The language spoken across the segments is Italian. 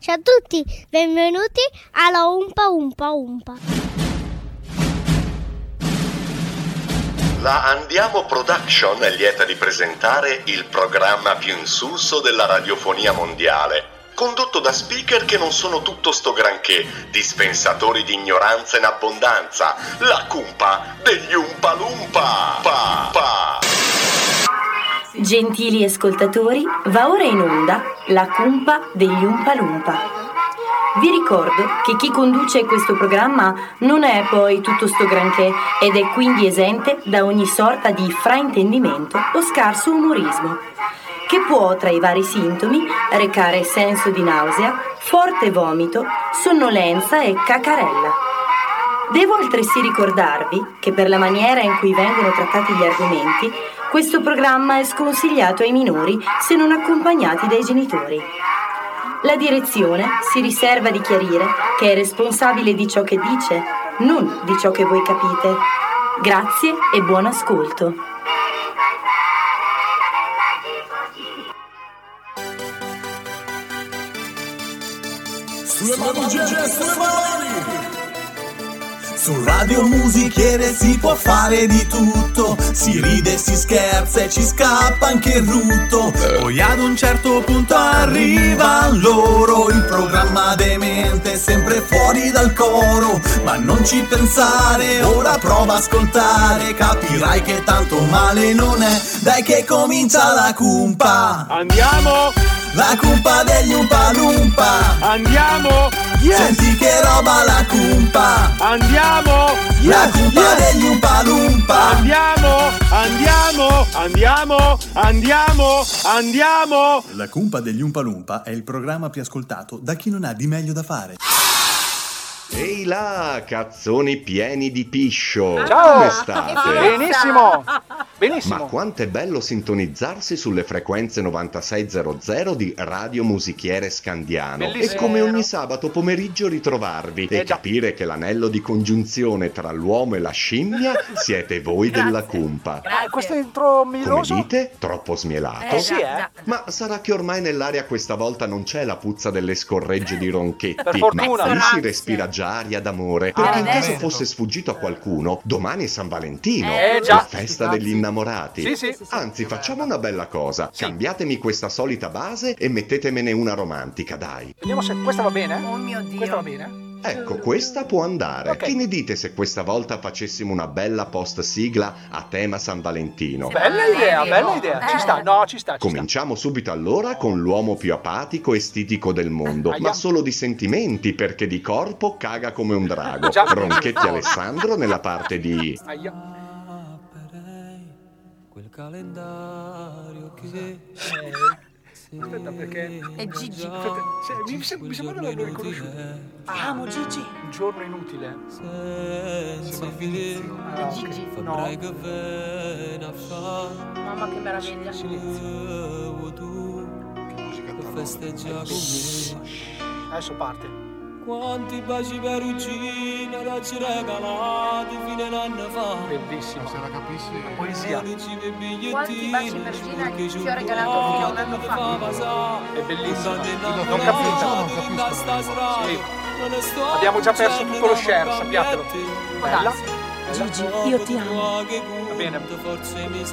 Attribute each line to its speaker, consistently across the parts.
Speaker 1: Ciao a tutti, benvenuti alla Umpa Umpa Umpa.
Speaker 2: La Andiamo Production è lieta di presentare il programma più insulso della radiofonia mondiale, condotto da speaker che non sono tutto sto granché, dispensatori di ignoranza in abbondanza, la cumpa degli Umpalumpa. Pa, pa.
Speaker 3: Gentili ascoltatori, va ora in onda la cumpa degli Umpalumpa. Vi ricordo che chi conduce questo programma non è poi tutto sto granché ed è quindi esente da ogni sorta di fraintendimento o scarso umorismo, che può tra i vari sintomi recare senso di nausea, forte vomito, sonnolenza e cacarella. Devo altresì ricordarvi che per la maniera in cui vengono trattati gli argomenti, questo programma è sconsigliato ai minori se non accompagnati dai genitori. La direzione si riserva di chiarire che è responsabile di ciò che dice, non di ciò che voi capite. Grazie e buon ascolto.
Speaker 4: sulle manugine e sulle mani. Su Radio Musichiere si può fare di tutto, si ride, si scherza e ci scappa anche il rutto. Poi ad un certo punto arriva loro il programma demente, sempre fuori dal coro. Ma non ci pensare, ora prova a ascoltare, capirai che tanto male non è. Dai che comincia la cumpa,
Speaker 5: Andiamo,
Speaker 4: la cumpa degli Umpalumpa.
Speaker 5: andiamo,
Speaker 4: Senti che roba la cumpa
Speaker 5: andiamo,
Speaker 4: La cumpa degli Umpalumpa
Speaker 5: andiamo, andiamo, andiamo, andiamo, andiamo.
Speaker 4: La cumpa degli Umpalumpa è il programma più ascoltato da chi non ha di meglio da fare
Speaker 2: Ehi là, cazzoni pieni di piscio.
Speaker 5: Ciao.
Speaker 2: Come state?
Speaker 5: Benissimo,
Speaker 2: Ma
Speaker 5: benissimo.
Speaker 2: quanto è bello sintonizzarsi sulle frequenze 9600 di Radio Musichiere Scandiano
Speaker 5: Bellissimo.
Speaker 2: e come ogni sabato pomeriggio ritrovarvi e
Speaker 5: Eh già.
Speaker 2: capire che l'anello di congiunzione tra l'uomo e la scimmia siete voi della cumpa.
Speaker 5: Eh, questo intro
Speaker 2: Come
Speaker 5: miloso?
Speaker 2: dite? Troppo smielato?
Speaker 5: Eh, sì, eh.
Speaker 2: Ma sarà che ormai nell'aria questa volta non c'è la puzza delle scorregge di
Speaker 5: Per
Speaker 2: Ronchetti, ma
Speaker 5: fortuna.
Speaker 2: qui si respira già aria d'amore.
Speaker 5: Ah,
Speaker 2: Perché in caso
Speaker 5: certo.
Speaker 2: fosse sfuggito a qualcuno, domani è San Valentino,
Speaker 5: Eh, già.
Speaker 2: la festa degli innamorati.
Speaker 5: Sì, sì.
Speaker 2: Anzi, facciamo una bella cosa.
Speaker 5: Sì.
Speaker 2: Cambiatemi questa solita base e mettetemene una romantica, dai.
Speaker 5: Vediamo se questa va bene.
Speaker 6: Oh mio Dio.
Speaker 5: Questa va bene.
Speaker 2: Ecco, questa può andare.
Speaker 5: Ok.
Speaker 2: Che ne dite se questa volta facessimo una bella post sigla a tema San Valentino?
Speaker 5: Bella idea, bella idea.
Speaker 6: Eh.
Speaker 5: Ci sta, no, Ah, ci sta. Ci sta.
Speaker 2: Cominciamo subito allora con l'uomo più apatico e stitico del mondo,
Speaker 5: Aia.
Speaker 2: ma solo di sentimenti perché di corpo caga come un drago.
Speaker 5: Già.
Speaker 2: Ronchetti Alessandro nella parte di
Speaker 5: Aia.
Speaker 7: aprirei quel calendario che
Speaker 5: Aspetta, perché.
Speaker 6: È Gigi.
Speaker 5: Aspetta, se- mi, se- mi sembra di averlo riconosciuto.
Speaker 6: Amo Gigi.
Speaker 5: Un giorno inutile.
Speaker 7: senza
Speaker 5: Ah,
Speaker 7: finire
Speaker 5: ok.
Speaker 6: Gigi.
Speaker 7: fabrai
Speaker 5: No.
Speaker 7: che vena fa
Speaker 6: Mamma che meraviglia.
Speaker 7: e tu che festeggia con
Speaker 5: Adesso parte.
Speaker 7: me quanti baci per uccina da ci regalati fino a un anno fa
Speaker 5: Bellissimo. Se la capisci. Poesia.
Speaker 6: Quanti baci per Gina che ci ho regalato fino a un anno fa.
Speaker 5: È bellissima. Non
Speaker 7: Non
Speaker 5: capite,
Speaker 7: capito,
Speaker 5: non
Speaker 7: non
Speaker 5: Sì.
Speaker 7: capisco. Abbiamo già perso tutto lo share, sappiatelo.
Speaker 5: Bella.
Speaker 7: Gigi, io ti amo. Eh? Va
Speaker 5: bene.
Speaker 7: Vabbè,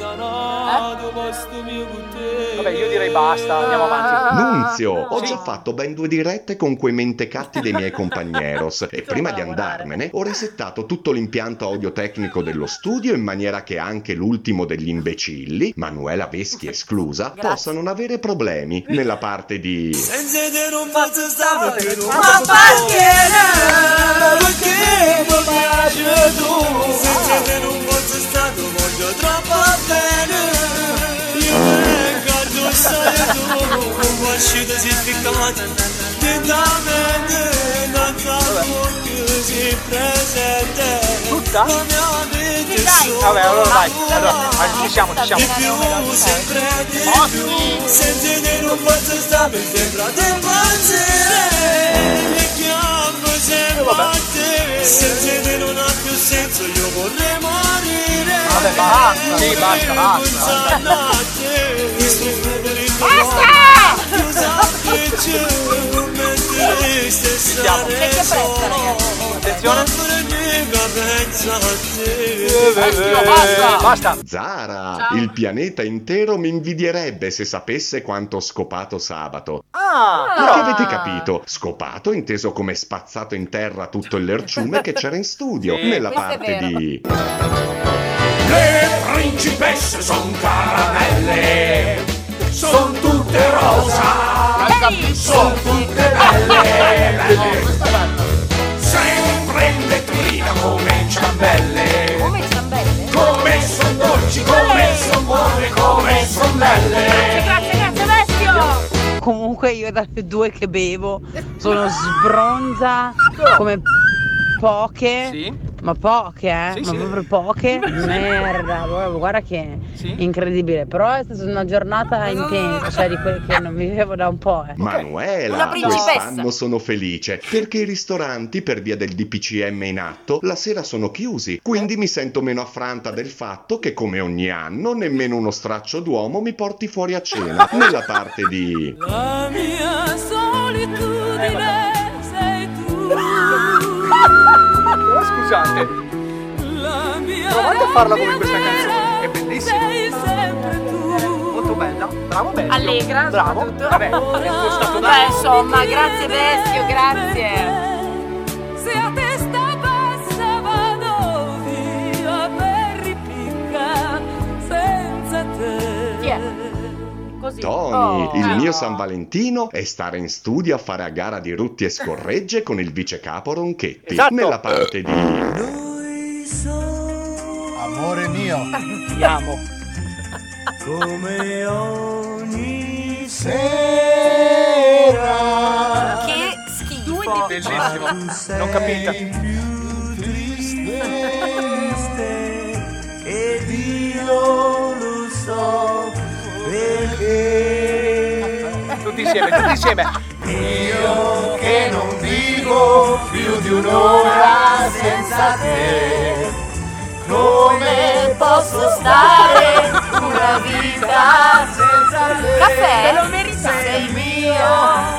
Speaker 5: Vabbè, io direi basta, andiamo avanti.
Speaker 6: Ah.
Speaker 2: Nunzio. Ho già fatto ben due dirette con quei mentecatti dei miei compagneros e prima di andarmene ho resettato tutto l'impianto audiotecnico dello studio in maniera che anche l'ultimo degli imbecilli, Manuela Veschi esclusa, possa non avere problemi nella parte di
Speaker 7: Ma perché? Perché mi piaci tu? Se te non fosse stato voglio troppo bene Io me ricordo sai tu Con qualcita si ficcamata Lentamente Non so che si presente
Speaker 5: Tutta?
Speaker 7: Come avete solo
Speaker 5: Vabbè, allora dai. Allora, allora, ci siamo, ci siamo.
Speaker 7: di più, sempre di più Sentite non posso stare per sempre di mangiare Mi chiamo sempre a te Sentite non ha più senso, io vorrei morire
Speaker 5: Vabbè, basta, sì, basta, basta.
Speaker 7: Basta! stessa
Speaker 5: Sentiamo.
Speaker 8: Perché presta,
Speaker 7: ragione.
Speaker 5: Attenzione.
Speaker 7: Pure nega pensa a te.
Speaker 5: Basta, basta, basta.
Speaker 2: Zara,
Speaker 8: Ciao.
Speaker 2: il pianeta intero mi invidierebbe se sapesse quanto ho scopato sabato.
Speaker 5: Ah,
Speaker 2: Perché
Speaker 5: però-
Speaker 2: avete capito? Scopato inteso come spazzato in terra tutto il lerciume che c'era in studio,
Speaker 5: Sì.
Speaker 2: nella
Speaker 8: Questo è
Speaker 2: parte
Speaker 8: vero.
Speaker 2: di...
Speaker 9: Le principesse son caramelle, son tutte rosa, son tutte belle, sempre in vetrina come ciambelle,
Speaker 8: Come ciambelle?
Speaker 9: come son dolci, come son buone, come son belle.
Speaker 8: Grazie, grazie, Vestio!
Speaker 10: Comunque io dalle due che bevo sono sbronza come poche,
Speaker 5: Ecco. Sì,
Speaker 10: ma poche eh,
Speaker 5: Sì,
Speaker 10: ma
Speaker 5: sì.
Speaker 10: proprio poche,
Speaker 5: Sì.
Speaker 10: merda, guarda- guarda che
Speaker 5: Sì.
Speaker 10: incredibile, però è stata una giornata intensa, cioè di quelle che non vivevo da un po'. Eh.
Speaker 8: Una
Speaker 2: Manuela,
Speaker 8: principessa.
Speaker 2: quest'anno sono felice perché i ristoranti per via del DPCM in atto la sera sono chiusi, quindi mi sento meno affranta del fatto che come ogni anno nemmeno uno straccio d'uomo mi porti fuori a cena nella parte di...
Speaker 7: La mia solitudine sei tu.
Speaker 5: però scusate,
Speaker 7: La mia
Speaker 5: Provate a farla come questa canzone, è bellissima.
Speaker 7: Sei sempre tu.
Speaker 5: molto bella. Bravo bello.
Speaker 8: Allegra,
Speaker 5: Bravo.
Speaker 8: soprattutto.
Speaker 5: Vabbè, è il tuo stato
Speaker 8: Beh,
Speaker 5: d'animo.
Speaker 8: insomma, grazie Vestio, grazie.
Speaker 7: Se a testa bassa vado via per ripicca senza te.
Speaker 8: Chi è? Così.
Speaker 2: Tony,
Speaker 8: Oh.
Speaker 2: il mio
Speaker 8: Ah.
Speaker 2: San Valentino è stare in studio a fare a gara di rutti e scorregge con il vice capo Ronchetti
Speaker 5: Esatto.
Speaker 2: nella parte di...
Speaker 7: Noi siamo
Speaker 11: Amore mio,
Speaker 5: Ti amo.
Speaker 7: come ogni
Speaker 11: sera
Speaker 8: Che schifo.
Speaker 5: Bellissimo. Non capita.
Speaker 7: più triste ed io lo so perché
Speaker 5: Tutti insieme, tutti insieme.
Speaker 11: io che non vivo più di un'ora senza
Speaker 5: Eh,
Speaker 11: te. Come posso stare una vita senza te?
Speaker 8: Caffè? Te lo meritavi.
Speaker 11: mio.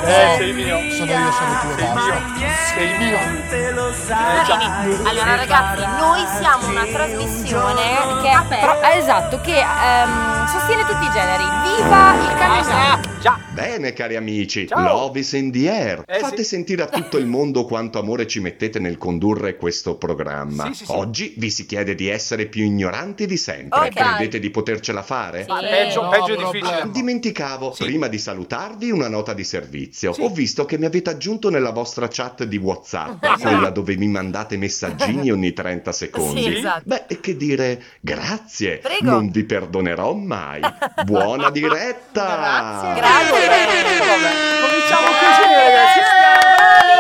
Speaker 5: Eh, sei mio.
Speaker 11: Sono io, sono tu,
Speaker 5: Sei
Speaker 11: basta.
Speaker 5: mio. Sei mio.
Speaker 7: niente lo sai
Speaker 3: Eh, Allora ragazzi, noi siamo una trasmissione che è pro- esatto, che ehm, sostiene tutti i generi. Viva il
Speaker 5: Ah,
Speaker 3: canone!
Speaker 5: già.
Speaker 2: Bene cari amici,
Speaker 5: Ciao.
Speaker 2: love is in the air.
Speaker 5: Eh,
Speaker 2: Fate
Speaker 5: sì.
Speaker 2: sentire a tutto il mondo quanto amore ci mettete nel condurre questo programma.
Speaker 5: Sì, sì, sì.
Speaker 2: Oggi vi si chiede di essere più ignoranti di sempre.
Speaker 3: Ok.
Speaker 2: Credete di potercela fare?
Speaker 5: Eh, Peggio,
Speaker 11: No,
Speaker 5: peggio è
Speaker 11: proprio.
Speaker 5: difficile.
Speaker 2: Dimenticavo,
Speaker 5: Sì.
Speaker 2: prima di salutarvi, una nota di servizio.
Speaker 5: Sì.
Speaker 2: Ho visto che mi avete aggiunto nella vostra chat di WhatsApp, quella dove mi mandate messaggini ogni 30 secondi.
Speaker 5: Sì, esatto.
Speaker 2: Beh, e che dire, grazie,
Speaker 8: Prego.
Speaker 2: non vi perdonerò mai. Buona diretta!
Speaker 5: Vabbè, Cominciamo così, ragazzi.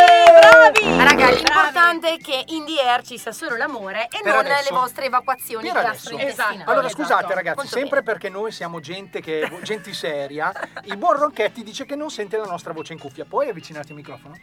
Speaker 3: Raga, l'importante è che in the air ci sia solo l'amore e
Speaker 5: Per
Speaker 3: non
Speaker 5: adesso.
Speaker 3: le vostre evacuazioni
Speaker 5: Per adesso. Esatto.
Speaker 3: gastrointestinali.
Speaker 8: Esatto.
Speaker 3: Esatto.
Speaker 5: Allora scusate ragazzi,
Speaker 3: Molto
Speaker 5: sempre
Speaker 3: bene.
Speaker 5: perché noi siamo gente che gente seria, il buon Ronchetti dice che non sente la nostra voce in cuffia. Poi avvicinate il microfono.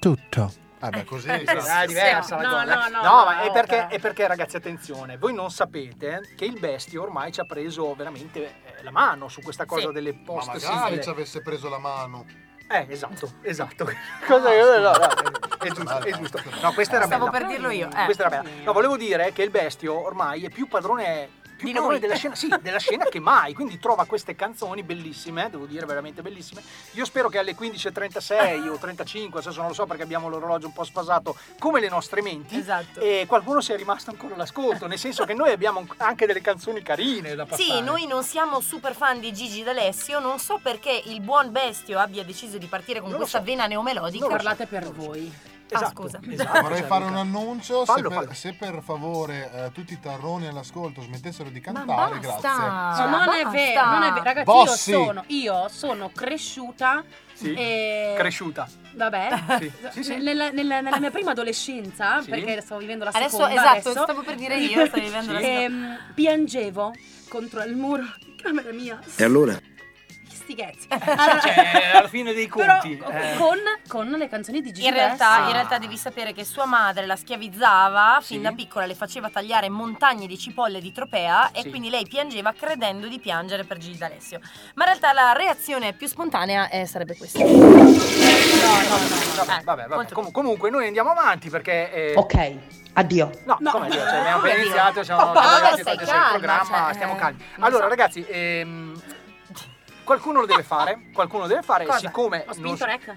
Speaker 11: Tutto. Vabbè, così.
Speaker 5: Ah, è diversa la
Speaker 8: No,
Speaker 5: cosa.
Speaker 8: no, no,
Speaker 5: ma
Speaker 8: no,
Speaker 5: è perché,
Speaker 8: opera.
Speaker 5: è perché, ragazzi, attenzione, voi non sapete che il bestio ormai ci ha preso veramente eh, la mano su questa cosa
Speaker 8: Sì.
Speaker 5: delle
Speaker 11: Ma
Speaker 5: post
Speaker 11: magari
Speaker 5: sigle.
Speaker 11: ci avesse preso la mano.
Speaker 5: Eh, esatto, esatto. Cosa che- no, no, è giusto, è giusto. No, questa era
Speaker 3: Stavo
Speaker 5: bella.
Speaker 3: per dirlo io, eh.
Speaker 5: Questa era bella. No, volevo dire che il bestio ormai è più padrone più
Speaker 3: Di
Speaker 5: padrone
Speaker 3: noi.
Speaker 5: della scena, sì, della scena che mai, quindi trova queste canzoni bellissime, devo dire veramente bellissime. Io spero che alle 15:36 o 35, adesso non lo so perché abbiamo l'orologio un po' spasato, come le nostre menti,
Speaker 3: Esatto.
Speaker 5: e qualcuno sia rimasto ancora all'ascolto, nel senso che noi abbiamo anche delle canzoni carine da passare.
Speaker 3: Sì, noi non siamo super fan di Gigi D'Alessio, non so perché il buon bestio abbia deciso di partire con
Speaker 5: Non lo
Speaker 3: questa
Speaker 5: so.
Speaker 3: vena neomelodica.
Speaker 5: Non lo so.
Speaker 8: Parlate per voi.
Speaker 3: Ah,
Speaker 5: Esatto,
Speaker 3: scusa.
Speaker 5: esatto,
Speaker 11: Vorrei
Speaker 5: cioè,
Speaker 11: fare un
Speaker 5: mica-
Speaker 11: annuncio.
Speaker 5: Fallo,
Speaker 11: se,
Speaker 5: fallo.
Speaker 11: per, se per favore eh, tutti i tarroni all'ascolto smettessero di
Speaker 3: Ma
Speaker 11: cantare,
Speaker 3: basta.
Speaker 11: grazie.
Speaker 5: Ah.
Speaker 8: Ma non è
Speaker 3: basta.
Speaker 8: vero, non è vero. Ragazzi,
Speaker 11: Bossi.
Speaker 8: io sono, io sono cresciuta
Speaker 5: Sì.
Speaker 3: eh,
Speaker 8: e...
Speaker 5: Cresciuta.
Speaker 8: Vabbè,
Speaker 5: Sì, sì, sì.
Speaker 8: Nella, nella- nella mia prima adolescenza,
Speaker 5: Sì.
Speaker 8: perché stavo vivendo la
Speaker 3: Adesso,
Speaker 8: seconda
Speaker 3: esatto,
Speaker 8: adesso,
Speaker 3: stavo per dire io, sto vivendo la seconda.
Speaker 8: Ehm, piangevo contro il muro di camera mia.
Speaker 9: E allora?
Speaker 8: Sti cazzi.
Speaker 5: Cioè, alla fine dei
Speaker 8: Però
Speaker 5: conti. eh.
Speaker 8: con, con le canzoni di Gigi
Speaker 3: In realtà,
Speaker 8: D'Alessio.
Speaker 3: in realtà devi sapere che sua madre la schiavizzava
Speaker 5: Sì.
Speaker 3: fin da piccola, le faceva tagliare montagne di cipolle di tropea
Speaker 5: Sì.
Speaker 3: e quindi lei piangeva credendo di piangere per Gigi D'Alessio. Ma in realtà la reazione più spontanea eh, sarebbe questa.
Speaker 8: No, no, no,
Speaker 3: Eh,
Speaker 5: Vabbè, vabbè, vabbè. Com- comunque noi andiamo avanti perché... eh,
Speaker 10: Ok, addio.
Speaker 5: No, come dire, cioè, abbiamo appena
Speaker 10: Oddio.
Speaker 5: iniziato, siamo
Speaker 10: Papà,
Speaker 5: arrivati
Speaker 10: stai
Speaker 5: quanti sei in
Speaker 10: calma,
Speaker 5: programma,
Speaker 10: cioè,
Speaker 5: stiamo
Speaker 10: eh,
Speaker 5: calmi.
Speaker 10: non
Speaker 5: Allora,
Speaker 10: so.
Speaker 5: ragazzi, ehm, qualcuno lo deve fare, qualcuno lo deve fare,
Speaker 12: Cosa?
Speaker 5: siccome
Speaker 12: Ho spinto
Speaker 5: non-
Speaker 12: rec?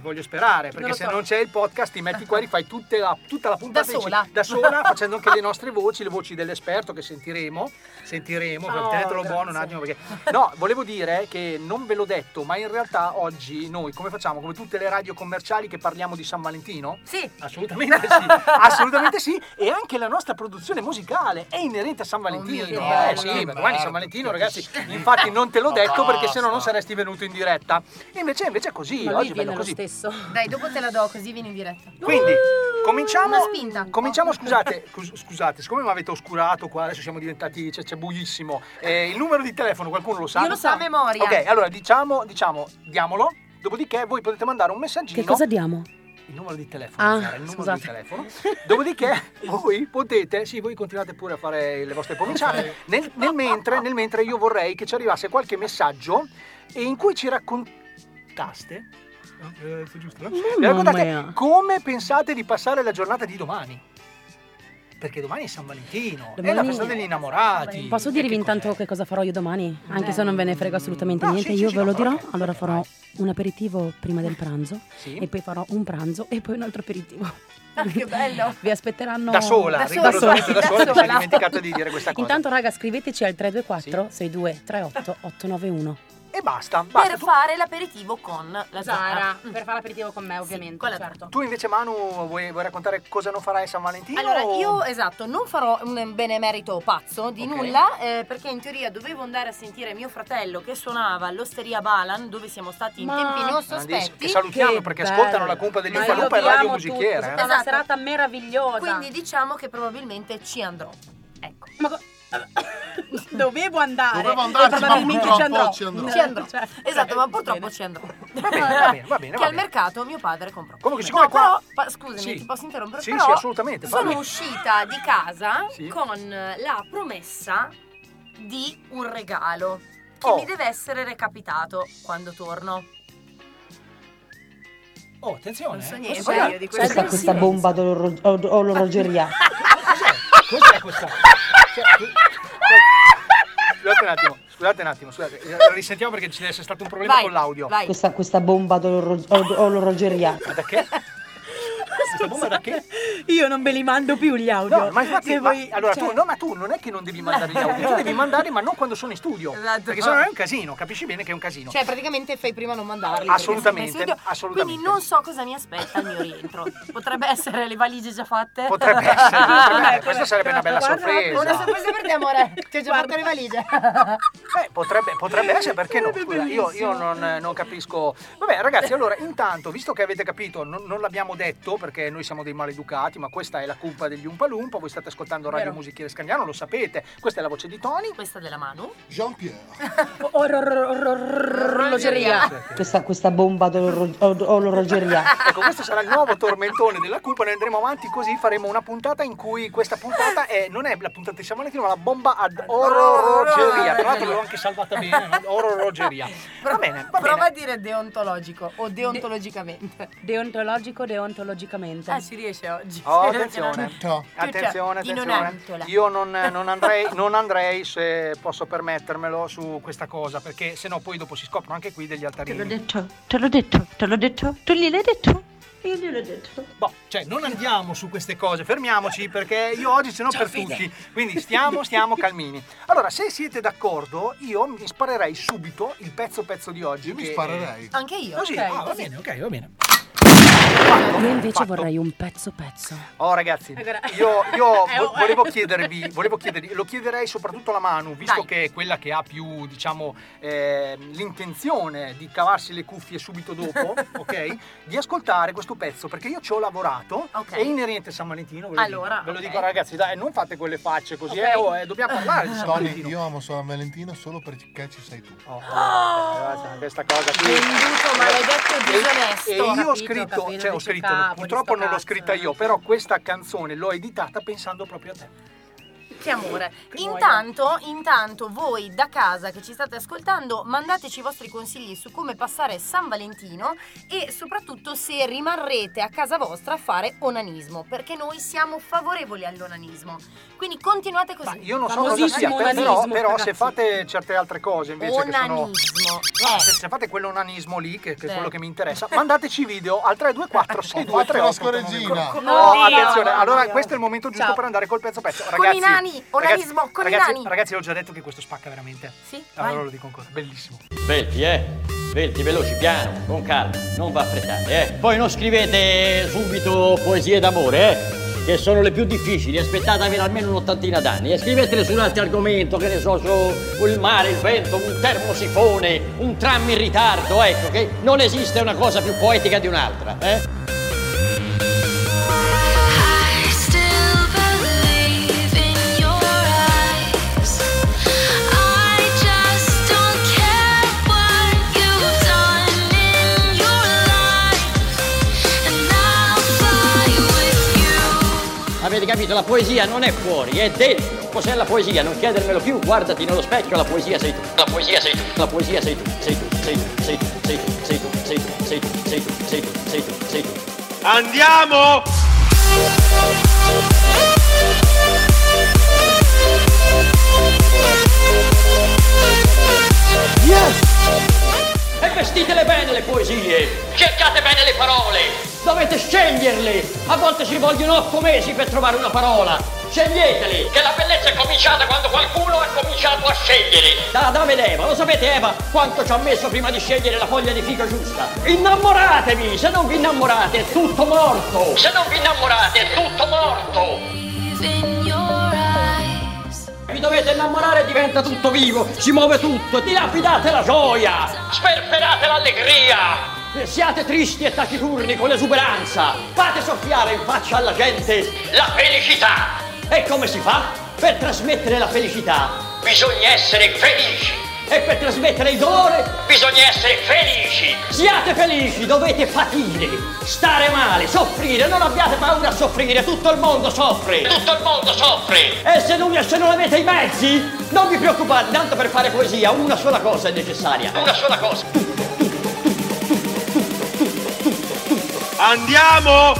Speaker 5: voglio sperare, perché
Speaker 12: Non lo
Speaker 5: se
Speaker 12: so.
Speaker 5: non c'è il podcast ti metti qua e rifai tutte la- tutta la puntata
Speaker 12: Da
Speaker 5: e dici-
Speaker 12: sola.
Speaker 5: da sola, facendo anche le nostre voci, le voci dell'esperto che sentiremo, sentiremo,
Speaker 12: Oh,
Speaker 5: tenetelo buono un
Speaker 12: grazie.
Speaker 5: attimo perché No, volevo dire che non ve l'ho detto, ma in realtà oggi noi come facciamo? Come tutte le radio commerciali che parliamo di San Valentino?
Speaker 12: Sì.
Speaker 5: Assolutamente sì, assolutamente sì. E anche la nostra produzione musicale è inerente a San Valentino.
Speaker 12: Oh, mio Dio.
Speaker 5: eh sì,
Speaker 12: Che
Speaker 5: domani è San Valentino, ragazzi. Infatti non te l'ho
Speaker 12: Ma
Speaker 5: detto perché
Speaker 12: basta.
Speaker 5: sennò non saresti venuto in diretta. E invece, invece è così,
Speaker 12: Ma lui
Speaker 5: oggi è bello
Speaker 12: viene lo
Speaker 5: così.
Speaker 12: stesso. Dai, dopo te la do così vieni in diretta.
Speaker 5: Quindi cominciamo.
Speaker 12: Una spinta.
Speaker 5: Cominciamo, scusate, cus- scusate, siccome mi avete oscurato qua, adesso siamo diventati, cioè, c'è buissimo. Eh, il numero di telefono qualcuno lo sa?
Speaker 12: Io lo so a memoria.
Speaker 5: Ok, allora diciamo, diciamo, diamolo, dopodiché voi potete mandare un messaggino.
Speaker 6: Che cosa diamo?
Speaker 5: Il numero di telefono,
Speaker 6: Ah,
Speaker 5: Sara, il numero
Speaker 6: scusate.
Speaker 5: di telefono. Dopodiché voi potete, sì, voi continuate pure a fare le vostre provinciale. Nel, nel mentre, nel mentre io vorrei che ci arrivasse qualche messaggio e in cui ci raccontaste. Eh, è giusto, no?
Speaker 6: Mamma
Speaker 5: Mi raccontate
Speaker 6: mia.
Speaker 5: come pensate di passare la giornata di domani? Perché domani è San Valentino, è Eh, la
Speaker 6: Domani-
Speaker 5: festa degli innamorati.
Speaker 6: Posso dirvi intanto che cosa farò io domani? Anche se non ve ne frego assolutamente
Speaker 5: No,
Speaker 6: niente,
Speaker 5: sì, sì,
Speaker 6: io
Speaker 5: sì,
Speaker 6: ve
Speaker 5: no, no,
Speaker 6: lo dirò.
Speaker 5: ok,
Speaker 6: Allora farò un aperitivo prima del pranzo
Speaker 5: Sì.
Speaker 6: e poi farò un pranzo e poi un altro aperitivo.
Speaker 12: che bello.
Speaker 6: Vi aspetteranno
Speaker 5: Da sola,
Speaker 6: da sola.
Speaker 5: rigorosamente da sola, mi sono
Speaker 6: sola.
Speaker 5: dimenticata di dire questa cosa.
Speaker 6: Intanto raga, scriveteci al 324 62 38 891.
Speaker 5: E basta, basta.
Speaker 3: Per fare l'aperitivo con la
Speaker 12: Zara,
Speaker 3: Zara. Mm.
Speaker 12: per fare l'aperitivo con me ovviamente, certo.
Speaker 5: Tu invece Manu vuoi, vuoi raccontare cosa non farai a San Valentino?
Speaker 3: Allora,
Speaker 5: o-
Speaker 3: io esatto, non farò un benemerito pazzo di
Speaker 5: Ok.
Speaker 3: nulla, eh, perché in teoria dovevo andare a sentire mio fratello che suonava all'osteria Balan, dove siamo stati in
Speaker 6: Ma-
Speaker 3: tempi non
Speaker 5: Grandissimo,
Speaker 3: sospetti.
Speaker 5: Che salutiamo
Speaker 6: Che
Speaker 5: perché
Speaker 6: bello.
Speaker 5: ascoltano la cumpa degli
Speaker 6: Ma
Speaker 5: Ufa
Speaker 6: io
Speaker 5: Lupa e
Speaker 6: vi
Speaker 5: Radio
Speaker 6: amo
Speaker 5: Musichiera.
Speaker 6: tutti,
Speaker 5: eh.
Speaker 6: È una serata meravigliosa.
Speaker 3: Quindi diciamo che probabilmente ci andrò. Ecco.
Speaker 12: Dovevo andare.
Speaker 3: Dovevo
Speaker 12: e
Speaker 3: andarci, ma
Speaker 12: probabilmente ci
Speaker 3: purtroppo ci
Speaker 12: andrò.
Speaker 3: andrò.
Speaker 12: No,
Speaker 3: Ci andrò.
Speaker 12: cioè,
Speaker 3: Esatto, ma purtroppo ci andrò.
Speaker 5: Va bene, va bene, va bene.
Speaker 3: che
Speaker 5: Va
Speaker 3: al
Speaker 5: bene.
Speaker 3: mercato mio padre comprò.
Speaker 5: Comunque, siccome
Speaker 3: No,
Speaker 5: qua-
Speaker 3: però, pa- scusami,
Speaker 5: Sì.
Speaker 3: ti posso interrompere?
Speaker 5: Sì,
Speaker 3: però
Speaker 5: sì, assolutamente,
Speaker 3: Sono
Speaker 5: parli.
Speaker 3: uscita di casa
Speaker 5: Sì.
Speaker 3: con la promessa di un regalo che
Speaker 5: Oh.
Speaker 3: mi deve essere recapitato quando torno.
Speaker 5: Oh, attenzione.
Speaker 3: Non so
Speaker 5: eh.
Speaker 3: niente
Speaker 5: Cos'è?
Speaker 3: io di
Speaker 5: Cos'è
Speaker 3: questo.
Speaker 5: questa bomba?
Speaker 10: bomba d'orologeria?
Speaker 5: Cos'è questa? Cioè, tu- Scusate un attimo, scusate un attimo, scusate. eh, Risentiamo perché ci deve essere stato un problema
Speaker 10: Vai,
Speaker 5: con l'audio.
Speaker 10: vai. Questa- bomba d'orologeria.
Speaker 5: Ma da che? Questa bomba da che?
Speaker 12: Io non ve li mando più gli audio.
Speaker 5: No, ma infatti,
Speaker 12: Se
Speaker 5: ma-
Speaker 12: voi-
Speaker 5: allora
Speaker 12: cioè-
Speaker 5: tu, no, ma tu non è che non devi mandare gli audio, tu devi mandarli, ma non quando sono in studio.
Speaker 3: Esatto.
Speaker 5: Perché sennò è un casino, capisci bene che è un casino.
Speaker 3: Cioè, praticamente fai prima a non mandarli.
Speaker 5: Assolutamente,
Speaker 3: perché sono in studio.
Speaker 5: assolutamente.
Speaker 3: Quindi non so cosa mi aspetta al mio rientro. Potrebbe essere le valigie già fatte.
Speaker 5: Potrebbe essere, potrebbe- questa sarebbe una bella sorpresa.
Speaker 3: sorpresa per te, amore. Ti ho già fatto le valigie.
Speaker 5: Beh, potrebbe, potrebbe essere, perché no? Scusa, io, io non, eh, non capisco. Vabbè, ragazzi, allora, intanto, visto che avete capito, non, non l'abbiamo detto perché noi siamo dei maleducati, ma questa è la colpa degli Umpalumpa. Voi state ascoltando Radio
Speaker 3: Vero.
Speaker 5: Musichiere Scandiano, lo sapete. Questa è la voce di Tony.
Speaker 3: Questa della Manu.
Speaker 5: Jean-Pierre.
Speaker 12: Orologeria.
Speaker 10: Questa, questa bomba d'orologeria.
Speaker 5: Ecco, questo sarà il nuovo tormentone della cupa. Noi andremo avanti così. Faremo una puntata in cui questa puntata è- non è la puntata di San Valentino, ma la bomba ad orologeria. Tra l'altro, l'ho anche salvata bene. no? Orologeria. Va bene, va
Speaker 3: Prova
Speaker 5: bene.
Speaker 3: a dire deontologico o deontologicamente.
Speaker 6: Deontologico, deontologicamente.
Speaker 3: Ah, ci riesce oggi. cioè,
Speaker 5: Oh, attenzione.
Speaker 11: Tutto.
Speaker 5: Attenzione,
Speaker 3: Di non
Speaker 5: attenzione.
Speaker 3: antola.
Speaker 5: Io non, non andrei, non andrei, se posso permettermelo, su questa cosa, perché sennò poi dopo si scoprono anche qui degli altarini.
Speaker 10: detto, te l'ho detto, te l'ho detto, tu gliel'hai detto? Io gliel'ho detto.
Speaker 5: Boh, cioè, non andiamo su queste cose, fermiamoci, perché io oggi ce n'ho per tutti. Quindi stiamo, stiamo calmini. Allora, se siete d'accordo, io mi sparerei subito il pezzo pezzo di oggi.
Speaker 11: mi
Speaker 5: che-
Speaker 11: sparerei.
Speaker 3: Anche io.
Speaker 5: Così,
Speaker 3: ok,
Speaker 5: ah, va
Speaker 3: così.
Speaker 5: bene, ok, va bene.
Speaker 6: Io invece vorrei un pezzo pezzo.
Speaker 5: Oh ragazzi,
Speaker 6: Allora-
Speaker 5: io, io
Speaker 6: Eh,
Speaker 5: vo-
Speaker 6: oh, eh.
Speaker 5: volevo chiedervi, volevo chiedervi, lo chiederei soprattutto alla Manu, visto
Speaker 3: Dai.
Speaker 5: che è quella che ha più, diciamo, ehm, l'intenzione di cavarsi le cuffie subito dopo, ok? Di ascoltare questo pezzo, perché io ci ho lavorato,
Speaker 3: Ok.
Speaker 5: è inerente a San Valentino, ve lo
Speaker 3: Allora,
Speaker 5: dico, ve lo
Speaker 3: ok.
Speaker 5: dico ragazzi, dai, non fate quelle facce così,
Speaker 3: Ok. Ah.
Speaker 5: eh, oh, eh, dobbiamo parlare di San
Speaker 11: Tony,
Speaker 5: Valentino.
Speaker 11: io amo San Valentino solo perché ci sei tu.
Speaker 5: Oh, guarda, questa cosa qui.
Speaker 3: Venduto, maledetto,
Speaker 5: E-
Speaker 3: disonesto.
Speaker 5: E io
Speaker 3: Capito,
Speaker 5: ho scritto,
Speaker 3: capito,
Speaker 5: cioè ho
Speaker 3: dici,
Speaker 5: scritto,
Speaker 3: cavoli,
Speaker 5: purtroppo
Speaker 3: sto
Speaker 5: non l'ho
Speaker 3: cazzo,
Speaker 5: scritta
Speaker 3: eh.
Speaker 5: io, però questa canzone l'ho editata pensando proprio a te.
Speaker 3: Che amore. Intanto, intanto voi da casa che ci state ascoltando, mandateci i vostri consigli su come passare San Valentino e soprattutto se rimarrete a casa vostra a fare onanismo, perché noi siamo favorevoli all'onanismo. Quindi continuate così.
Speaker 5: Io non so cosa sia, per- però, però se fate certe altre cose invece
Speaker 3: Onanismo.
Speaker 5: che sono... No, se, se fate quell'onanismo lì, che, che è
Speaker 3: Sì.
Speaker 5: quello che mi interessa, mandateci video al 324
Speaker 11: fatto la
Speaker 5: 6238
Speaker 11: scoreggina.
Speaker 5: No,
Speaker 11: No,
Speaker 5: attenzione,
Speaker 11: no,
Speaker 5: allora
Speaker 11: no.
Speaker 5: questo è il momento giusto
Speaker 11: Ciao.
Speaker 5: per andare col pezzo pezzo.
Speaker 11: Con
Speaker 5: Ragazzi,
Speaker 11: i nani,
Speaker 5: ragazzi,
Speaker 11: onanismo, con i
Speaker 5: ragazzi,
Speaker 11: nani.
Speaker 5: Ragazzi, ho già detto che questo spacca veramente.
Speaker 3: Sì,
Speaker 5: Allora
Speaker 3: vai.
Speaker 5: lo dico ancora, bellissimo.
Speaker 13: Svelti, eh? Svelti, veloci, piano, con calma, non va affrettate, eh? Poi non scrivete subito poesie d'amore, eh? Che sono le più difficili, aspettatevi almeno un'ottantina d'anni e scrivetele su un altro argomento, che ne so, su il mare, il vento, un termosifone, un tram in ritardo, ecco, che non esiste una cosa più poetica di un'altra, eh? Avete capito? La poesia non è fuori, è dentro. Cos'è la poesia? Non chiedermelo più, guardati nello specchio, la poesia sei tu. La poesia sei tu. La poesia sei tu. Sei tu, sei tu, sei tu, sei tu, sei tu, sei tu, sei tu, sei tu, sei tu, sei tu, sei tu. Andiamo! E vestitele bene le poesie, cercate bene le parole, dovete sceglierle. A volte ci vogliono otto mesi per trovare una parola. Sceglietele, che la bellezza è cominciata quando qualcuno ha cominciato a scegliere. Da Adamo ed Eva, lo sapete Eva quanto ci ha messo prima di scegliere la foglia di fico giusta? Innamoratevi, se non vi innamorate è tutto morto. Se non vi innamorate è tutto morto. Vi dovete innamorare e diventa tutto vivo, si muove tutto, dilapidate la gioia, sperperate l'allegria. Eh, Siate tristi e taciturni con l'esuberanza, fate soffiare in faccia alla gente la felicità. E come si fa? Per trasmettere la felicità bisogna essere felici. E per trasmettere il dolore bisogna essere felici. Siate felici, dovete patire, stare male, soffrire, non abbiate paura a soffrire, tutto il mondo soffre. Tutto il mondo soffre. E se non, se non avete i mezzi, non vi preoccupate, tanto per fare poesia una sola cosa è necessaria. Una sola cosa. Andiamo!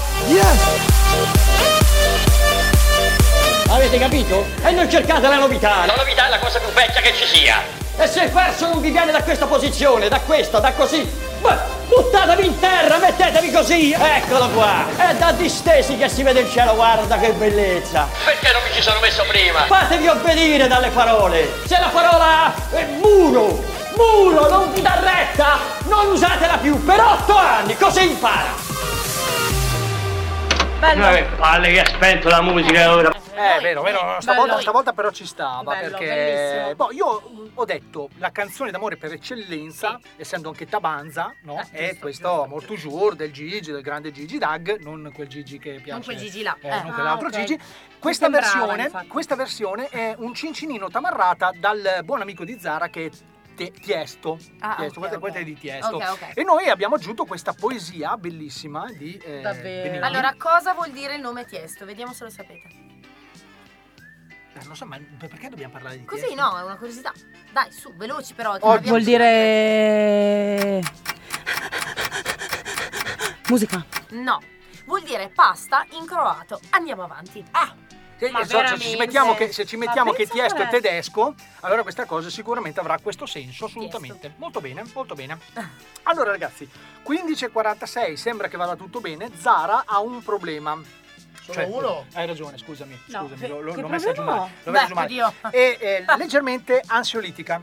Speaker 13: Avete capito? E non cercate la novità. La novità è la cosa più vecchia che ci sia. E se il verso non vi viene da questa posizione, da questa, da così, ma buttatevi in terra, mettetevi così. Eccolo qua. È da distesi che si vede il cielo, guarda che bellezza. Perché non mi ci sono messo prima? Fatevi obbedire dalle parole. Se la parola è muro, muro, non vi dà retta, non usatela più per otto anni, così impara.
Speaker 14: Ma che palle che ha spento la musica ora.
Speaker 5: Eh, vero, vero, stavolta,
Speaker 14: bello.
Speaker 5: stavolta però ci stava
Speaker 14: Bello,
Speaker 5: perché
Speaker 14: bellissimo.
Speaker 5: boh, io mm, ho detto la canzone d'amore per eccellenza, essendo anche Tabanza, no?
Speaker 3: Eh,
Speaker 5: è questo Amor Toujours del Gigi, del grande Gigi Dag, non quel Gigi che piace.
Speaker 3: quel Gigi là,
Speaker 5: eh,
Speaker 3: eh.
Speaker 5: non
Speaker 3: Ah,
Speaker 5: quell'altro
Speaker 3: ok.
Speaker 5: Gigi.
Speaker 3: Mi
Speaker 5: Questa
Speaker 3: sembrava,
Speaker 5: versione,
Speaker 3: infatti.
Speaker 5: questa versione è un cincinino tamarrata dal buon amico di Zara che è Te- Tiesto.
Speaker 14: Ah,
Speaker 5: Tiesto,
Speaker 14: ok,
Speaker 5: questa,
Speaker 14: ok.
Speaker 5: questa è di Tiesto.
Speaker 3: Ok, ok.
Speaker 5: E noi abbiamo aggiunto questa poesia bellissima di eh, Benigni.
Speaker 3: Allora, cosa vuol dire il nome Tiesto? Vediamo se lo sapete.
Speaker 5: Eh, non so, ma perché dobbiamo parlare di
Speaker 3: Così no, è una curiosità. Dai, su, veloci però. che non abbiamo-
Speaker 6: Vuol dire... Musica.
Speaker 3: No, vuol dire pasta in croato. Andiamo avanti. Ah,
Speaker 5: Sì, eh, so- cioè, se, ci mettiamo che, se ci mettiamo che Tiesto è tedesco, allora questa cosa sicuramente avrà questo senso, assolutamente. Molto bene, molto bene. Allora ragazzi, 15.46, sembra che vada tutto bene, Zara ha un problema. Cioè,
Speaker 14: uno?
Speaker 5: Hai ragione, scusami,
Speaker 14: No,
Speaker 5: scusami,
Speaker 14: che-
Speaker 5: lo- lo-
Speaker 14: che
Speaker 5: l'ho messa giù
Speaker 14: problema
Speaker 5: male.
Speaker 14: ho?
Speaker 5: l'ho messa
Speaker 14: Beh,
Speaker 5: giù male.
Speaker 14: oddio.
Speaker 5: E eh, leggermente ansiolitica.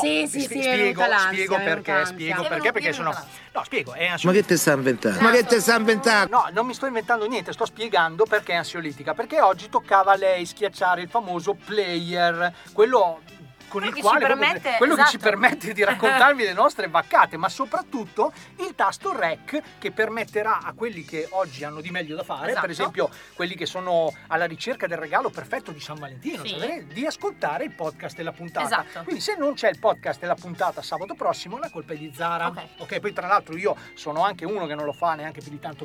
Speaker 14: Sì, sì,
Speaker 5: spi-
Speaker 14: sì, mi è
Speaker 5: spiego,
Speaker 14: venuta l'ansia,
Speaker 5: spiego
Speaker 14: mi è venuta
Speaker 5: perché,
Speaker 14: l'ansia.
Speaker 5: spiego
Speaker 14: Mi è
Speaker 5: perché,
Speaker 14: venuta-
Speaker 5: perché
Speaker 14: mi è
Speaker 5: sono...
Speaker 14: venuta
Speaker 5: No, spiego, è ansiolitica.
Speaker 15: Ma che te stai inventando? Ma che te stai inventando?
Speaker 5: No, non mi sto inventando niente, sto spiegando perché è ansiolitica. Perché oggi toccava a lei schiacciare il famoso player, quello con
Speaker 14: Quello
Speaker 5: il
Speaker 14: che ci
Speaker 5: quale proprio-
Speaker 14: permette-
Speaker 5: quello che ci
Speaker 14: esatto.
Speaker 5: permette di raccontarvi le nostre vaccate, ma soprattutto il il tasto REC che permetterà a quelli che oggi hanno di meglio da fare,
Speaker 3: Esatto.
Speaker 5: per esempio quelli che sono alla ricerca del regalo perfetto di San Valentino,
Speaker 3: Sì.
Speaker 5: cioè, di ascoltare il podcast della puntata.
Speaker 3: Esatto.
Speaker 5: Quindi se non c'è il podcast della puntata sabato prossimo, la colpa è di Zara. Ok, poi tra l'altro io sono anche uno che non lo fa neanche più di tanto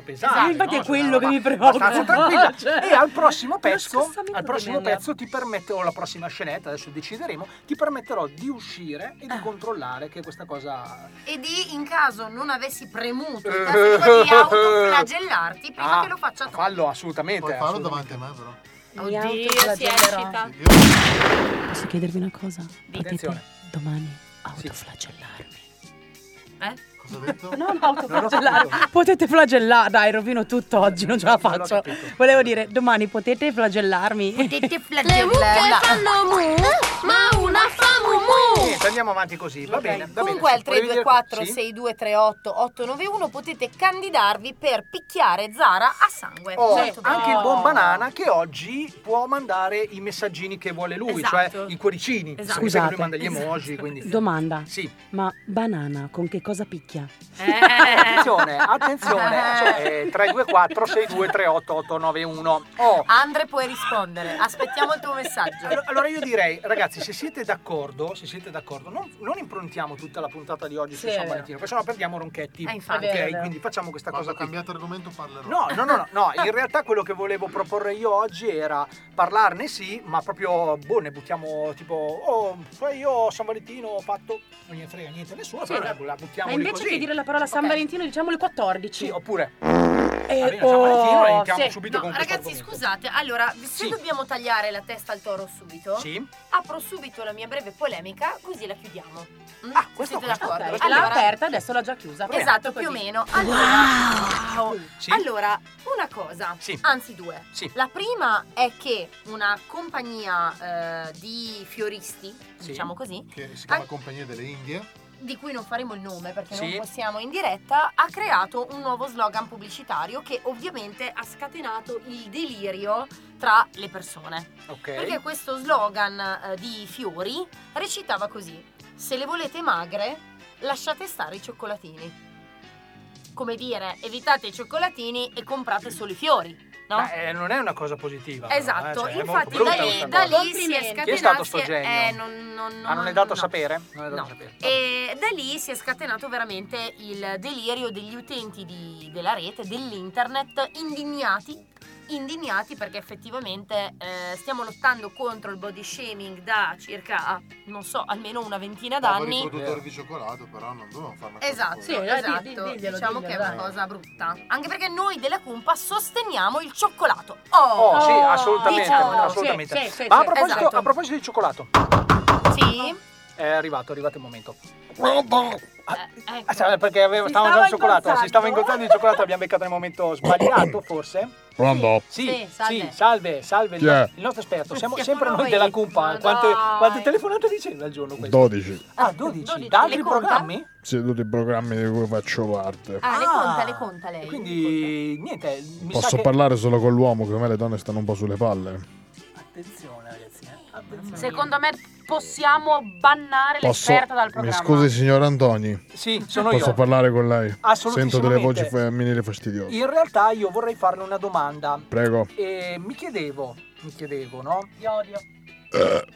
Speaker 12: Esatto,
Speaker 5: pesare.
Speaker 12: infatti è quello che mi preoccupa.
Speaker 5: Abbastanza tranquilla.
Speaker 12: Cioè.
Speaker 5: E al prossimo
Speaker 12: Però
Speaker 5: pezzo,
Speaker 12: scossamento
Speaker 5: al prossimo
Speaker 12: tremendo.
Speaker 5: pezzo ti permette, o la prossima scenetta, adesso decideremo, ti permetterò di uscire e
Speaker 3: Ah.
Speaker 5: di controllare che questa cosa
Speaker 3: E di, in caso non avessi premuto il tasto di autoflagellarti prima
Speaker 5: Ah,
Speaker 3: che lo faccia tu.
Speaker 5: Fallo assolutamente.
Speaker 11: Puoi farlo
Speaker 5: assolutamente.
Speaker 11: davanti a me,
Speaker 3: Oddio,
Speaker 12: si eccita.
Speaker 6: Posso chiedervi una cosa?
Speaker 5: Attenzione.
Speaker 6: Potete domani autoflagellarmi.
Speaker 3: Eh?
Speaker 11: Cosa ha detto?
Speaker 6: Non autoflagellare. Potete flagellare. Dai, rovino tutto oggi, non ce la faccio. Volevo dire, domani potete flagellarmi.
Speaker 3: Potete
Speaker 1: Le mucche fanno mu, ma una fa mu mu.
Speaker 5: Niente, andiamo avanti così, va bene. va bene.
Speaker 3: Comunque al
Speaker 5: Volevi dire-
Speaker 3: 324
Speaker 5: sì?
Speaker 3: 6238 891 potete candidarvi per picchiare Zara a sangue.
Speaker 5: Oh,
Speaker 3: Molto bene.
Speaker 5: anche il buon banana che oggi può mandare i messaggini che vuole lui,
Speaker 3: Esatto.
Speaker 5: cioè i cuoricini. Perché
Speaker 3: Esatto.
Speaker 6: Scusate. Esatto.
Speaker 5: lui manda gli emoji, quindi
Speaker 6: Domanda.
Speaker 5: Sì.
Speaker 6: Ma banana con che cosa picchia?
Speaker 5: Attenzione, attenzione, cioè, 324 6238 891. Oh,
Speaker 3: Andre puoi rispondere, aspettiamo il tuo messaggio.
Speaker 5: Allora, allora io direi, ragazzi, se siete d'accordo, se siete d'accordo, non, non improntiamo tutta la puntata di oggi
Speaker 11: Sì,
Speaker 5: su
Speaker 11: è
Speaker 5: San
Speaker 11: vero.
Speaker 5: Valentino, perché sennò perdiamo Ronchetti.
Speaker 11: Eh, infatti.
Speaker 5: ok,
Speaker 11: È vero.
Speaker 5: quindi facciamo questa
Speaker 11: Quando ho
Speaker 5: cosa qui.
Speaker 11: cambiato argomento parlerò.
Speaker 5: No, no, no, no, no, in realtà quello che volevo proporre io oggi era parlarne sì, ma proprio, boh, ne buttiamo tipo, oh, cioè io San Valentino ho fatto, non gliene frega niente a nessuno,
Speaker 12: Sì.
Speaker 5: però la- la buttiamo
Speaker 12: Ma
Speaker 5: lì
Speaker 12: invece
Speaker 5: così.
Speaker 12: che dire la parola San Valentino, diciamo le 14. Sì,
Speaker 5: oppure.
Speaker 12: Eh,
Speaker 5: Arriva San Valentino e
Speaker 12: oh,
Speaker 5: iniziamo
Speaker 12: sì.
Speaker 5: subito con questo
Speaker 3: Ragazzi, scusate, allora, se dobbiamo tagliare la testa al toro subito,
Speaker 5: Sì.
Speaker 3: apro subito la mia breve polemica, così la chiudiamo.
Speaker 5: Ah,
Speaker 3: Mm? questo Siete
Speaker 12: Ok,
Speaker 3: d'accordo?
Speaker 12: l'ha
Speaker 3: Allora,
Speaker 12: aperta, adesso l'ha già chiusa.
Speaker 3: Esatto, più o meno. Allora, wow. Allora, una cosa,
Speaker 12: Sì.
Speaker 3: anzi due.
Speaker 12: Sì.
Speaker 3: La prima è che una compagnia eh, di fioristi,
Speaker 11: Sì.
Speaker 3: diciamo così,
Speaker 11: Che si chiama
Speaker 3: Ah.
Speaker 11: Compagnia delle Indie.
Speaker 3: di cui non faremo il nome perché
Speaker 11: Sì.
Speaker 3: non possiamo in diretta, ha creato un nuovo slogan pubblicitario che ovviamente ha scatenato il delirio tra le persone.
Speaker 5: Ok.
Speaker 3: Perché questo slogan eh, di fiori recitava così: Se le volete magre, lasciate stare i cioccolatini. Come dire, evitate i cioccolatini e comprate solo i fiori, no?
Speaker 5: Ma, eh, non è una cosa positiva. però, eh,
Speaker 3: Esatto,
Speaker 5: cioè, è molto
Speaker 3: infatti
Speaker 5: brutta
Speaker 3: da lì,
Speaker 5: questa
Speaker 3: da
Speaker 5: cosa.
Speaker 3: lì si è scatenato.
Speaker 5: Chi è stato sto genio?
Speaker 3: Eh, non, non,
Speaker 5: ah, non è dato a
Speaker 3: no.
Speaker 5: sapere? Non è dato
Speaker 3: No.
Speaker 5: a sapere.
Speaker 3: E da lì si è scatenato veramente il delirio degli utenti di- della rete, dell'internet, indignati. Indignati perché effettivamente eh, stiamo lottando contro il body shaming da circa, non so, almeno una ventina
Speaker 11: Poveri
Speaker 3: d'anni.
Speaker 11: produttori di cioccolato, però non dovevano farlo.
Speaker 3: Esatto,
Speaker 12: Sì, dai,
Speaker 3: esatto.
Speaker 12: di- di- diglielo, diglielo,
Speaker 3: diciamo che è una
Speaker 12: dai.
Speaker 3: cosa brutta. Anche perché noi della Cumpa sosteniamo il cioccolato. Oh,
Speaker 5: Oh, sì, assolutamente,
Speaker 3: Diciamolo.
Speaker 5: assolutamente.
Speaker 3: Sì, sì, sì,
Speaker 5: Ma a
Speaker 3: sì.
Speaker 5: proposito,
Speaker 3: Esatto.
Speaker 5: a proposito di cioccolato.
Speaker 3: Sì.
Speaker 5: È arrivato, è arrivato il momento.
Speaker 3: Eh, ecco.
Speaker 5: Ah, cioè, perché avevo,
Speaker 3: Si
Speaker 5: stavo
Speaker 3: stava
Speaker 5: usando il cioccolato, si
Speaker 3: ingozzando.
Speaker 5: stava ingozzando il cioccolato, abbiamo beccato nel momento sbagliato, forse?
Speaker 16: Pronto?
Speaker 5: Sì,
Speaker 3: Sì,
Speaker 5: sì, salve,
Speaker 3: salve.
Speaker 5: salve, il,
Speaker 16: Chi è?
Speaker 5: il nostro esperto, siamo
Speaker 3: Siamo
Speaker 5: sempre noi
Speaker 3: noi.
Speaker 5: della eh. Cumpa.
Speaker 3: Ma
Speaker 5: Quante,
Speaker 3: dai.
Speaker 5: quante telefonate riceve al giorno questo?
Speaker 16: 12.
Speaker 5: Ah, 12,
Speaker 3: 12,
Speaker 5: da altri
Speaker 3: le conta?
Speaker 5: programmi?
Speaker 16: Siete tutti i programmi di cui faccio parte.
Speaker 3: Ah, le conta, le conta lei.
Speaker 5: Quindi, niente, mi sa
Speaker 16: Posso
Speaker 5: che...
Speaker 16: parlare solo con l'uomo, che a me le donne stanno un po' sulle palle.
Speaker 5: Attenzione, ragazzi, eh. attenzione.
Speaker 12: Secondo me possiamo bannare
Speaker 16: Posso...
Speaker 12: l'esperta dal
Speaker 16: Mi
Speaker 12: programma.
Speaker 16: scusi signor Antoni.
Speaker 5: Sì, sono
Speaker 16: Posso
Speaker 5: io.
Speaker 16: parlare con lei?
Speaker 5: Assolutissimamente.
Speaker 16: Sento delle voci femminili fastidiose.
Speaker 5: In realtà io vorrei farle una domanda.
Speaker 16: Prego.
Speaker 5: E mi chiedevo, mi chiedevo, no?
Speaker 12: Io odio.
Speaker 16: Eh,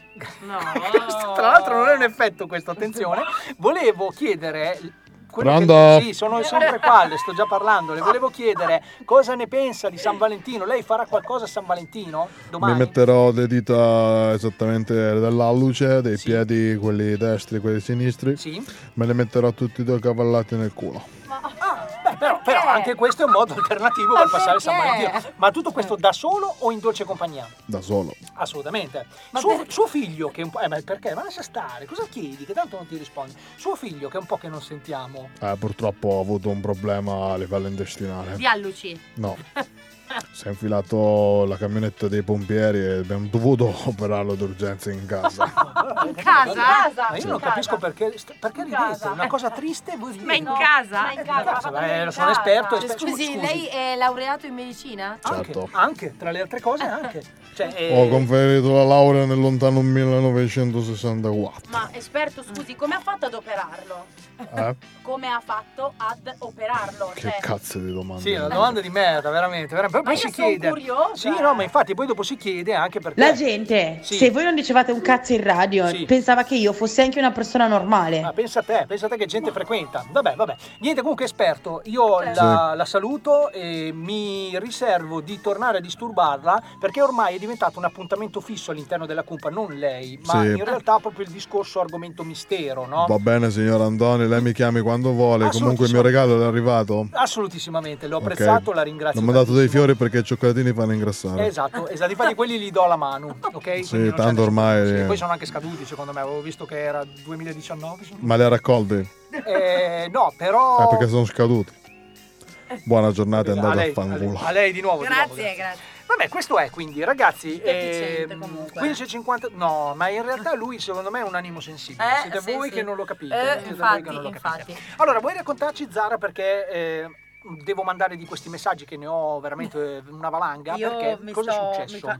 Speaker 12: No.
Speaker 5: Tra l'altro non è un effetto questo, attenzione. Volevo chiedere... quello che-
Speaker 16: Pronto?
Speaker 5: Sì, sono sempre qua, le sto già parlando. Le volevo chiedere cosa ne pensa di San Valentino. Lei farà qualcosa a San Valentino? Domani?
Speaker 16: Mi metterò le dita esattamente dall'alluce, dei piedi, quelli destri e quelli sinistri. Me le metterò tutti e due cavallati nel culo.
Speaker 5: Beh, però, però anche questo è un modo alternativo per passare San Valentino. Ma tutto questo da solo o in dolce compagnia?
Speaker 16: Da solo.
Speaker 5: Assolutamente. Suo, suo figlio che un po'... Eh, ma perché? Ma lascia stare, cosa chiedi? Che tanto non ti risponde. Suo figlio che è un po' che non sentiamo.
Speaker 16: Eh, purtroppo ho avuto un problema a livello intestinale.
Speaker 12: alluci.
Speaker 16: No. Si è infilato la camionetta dei pompieri e abbiamo dovuto operarlo d'urgenza in casa.
Speaker 3: In casa?
Speaker 5: Eh, Ma io non
Speaker 3: In casa.
Speaker 5: capisco perché, st- perché ridete, una cosa triste voi ridete.
Speaker 3: Ma in casa? Ma in casa.
Speaker 5: Eh, lo sono esperto,
Speaker 3: Cioè,
Speaker 5: esperto.
Speaker 3: Scusi,
Speaker 5: Scusi.
Speaker 3: lei è laureato in medicina?
Speaker 5: Anche, anche, tra le altre cose anche. Cioè, eh,
Speaker 16: Ho conferito la laurea nel lontano 1964.
Speaker 12: Ma esperto, scusi, come ha fatto ad operarlo?
Speaker 16: Eh?
Speaker 12: Come ha fatto ad operarlo? Cioè,
Speaker 16: Che
Speaker 5: Eh.
Speaker 16: cazzo di domanda.
Speaker 5: Sì, è una domanda di merda, veramente. veramente. Poi
Speaker 12: Ma
Speaker 5: si
Speaker 12: io son
Speaker 5: chiede.
Speaker 12: curiosa.
Speaker 5: Sì, no, ma infatti poi dopo si chiede anche perché.
Speaker 6: La gente,
Speaker 5: Sì.
Speaker 6: se voi non dicevate un cazzo in radio, pensava che io fossi anche una persona normale.
Speaker 5: Ma pensa a te, pensa a te che gente frequenta. Vabbè, vabbè. Niente, comunque esperto, io la, la saluto e mi riservo di tornare a disturbarla perché ormai è diventato un appuntamento fisso all'interno della cumpa, non lei, ma
Speaker 16: Sì.
Speaker 5: in realtà proprio il discorso argomento mistero, no?
Speaker 16: Va bene, signor Andoni, lei mi chiami quando vuole.
Speaker 5: Assolutamente.
Speaker 16: Comunque il mio regalo è arrivato.
Speaker 5: Assolutissimamente, l'ho
Speaker 16: Ok.
Speaker 5: apprezzato, la ringrazio.
Speaker 16: Non mi ha dato dei fiori perché i cioccolatini fanno ingrassare.
Speaker 5: Esatto, esatto, infatti quelli li do alla mano, ok? Quindi
Speaker 16: Sì,
Speaker 5: non c'è
Speaker 16: tanto ormai.
Speaker 5: E poi sono anche scaduti, secondo me, avevo visto che era 2019. sono-
Speaker 16: Ma li ha raccolti?
Speaker 5: Eh, no, però...
Speaker 16: Eh, perché sono scaduti. Buona giornata,
Speaker 5: Eh. a
Speaker 16: andate a
Speaker 5: lei, a
Speaker 16: fanculo.
Speaker 5: lei- a lei di nuovo. di nuovo,
Speaker 3: Grazie, grazie.
Speaker 5: Vabbè, questo è quindi, ragazzi.
Speaker 3: Deficiente
Speaker 5: ehm,
Speaker 3: comunque.
Speaker 5: 15.50. No, ma in realtà lui, secondo me, è un animo sensibile.
Speaker 3: Eh,
Speaker 5: Siete
Speaker 3: sì,
Speaker 5: voi
Speaker 3: sì.
Speaker 5: che non lo capite.
Speaker 3: Eh,
Speaker 5: siete voi
Speaker 3: infatti,
Speaker 5: che non lo
Speaker 3: infatti.
Speaker 5: capite. Allora, vuoi raccontarci, Zara, perché. eh, Devo mandare di questi messaggi che ne ho veramente una valanga
Speaker 6: Io
Speaker 5: perché
Speaker 6: mi
Speaker 5: cosa
Speaker 6: sto-
Speaker 5: è
Speaker 6: mi
Speaker 5: successo?
Speaker 6: fa-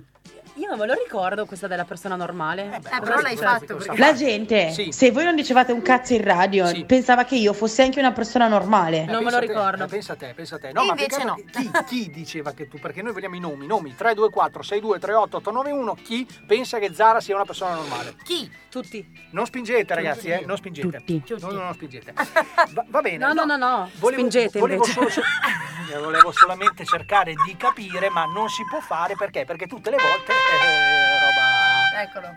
Speaker 6: Io non me lo ricordo questa della persona normale.
Speaker 3: Eh, però l'hai fatto perché...
Speaker 6: La gente, se voi non dicevate un cazzo in radio, pensava che io fossi anche una persona normale.
Speaker 5: Eh, pensa a te, eh, pensa a te, pensa a te. No,
Speaker 6: E
Speaker 5: ma più che
Speaker 6: invece
Speaker 5: altro Chi, chi diceva che tu? Perché noi vogliamo i nomi, nomi 324 6238 891. Chi pensa che Zara sia una persona normale?
Speaker 3: Chi?
Speaker 5: Tutti. Non spingete, ragazzi, eh, non spingete. No, no, non spingete. Va, va bene.
Speaker 6: No, no, no, no.
Speaker 5: Volevo,
Speaker 6: Spingete
Speaker 5: volevo
Speaker 6: invece.
Speaker 5: solo- eh, volevo solamente cercare di capire, ma non si può fare perché? Perché tutte le volte eh, roba.
Speaker 3: Eccolo.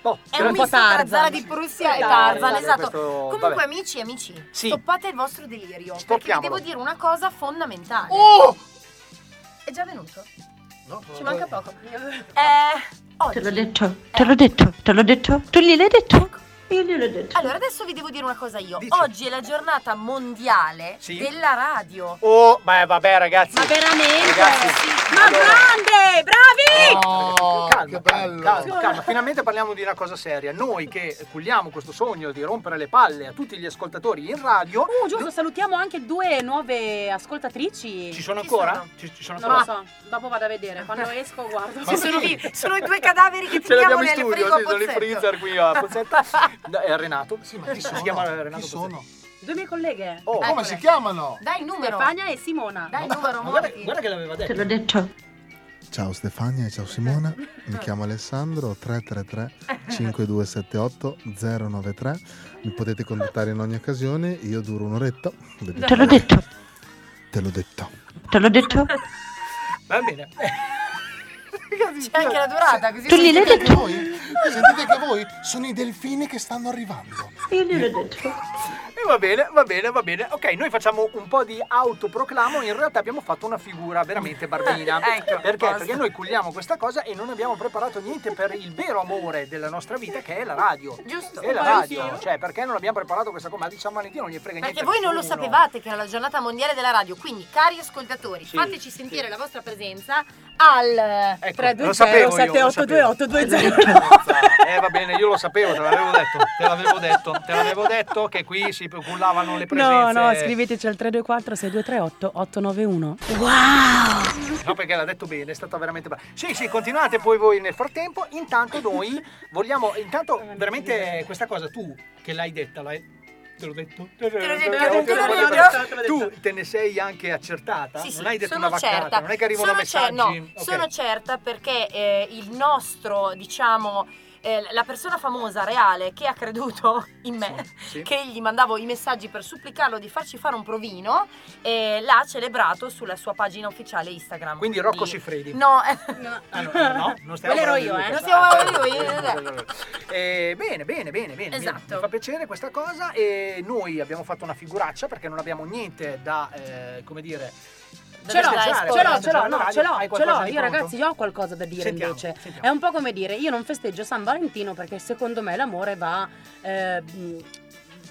Speaker 5: Boh,
Speaker 3: È un misto tra Zara di Prussia e Tarzan,
Speaker 5: Tarzan,
Speaker 3: esatto.
Speaker 5: questo-
Speaker 3: Comunque,
Speaker 5: vabbè.
Speaker 3: amici e amici,
Speaker 5: Sì.
Speaker 3: stoppate il vostro delirio. Perché vi
Speaker 5: Stoppiamolo.
Speaker 3: devo dire una cosa fondamentale.
Speaker 5: Oh!
Speaker 3: È già venuto?
Speaker 5: No,
Speaker 3: Ci manca poco. Eh,
Speaker 17: Te
Speaker 3: oggi.
Speaker 17: l'ho detto, te l'ho detto, te l'ho detto, tu gliel'hai detto?
Speaker 18: Ecco,
Speaker 17: Io gliel'ho detto.
Speaker 3: Allora, adesso vi devo dire una cosa io. Oggi è la giornata mondiale
Speaker 5: Sì.
Speaker 3: della radio.
Speaker 5: Oh, ma vabbè, ragazzi. Ma
Speaker 3: veramente?
Speaker 6: Ma grande! Bravi!
Speaker 3: Oh.
Speaker 5: calma, calma, calma, calma. finalmente parliamo di una cosa seria. Noi che culliamo questo sogno di rompere le palle a tutti gli ascoltatori in radio,
Speaker 6: Oh, giusto, salutiamo anche due nuove ascoltatrici.
Speaker 5: ci sono ancora? Ci, ci sono
Speaker 6: Non lo
Speaker 5: ancora?
Speaker 6: so, dopo vado a vedere. Quando esco guardo.
Speaker 5: Ci sono lì,
Speaker 3: sono i due cadaveri
Speaker 5: Ce l'abbiamo in studio, sì, sono i freezer qui a Pozzetto. No, È Renato. Eh, Si chiama Renato sono?
Speaker 6: Due mie colleghe.
Speaker 5: Oh,
Speaker 6: Eccole.
Speaker 5: come si chiamano?
Speaker 3: Dai il numero.
Speaker 6: Stefania e Simona.
Speaker 3: Dai il numero,
Speaker 5: Guarda, guarda che l'aveva detto.
Speaker 17: detto.
Speaker 19: Ciao Stefania, ciao Simona, mi chiamo Alessandro 333 5278 093, mi potete contattare in ogni occasione, io duro un'oretta.
Speaker 17: Te l'ho detto,
Speaker 19: Te l'ho detto.
Speaker 17: te l'ho detto.
Speaker 5: Va bene.
Speaker 3: C'è anche la durata, così
Speaker 17: Tu gliel'hai
Speaker 3: sentite-
Speaker 17: detto?
Speaker 11: Sentite che voi sono i delfini che stanno arrivando.
Speaker 17: Io gliel'ho detto.
Speaker 5: E va bene, va bene, va bene. Ok, noi facciamo un po' di autoproclamo. In realtà abbiamo fatto una figura veramente barbina.
Speaker 3: Ecco,
Speaker 5: perché?
Speaker 3: basta.
Speaker 5: Perché noi culliamo questa cosa e non abbiamo preparato niente per il vero amore della nostra vita, che è la radio.
Speaker 3: Giusto.
Speaker 5: È la
Speaker 3: Sì.
Speaker 5: radio. Cioè, perché non abbiamo preparato questa cosa? Ma di San Valentino non gli frega niente.
Speaker 3: Perché voi non lo
Speaker 5: nessuno.
Speaker 3: sapevate che era la giornata mondiale della radio, quindi cari ascoltatori,
Speaker 5: Sì, Ecco,
Speaker 3: fateci sentire la vostra presenza al eh,
Speaker 5: lo sapevo io, lo
Speaker 6: 320-7822820.
Speaker 5: Eh, va bene, io lo sapevo, te l'avevo detto. Te l'avevo detto, te l'avevo detto che qui si cullavano le
Speaker 6: No,
Speaker 5: presenze.
Speaker 6: no, scriveteci al 324 6238 891.
Speaker 5: No, perché l'ha detto bene, è stata veramente brava. Sì, sì, continuate poi voi nel frattempo. Intanto noi vogliamo. Intanto, veramente questa cosa, tu che l'hai detta, l'hai. Te l'ho detto? Te l'ho
Speaker 3: detto,
Speaker 6: te l'ho detto, te l'ho detto.
Speaker 5: Tu te ne sei anche accertata?
Speaker 3: Sì, sì,
Speaker 5: non hai detto
Speaker 3: sono
Speaker 5: una vaccata,
Speaker 3: certa.
Speaker 5: non è che arrivano
Speaker 3: sono cer-
Speaker 5: messaggi.
Speaker 3: no,
Speaker 5: Ok.
Speaker 3: sono certa perché eh, il nostro, diciamo, eh, la persona famosa reale che ha creduto in me,
Speaker 5: sì.
Speaker 3: che gli mandavo i messaggi per supplicarlo di farci fare un provino, eh, l'ha celebrato sulla sua pagina ufficiale Instagram.
Speaker 5: Quindi Rocco
Speaker 3: si
Speaker 5: Siffredi.
Speaker 3: No,
Speaker 5: Ah, no, no, no, non stiamo
Speaker 3: Quello
Speaker 5: parlando
Speaker 3: ero
Speaker 5: di lui,
Speaker 3: io, eh.
Speaker 5: questo-
Speaker 3: Non stiamo
Speaker 5: ah,
Speaker 3: parlando di lui,
Speaker 5: ok,
Speaker 3: eh.
Speaker 5: ok, ok. Eh, bene, bene, bene, bene.
Speaker 3: Esatto.
Speaker 5: Mi fa piacere questa cosa e noi abbiamo fatto una figuraccia perché non abbiamo niente da, eh, come dire... da
Speaker 6: Ce l'ho,
Speaker 5: festeggiare,
Speaker 6: ce l'ho,
Speaker 5: da
Speaker 6: ce l'ho,
Speaker 5: festeggiare.
Speaker 6: no,
Speaker 5: Hai
Speaker 6: ce l'ho, ce
Speaker 5: qualcosa
Speaker 6: l'ho.
Speaker 5: di
Speaker 6: Io
Speaker 5: pronto?
Speaker 6: ragazzi, io ho qualcosa da dire
Speaker 5: Sentiamo,
Speaker 6: invece.
Speaker 5: sentiamo.
Speaker 6: È un po' come dire, io non festeggio San Valentino perché secondo me l'amore va eh, mh,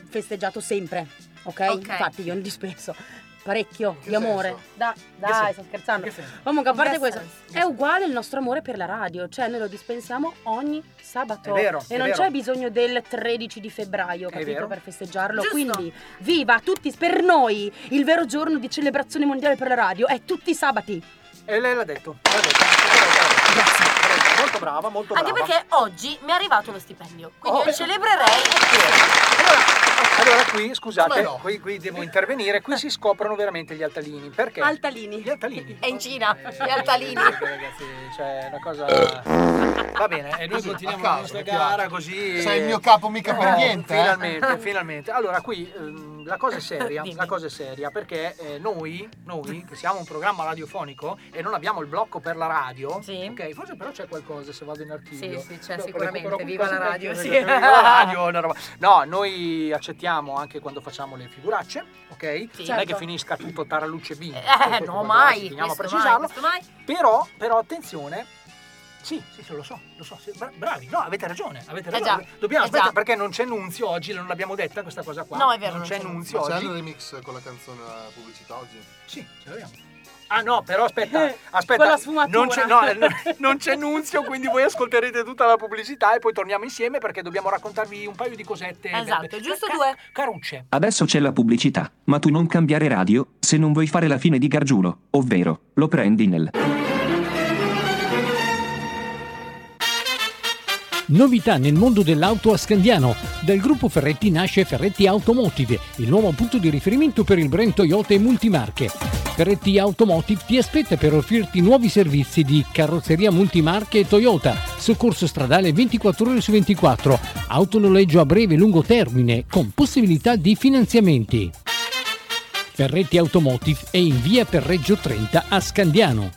Speaker 6: festeggiato sempre, ok?
Speaker 3: Ok.
Speaker 6: Infatti io non dispenso. parecchio di amore. Da- dai, sto scherzando. Comunque, a
Speaker 3: In
Speaker 6: parte
Speaker 3: che
Speaker 6: questo, è uguale il nostro amore per la radio, cioè noi lo dispensiamo ogni sabato.
Speaker 3: È vero,
Speaker 6: e
Speaker 3: è
Speaker 6: non
Speaker 3: vero.
Speaker 6: c'è bisogno del 13 di febbraio,
Speaker 3: È
Speaker 6: capito,
Speaker 3: vero.
Speaker 6: per festeggiarlo. Quindi, viva a tutti, per noi il vero giorno di celebrazione mondiale per la radio è tutti i sabati.
Speaker 5: E Eh, lei l'ha detto. L'ha detto. Brava, brava. Brava, Molto brava, molto brava.
Speaker 3: Anche perché oggi mi è arrivato lo stipendio, quindi
Speaker 5: Oh,
Speaker 3: io
Speaker 5: eh.
Speaker 3: celebrerei.
Speaker 5: Allora qui, scusate,
Speaker 3: Come no?
Speaker 5: qui, qui devo intervenire, qui si scoprono veramente gli altalini. Perché?
Speaker 3: Altalini.
Speaker 5: Gli altalini.
Speaker 3: È in Cina, gli altalini.
Speaker 5: Ragazzi, cioè, è una cosa... Va bene, e noi
Speaker 11: Così,
Speaker 5: continuiamo
Speaker 11: a caso,
Speaker 5: la nostra
Speaker 11: mi
Speaker 5: gara
Speaker 11: piace.
Speaker 5: così...
Speaker 11: Sei il mio capo mica per
Speaker 5: No,
Speaker 11: niente, eh.
Speaker 5: Finalmente, finalmente. Allora qui ehm, la cosa è seria, la cosa è seria, perché eh, noi, noi, che siamo un programma radiofonico e non abbiamo il blocco per la radio, ok, forse però c'è qualcosa se vado in archivio.
Speaker 3: Sì, sì, c'è
Speaker 5: No,
Speaker 3: sicuramente,
Speaker 5: recupero
Speaker 3: viva la
Speaker 5: qualcosa in
Speaker 3: radio,
Speaker 5: archivio,
Speaker 3: sì.
Speaker 5: viva la radio, una roba. No, noi accettiamo anche quando facciamo le figuracce, ok?
Speaker 3: Sì.
Speaker 5: Non è
Speaker 3: Certo.
Speaker 5: che finisca tutto Taraluce Bim.
Speaker 3: Eh, no, mai.
Speaker 5: Andiamo a
Speaker 3: questo
Speaker 5: precisarlo.
Speaker 3: mai, questo mai.
Speaker 5: Però, però attenzione. Sì, sì, sì, lo so, lo so, sì, bra- bravi, no, avete ragione, avete
Speaker 3: Eh
Speaker 5: ragione.
Speaker 3: già,
Speaker 5: Dobbiamo
Speaker 3: eh
Speaker 5: aspettare
Speaker 3: già.
Speaker 5: perché non c'è Nunzio oggi, non l'abbiamo detta questa cosa qua.
Speaker 3: No, è vero,
Speaker 5: non
Speaker 3: non
Speaker 5: c'è
Speaker 3: c'è
Speaker 5: Nunzio
Speaker 11: Ma c'è il
Speaker 5: oggi.
Speaker 11: remix con la canzone alla pubblicità oggi?
Speaker 5: Sì, ce l'abbiamo. Ah no, però aspetta,
Speaker 3: Eh,
Speaker 11: quella
Speaker 5: aspetta,
Speaker 11: sfumatura.
Speaker 5: non c'è, no, eh, non- non c'è Nunzio, quindi voi ascolterete tutta la pubblicità e poi torniamo insieme perché dobbiamo raccontarvi un paio di cosette.
Speaker 3: Esatto, giusto
Speaker 5: due. Carucce.
Speaker 20: Adesso c'è la pubblicità, ma tu non cambiare radio se non vuoi fare la fine di Gargiulo, ovvero lo prendi nel.
Speaker 21: Novità nel mondo dell'auto a Scandiano. Dal gruppo Ferretti nasce Ferretti Automotive, il nuovo punto di riferimento per il brand Toyota e multimarche. Ferretti Automotive ti aspetta per offrirti nuovi servizi di carrozzeria multimarche e Toyota, soccorso stradale 24 ore su 24, autonoleggio a breve e lungo termine con possibilità di finanziamenti. Ferretti Automotive è in via Perreggio 30 a Scandiano.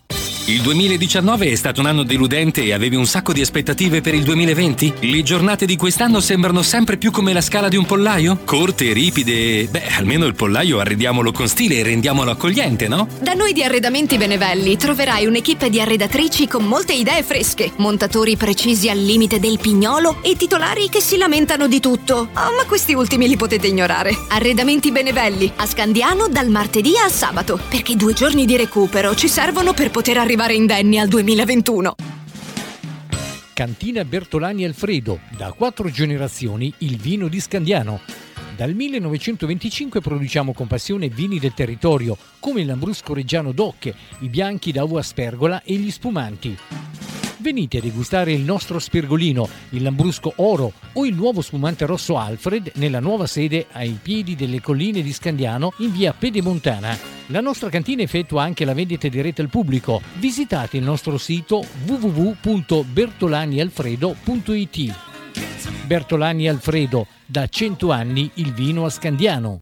Speaker 22: Il 2019 è stato un anno deludente e avevi un sacco di aspettative per il 2020? Le giornate di quest'anno sembrano sempre più come la scala di un pollaio? Corte, ripide e... beh, Eh, almeno il pollaio arrediamolo con stile e rendiamolo accogliente, no?
Speaker 23: Da noi di Arredamenti Benevelli troverai un'equipe di arredatrici con molte idee fresche, montatori precisi al limite del pignolo e titolari che si lamentano di tutto. Ah, ma questi ultimi li potete ignorare. Arredamenti Benevelli, a Scandiano dal martedì al sabato, perché due giorni di recupero ci servono per poter arrivare indenni al 2021.
Speaker 21: Cantina Bertolani Alfredo, da quattro generazioni il vino di Scandiano. Dal 1925 produciamo con passione vini del territorio, come il Lambrusco Reggiano d'Ocche, i bianchi d'avo aspergola e gli spumanti. Venite a degustare il nostro spergolino, il Lambrusco Oro o il nuovo spumante rosso Alfred nella nuova sede ai piedi delle colline di Scandiano in via Pedemontana. La nostra cantina effettua anche la vendita diretta al pubblico. Visitate il nostro sito www.bertolanialfredo.it. Bertolani Alfredo, da 100 anni il vino a Scandiano.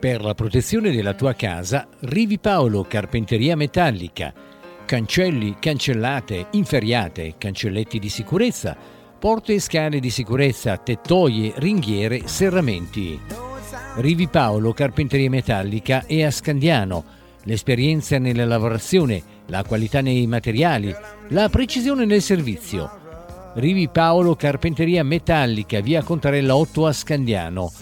Speaker 21: Per la protezione della tua casa, Rivi Paolo Carpenteria Metallica. Cancelli, cancellate, inferriate, cancelletti di sicurezza, porte e scale di sicurezza, tettoie, ringhiere, serramenti. Rivi Paolo Carpenteria Metallica è a Scandiano. L'esperienza nella lavorazione, la qualità nei materiali, la precisione nel servizio. Rivi Paolo Carpenteria Metallica, via Contarella 8 a Scandiano.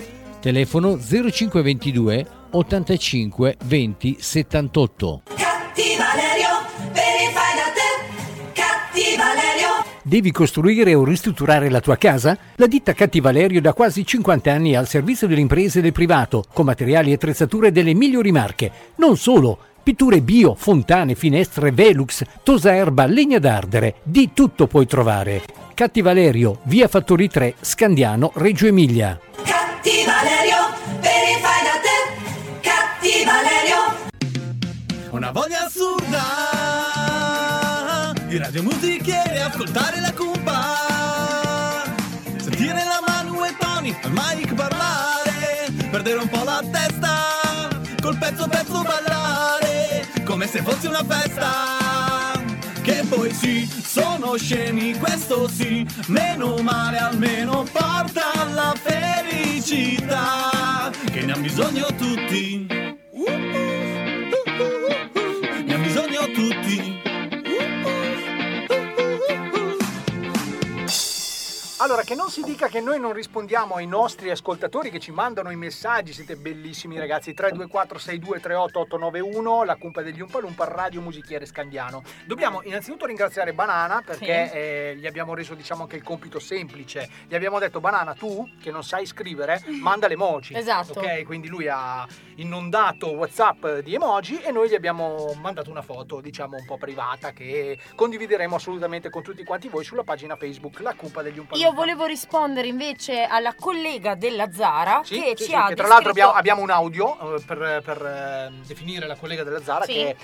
Speaker 21: Telefono 0522 85 20 78.
Speaker 7: Catti Valerio, per i fai da te. Catti Valerio.
Speaker 21: Devi costruire o ristrutturare la tua casa? La ditta Catti Valerio da quasi 50 anni è al servizio delle imprese e del privato, con materiali e attrezzature delle migliori marche. Non solo, pitture bio, fontane, finestre, velux, tosa erba, legna d'ardere, di tutto puoi trovare. Catti Valerio, via Fattori 3, Scandiano, Reggio Emilia.
Speaker 7: Catti Valerio, per i fai da te. Catti Valerio.
Speaker 4: Una voglia assurda di radio musichiere, ascoltare la cumpa, sentire la mano e Tony al mic parlare, perdere un po' la testa, col pezzo pezzo ballare, come se fosse una festa. Che poi sì, sono scemi, questo sì, meno male almeno porta alla felicità, che ne hanno bisogno tutti. Ne hanno bisogno tutti.
Speaker 5: Allora, Allora, che non si dica che noi non rispondiamo ai nostri ascoltatori che ci mandano i messaggi, siete bellissimi ragazzi, 324-6238891, la cumpa degli Umpalumpa, Radio Musichiere Scandiano. Dobbiamo innanzitutto ringraziare Banana perché
Speaker 8: Sì.
Speaker 5: eh, gli abbiamo reso diciamo anche il compito semplice, gli abbiamo detto Banana tu che non sai scrivere, manda le emoji.
Speaker 3: Esatto.
Speaker 5: Ok, quindi lui ha inondato Whatsapp di emoji e noi gli abbiamo mandato una foto diciamo un po' privata che condivideremo assolutamente con tutti quanti voi sulla pagina Facebook La Cumpa degli Umpalumpa.
Speaker 3: Io volevo rispondere invece alla collega della Zara
Speaker 5: Sì,
Speaker 3: che
Speaker 5: sì,
Speaker 3: ci
Speaker 5: sì,
Speaker 3: ha
Speaker 5: che tra l'altro
Speaker 3: descritto-
Speaker 5: abbiamo, abbiamo un audio eh, per, per, eh, definire la collega della Zara
Speaker 3: Sì.
Speaker 5: che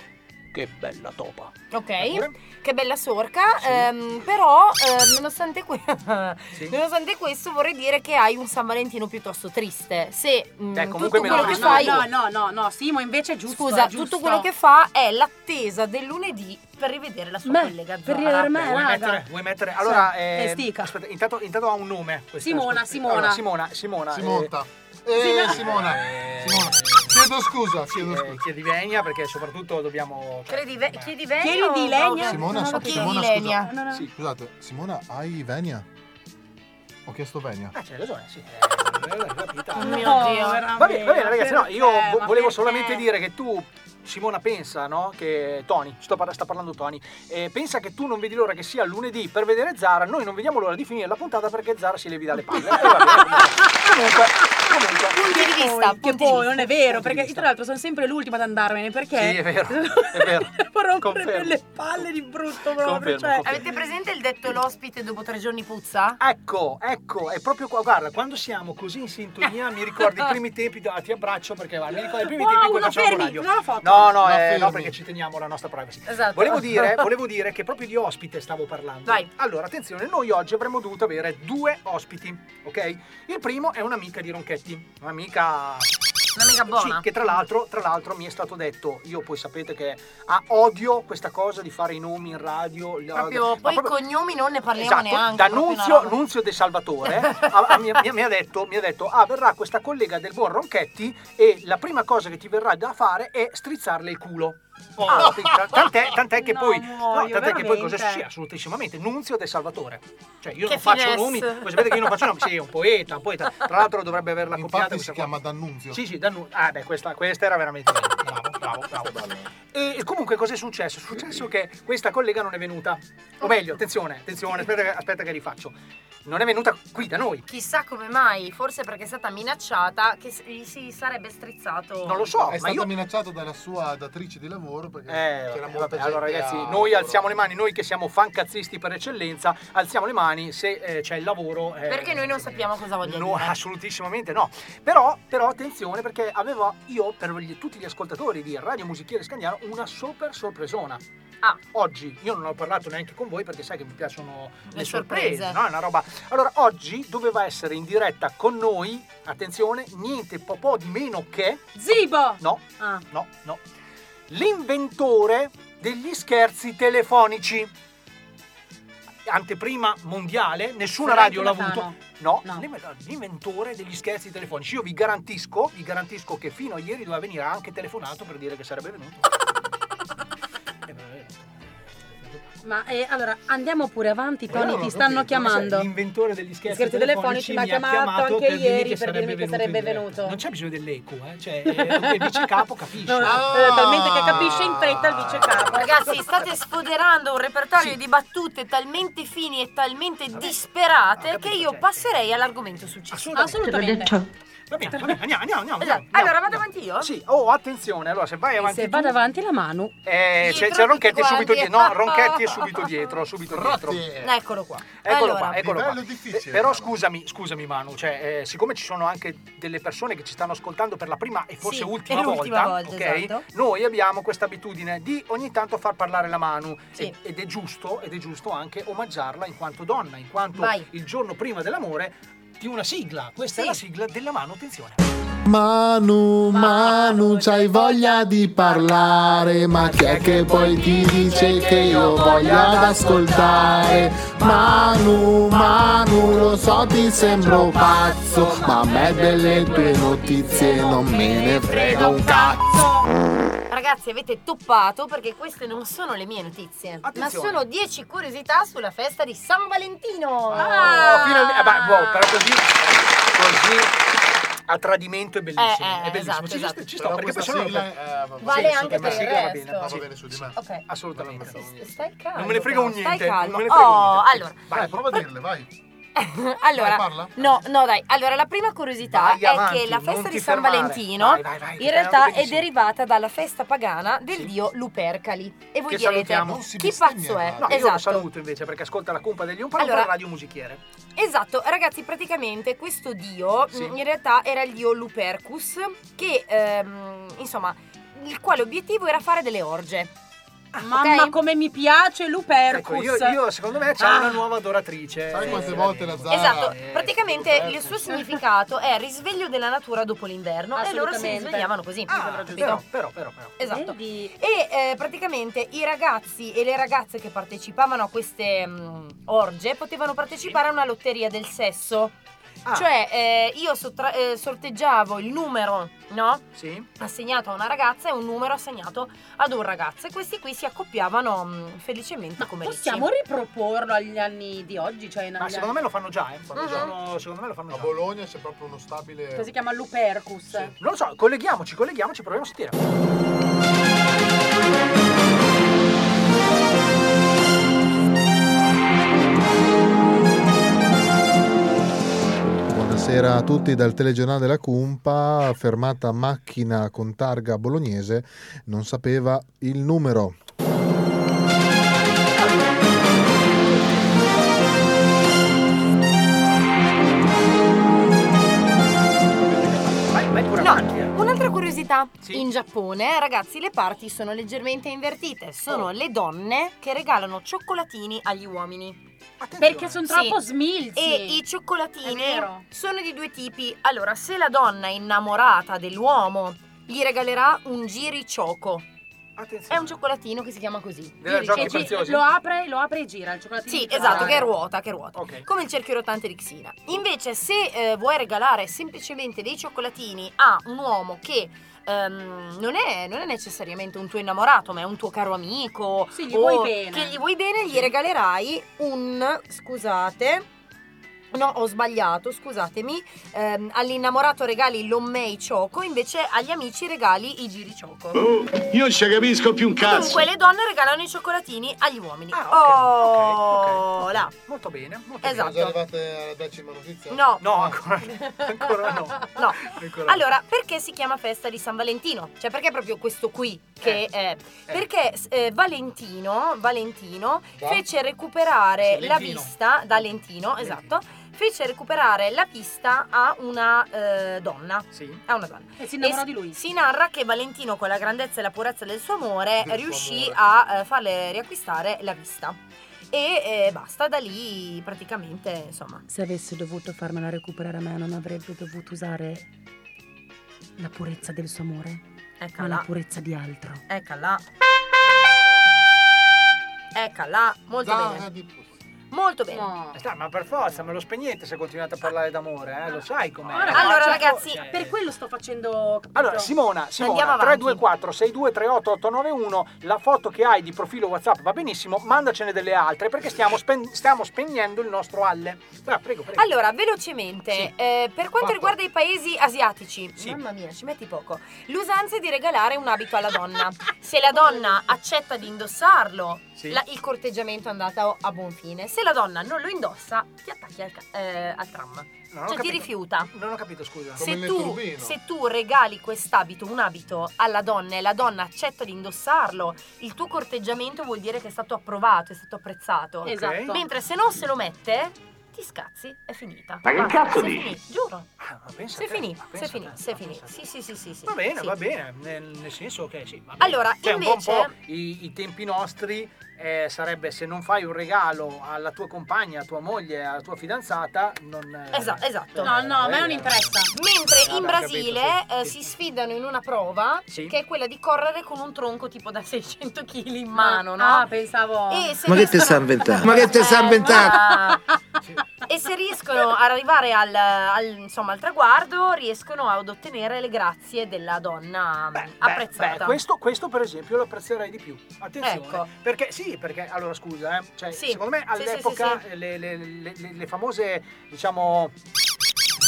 Speaker 5: che bella topa.
Speaker 3: Ok, che bella sorca, ehm, però ehm, nonostante, que- nonostante questo vorrei dire che hai un San Valentino piuttosto triste. Se mm,
Speaker 5: Eh,
Speaker 12: Beh,
Speaker 3: tutto quello che fai...
Speaker 12: No, no, no, no, Simo invece è giusto.
Speaker 3: Scusa,
Speaker 12: è giusto.
Speaker 3: tutto quello che fa è l'attesa del lunedì per rivedere la sua
Speaker 12: Beh,
Speaker 3: collega
Speaker 12: per
Speaker 3: Zara.
Speaker 12: rivedere me,
Speaker 5: vuoi,
Speaker 12: raga.
Speaker 5: mettere, vuoi mettere- Allora,
Speaker 12: Sì,
Speaker 5: eh,
Speaker 12: testica.
Speaker 5: aspetta, intanto, intanto ha un nome. questa,
Speaker 12: Simona,
Speaker 5: aspetta.
Speaker 12: Simona.
Speaker 5: Allora, Simona, Simona.
Speaker 11: Simonta.
Speaker 5: eh,
Speaker 11: Eh, Simona. Simona. Chiedo scusa, chiedo scusa.
Speaker 5: eh, chiedi venia perché soprattutto dobbiamo... cioè,
Speaker 3: Credi ve- chiedi venia
Speaker 12: Chiedi
Speaker 3: o-
Speaker 12: di legna.
Speaker 3: no,
Speaker 11: Simona,
Speaker 3: no,
Speaker 11: scusa,
Speaker 3: chiedi
Speaker 11: Simona,
Speaker 3: di
Speaker 11: scusa.
Speaker 3: legna.
Speaker 11: Sì, Scusate, Simona, hai Venia? Ho chiesto Venia.
Speaker 5: Ah, c'è ragione, sì.
Speaker 3: Oh, Mio Dio.
Speaker 5: Oh, Va bene, va bene ragazzi, no, io
Speaker 3: Perché?
Speaker 5: vo- volevo
Speaker 3: Ma perché?
Speaker 5: solamente dire che tu, Simona, pensa, no? Che Tony, sto parla- sta parlando Tony, eh, pensa che tu non vedi l'ora che sia lunedì per vedere Zara, noi non vediamo l'ora di finire la puntata perché Zara si levi dalle palle. E va bene. comunque, comunque.
Speaker 6: Punti di vista, che poi non è vero, perché io tra l'altro sono sempre l'ultima ad andarmene perché
Speaker 5: Sì, è vero, è vero.
Speaker 6: può rompere le palle di brutto proprio.
Speaker 5: Confermo,
Speaker 6: cioè.
Speaker 5: confermo.
Speaker 3: Avete presente il detto l'ospite dopo tre giorni puzza?
Speaker 5: Ecco, ecco, è proprio qua, guarda, quando siamo così in sintonia mi ricordo i primi tempi, ah, ti abbraccio perché guarda, mi ricordo i primi
Speaker 3: Wow,
Speaker 5: tempi in cui
Speaker 3: no,
Speaker 5: facevamo
Speaker 3: fermi,
Speaker 5: radio.
Speaker 3: non la foto.
Speaker 5: No, no,
Speaker 3: No,
Speaker 5: eh, no,
Speaker 3: fermi.
Speaker 5: perché ci teniamo la nostra privacy.
Speaker 3: Esatto.
Speaker 5: Volevo dire, volevo dire che proprio di ospite stavo parlando.
Speaker 3: Vai.
Speaker 5: Allora, attenzione, noi oggi avremmo dovuto avere due ospiti, ok? Il primo è un'amica di Ronchetti, un'amica
Speaker 3: Un'amica buona.
Speaker 5: Sì, che tra l'altro, tra l'altro mi è stato detto, io poi sapete che ah, odio questa cosa di fare i nomi in radio, la-
Speaker 3: Proprio,
Speaker 5: ma
Speaker 3: poi i cognomi non ne parliamo
Speaker 5: Esatto,
Speaker 3: neanche.
Speaker 5: da
Speaker 3: proprio una
Speaker 5: Nunzio,
Speaker 3: roba.
Speaker 5: Nunzio De Salvatore eh, a- a- mi, mi- mi ha detto, mi ha detto, ah verrà questa collega del buon Ronchetti e la prima cosa che ti verrà da fare è strizzarle il culo. Oh,
Speaker 8: Ah.
Speaker 5: sì, t- tant'è, tant'è che
Speaker 8: No,
Speaker 5: poi
Speaker 8: muoio,
Speaker 5: no, tant'è che poi cosa
Speaker 8: veramente.
Speaker 5: sì, assolutissimamente Nunzio De Salvatore. Cioè io
Speaker 8: Che
Speaker 5: non faccio
Speaker 8: finesse.
Speaker 5: nomi, voi sapete che io non faccio nomi, sì, è un poeta, un poeta. Tra l'altro dovrebbe averla copiata questa si chiama
Speaker 11: D'Annunzio.
Speaker 5: Cioè, Sì, sì, D'Annunzio. Ah, beh, questa, questa era veramente bravo, bravo, bravo. E e comunque cosa è successo? È successo che questa collega non è venuta. O meglio, attenzione, attenzione, aspetta, che- aspetta che rifaccio. Non è venuta qui da noi.
Speaker 3: Chissà come mai, forse perché è stata minacciata che s- gli si sarebbe strizzato.
Speaker 11: È stata minacciata dalla sua datrice di lavoro perché
Speaker 5: Eh,
Speaker 11: c'era
Speaker 5: vabbè,
Speaker 11: molta gente
Speaker 5: allora ragazzi,
Speaker 11: a-
Speaker 5: noi alziamo le mani, noi che siamo fan cazzisti per eccellenza, alziamo le mani se eh, c'è il lavoro. eh,
Speaker 3: Perché noi non sappiamo cosa voglia
Speaker 5: No,
Speaker 3: dire.
Speaker 5: assolutissimamente no. Però, però attenzione perché avevo io per gli- tutti gli ascoltatori di Radio Musichiere Scandiano una super sorpresona.
Speaker 3: Ah.
Speaker 5: Oggi io non ho parlato neanche con voi perché sai che mi piacciono le,
Speaker 3: Le
Speaker 5: sorprese,
Speaker 3: sorprese.
Speaker 5: no? È una roba. Allora, oggi doveva essere in diretta con noi, attenzione, niente po' po' di meno che
Speaker 6: Zibo.
Speaker 5: No.
Speaker 3: Ah.
Speaker 5: No, no. L'inventore degli scherzi telefonici. Anteprima mondiale, nessuna radio
Speaker 8: Florentino
Speaker 5: l'ha avuto.
Speaker 8: Natano.
Speaker 5: No, l'inven- l'inventore degli scherzi telefonici. Io vi garantisco, vi garantisco che fino a ieri doveva venire anche telefonato per dire che sarebbe venuto. Eh, beh,
Speaker 6: Ma eh, allora andiamo pure avanti,
Speaker 5: Allora,
Speaker 6: Tony, ti
Speaker 5: proprio,
Speaker 6: stanno
Speaker 5: proprio,
Speaker 6: chiamando.
Speaker 5: sai, L'inventore degli scherzi,
Speaker 6: Scherzi telefonici mi ha chiamato anche
Speaker 5: per dirmi
Speaker 6: ieri
Speaker 5: che
Speaker 6: per dirmi che sarebbe
Speaker 5: in diretta.
Speaker 6: venuto.
Speaker 5: Non c'è bisogno dell'eco, eh? cioè, eh, il vice capo capisce.
Speaker 6: No, no, eh, talmente che capisce in fretta il vice capo.
Speaker 3: Ragazzi, state sfoderando un repertorio di battute talmente fini e talmente disperate che io passerei all'argomento successivo.
Speaker 5: Va bene, va bene, andiamo, andiamo, andiamo.
Speaker 3: Esatto. Allora vado avanti io? Eh,
Speaker 5: Sì, oh, attenzione, allora se vai
Speaker 6: E
Speaker 5: avanti
Speaker 6: se
Speaker 5: tu,
Speaker 6: vado avanti la mano.
Speaker 5: eh, c'è,
Speaker 3: dietro
Speaker 5: c'è Ronchetti
Speaker 3: tutti
Speaker 5: subito
Speaker 3: quanti.
Speaker 5: dietro. No, Ronchetti è subito dietro, subito dietro.
Speaker 3: Eccolo qua.
Speaker 5: Eh. Eccolo
Speaker 3: Allora,
Speaker 5: qua, eccolo qua. Eh, però scusami, scusami Manu, cioè, eh, siccome ci sono anche delle persone che ci stanno ascoltando per la prima e forse
Speaker 3: Sì,
Speaker 5: ultima
Speaker 3: è l'ultima volta,
Speaker 5: ok?
Speaker 3: esatto.
Speaker 5: Noi abbiamo questa abitudine di ogni tanto far parlare la Manu e- ed è giusto, ed è giusto anche omaggiarla in quanto donna, in quanto
Speaker 3: Vai.
Speaker 5: il giorno prima dell'amore di una sigla. Questa è la sigla della Manu, attenzione.
Speaker 19: Manu, Manu, c'hai voglia di parlare, ma chi è che poi ti dice che io voglia ad ascoltare? Manu, Manu, lo so ti sembro pazzo, ma a me delle tue notizie non me ne frega un cazzo.
Speaker 3: ragazzi avete toppato perché queste non sono le mie notizie, ma
Speaker 5: Attenzione.
Speaker 3: sono 10 curiosità sulla festa di San Valentino.
Speaker 5: Oh, finalmente, eh, beh, boh,
Speaker 3: Ah.
Speaker 5: però così, così a tradimento è bellissimo.
Speaker 3: Eh, eh,
Speaker 5: è bellissimo.
Speaker 3: esatto,
Speaker 5: ci,
Speaker 3: esatto.
Speaker 5: ci sto
Speaker 3: Però
Speaker 5: perché poi
Speaker 3: questa
Speaker 5: sono.
Speaker 3: sigla,
Speaker 5: eh,
Speaker 3: eh, vale
Speaker 5: sì,
Speaker 3: anche
Speaker 5: insomma,
Speaker 3: per
Speaker 5: sì,
Speaker 3: il
Speaker 5: va bene,
Speaker 3: resto.
Speaker 5: va bene su di me.
Speaker 3: Ok.
Speaker 5: Assolutamente.
Speaker 3: Stai calmo.
Speaker 5: Non me ne frega un
Speaker 3: però,
Speaker 5: niente,
Speaker 3: Stai calmo.
Speaker 5: non me ne frega
Speaker 3: oh,
Speaker 5: niente.
Speaker 3: allora.
Speaker 11: Vai, prova a dirle, vai.
Speaker 3: allora,
Speaker 11: Vai, parla.
Speaker 3: no, no, dai. Allora, la prima curiosità
Speaker 11: Vai
Speaker 3: è
Speaker 11: avanti,
Speaker 3: che la
Speaker 11: non
Speaker 3: festa
Speaker 11: ti
Speaker 3: di San
Speaker 11: fermare.
Speaker 3: Valentino
Speaker 11: Vai, vai, vai, ti
Speaker 3: in realtà
Speaker 11: fermo
Speaker 3: è
Speaker 11: benissimo.
Speaker 3: derivata dalla festa pagana del dio Lupercali. E voi
Speaker 5: Che
Speaker 3: direte,
Speaker 5: salutiamo.
Speaker 3: chi pazzo è?
Speaker 5: No, io lo
Speaker 3: esatto.
Speaker 5: saluto invece perché ascolta la cumpa degli Umpalumpa
Speaker 3: Allora-
Speaker 5: allora, radio musichiere.
Speaker 3: Esatto, ragazzi, praticamente questo dio
Speaker 5: Sì.
Speaker 3: mh, in realtà era il dio Lupercus, che ehm, insomma, il quale obiettivo era fare delle orge.
Speaker 6: Ah, Mamma come mi piace
Speaker 5: Ecco,
Speaker 6: Lupercus.
Speaker 5: io, io, secondo me c'è
Speaker 6: Ah.
Speaker 5: una nuova adoratrice.
Speaker 11: Sai
Speaker 5: Eh,
Speaker 11: quante volte la Zara?
Speaker 3: Esatto,
Speaker 5: Eh,
Speaker 3: praticamente il suo significato è risveglio della natura dopo l'inverno e loro si
Speaker 6: Assolutamente.
Speaker 3: risvegliavano così.
Speaker 5: Ah,
Speaker 3: capito?
Speaker 5: però, però, però, però.
Speaker 3: Esatto. E eh, praticamente i ragazzi e le ragazze che partecipavano a queste mh, orge potevano partecipare a una lotteria del sesso.
Speaker 5: Ah.
Speaker 3: Cioè, eh, io sottra- eh, sorteggiavo il numero, no?
Speaker 5: Sì.
Speaker 3: Assegnato a una ragazza e un numero assegnato ad un ragazzo. E questi qui si accoppiavano mh, felicemente come ricci.
Speaker 6: Possiamo riproporlo agli anni di oggi? Cioè in
Speaker 5: Ma
Speaker 6: agli
Speaker 5: secondo me
Speaker 6: anni-
Speaker 5: lo fanno già, eh. Fanno
Speaker 3: Mm-hmm.
Speaker 6: Mhm.
Speaker 5: già uno- secondo me lo fanno già.
Speaker 11: A Bologna c'è proprio uno stabile.
Speaker 6: Cosa si chiama Lupercus?
Speaker 5: Non lo so, colleghiamoci, colleghiamoci, proviamo a sentire.
Speaker 11: Buonasera a tutti dal telegiornale della Cumpa, fermata macchina con targa bolognese, non sapeva il numero.
Speaker 3: No, un'altra curiosità. In Giappone, ragazzi, le parti sono leggermente invertite. Sono le donne che regalano cioccolatini agli uomini.
Speaker 6: Perché sono troppo smilzi.
Speaker 3: E i
Speaker 6: È
Speaker 3: cioccolatini
Speaker 6: vero.
Speaker 3: sono di due tipi. Allora, se la donna è innamorata dell'uomo, gli regalerà un giricioco. È un cioccolatino che si chiama così.
Speaker 5: Della giochi
Speaker 3: Giricioco.
Speaker 5: preziosi.
Speaker 6: Lo apre, lo apre e gira il cioccolatino.
Speaker 3: Sì,
Speaker 6: di Ferrari.
Speaker 3: esatto, che ruota, che ruota. Come il cerchio rotante di Xina. Invece, se eh, vuoi regalare semplicemente dei cioccolatini a un uomo che ehm, non, è, non è necessariamente un tuo innamorato, ma è un tuo caro amico,
Speaker 6: Sì, gli
Speaker 3: o
Speaker 6: vuoi bene.
Speaker 3: che gli vuoi bene, gli regalerai un scusate. No, ho sbagliato, scusatemi. Ehm, all'innamorato regali l'ommei cioco, invece agli amici regali i giri cioco.
Speaker 7: Io non ci capisco più un
Speaker 3: Dunque, le donne regalano i cioccolatini agli uomini.
Speaker 6: Ah,
Speaker 3: oh, là.
Speaker 5: Molto bene, molto
Speaker 3: Esatto.
Speaker 11: Già arrivate alla decima notizia?
Speaker 3: No.
Speaker 5: No, ancora, ancora no.
Speaker 3: No.
Speaker 5: Ancora no.
Speaker 3: Allora, perché si chiama festa di San Valentino? Cioè, perché proprio questo qui? Che è? Perché eh, Valentino, Valentino
Speaker 12: Da?
Speaker 3: fece recuperare
Speaker 12: Sì,
Speaker 3: la
Speaker 12: Lentino.
Speaker 3: vista da Lentino, esatto. Fece recuperare la pista a una eh, donna. A una donna.
Speaker 6: E si innamorò
Speaker 3: s-
Speaker 6: di lui.
Speaker 3: Si narra che Valentino, con la grandezza e la purezza del suo amore,
Speaker 6: Del suo
Speaker 3: riuscì
Speaker 6: amore.
Speaker 3: a eh, farle riacquistare la vista. E eh, basta, da lì praticamente, insomma.
Speaker 6: Se avesse dovuto farmela recuperare a me, non avrebbe dovuto usare la purezza del suo amore,
Speaker 3: Eccola.
Speaker 5: Ecco,
Speaker 6: ma la purezza di altro.
Speaker 3: Eccola. Eccola, molto bene. Molto bene.
Speaker 5: Eh, sta, ma per forza, me lo spegnete se continuate a parlare d'amore, eh? Lo sai com'è.
Speaker 3: Allora, ragazzi,
Speaker 5: Cioè,
Speaker 6: Per quello sto facendo. capito?
Speaker 5: Allora, Simona,
Speaker 6: Andiamo
Speaker 5: Simona
Speaker 6: avanti.
Speaker 5: 324 6238 891, la foto che hai di profilo WhatsApp va benissimo, mandacene delle altre perché stiamo, spen- stiamo spegnendo il nostro alle. Ah, prego, prego.
Speaker 3: Allora, velocemente, eh, per quanto
Speaker 5: Fatto.
Speaker 3: riguarda i paesi asiatici,
Speaker 5: Sì.
Speaker 3: mamma mia, ci metti poco. L'usanza è di regalare un abito alla donna. Se la donna accetta di indossarlo,
Speaker 12: Sì.
Speaker 3: la- il corteggiamento è andato a buon fine. Se la donna non lo indossa, ti attacchi al, ca- eh, al tram.
Speaker 5: Non ho
Speaker 3: cioè, ti
Speaker 5: capito.
Speaker 3: rifiuta.
Speaker 5: Non ho capito, scusa.
Speaker 3: Se tu, se tu regali quest'abito, un abito alla donna e la donna accetta di indossarlo, il tuo corteggiamento vuol dire che è stato approvato, è stato apprezzato.
Speaker 6: Ok. Esatto.
Speaker 3: Mentre se non se lo mette, ti scazzi, è finita.
Speaker 5: Ma che
Speaker 3: Basta,
Speaker 5: cazzo
Speaker 3: sei
Speaker 5: dici?
Speaker 3: finito, Giuro.
Speaker 5: Ah, Ma pensa
Speaker 3: Sei
Speaker 5: te,
Speaker 3: finito,
Speaker 5: pensa
Speaker 3: sei
Speaker 5: te,
Speaker 3: finito, sei finito. Sì, sì, sì, sì, sì.
Speaker 5: Va bene,
Speaker 3: sì.
Speaker 5: va bene, nel, nel senso che sì. Va bene.
Speaker 3: Allora,
Speaker 5: Cioè,
Speaker 3: invece-
Speaker 5: un po', un po' i, i tempi nostri eh, sarebbe se non fai un regalo alla tua compagna, a tua moglie, alla tua fidanzata, non... eh,
Speaker 3: Esatto, esatto.
Speaker 5: No, no, a me non interessa.
Speaker 3: Mentre
Speaker 5: Ah,
Speaker 3: in
Speaker 5: beh,
Speaker 3: Brasile
Speaker 5: capito, sì,
Speaker 3: eh,
Speaker 5: sì.
Speaker 3: si sfidano in una prova
Speaker 5: Sì.
Speaker 3: che è quella di correre con un tronco tipo da 600 kg in mano, no?
Speaker 6: Ah, pensavo.
Speaker 3: E se
Speaker 15: Ma che te
Speaker 3: questo-
Speaker 15: sei inventato? Ma che te sei inventato?
Speaker 3: Ah. E se riescono ad arrivare al, al- insomma, al traguardo, riescono ad ottenere le grazie della donna mh, apprezzata. Ecco.
Speaker 5: Beh, questo, questo, per esempio lo apprezzerei di più. Attenzione. Perché sì, perché allora scusa, eh, cioè, secondo me
Speaker 3: Sì, sì, sì,
Speaker 5: all'epoca
Speaker 3: sì.
Speaker 5: eh, Le, le- le- le- le famose, diciamo,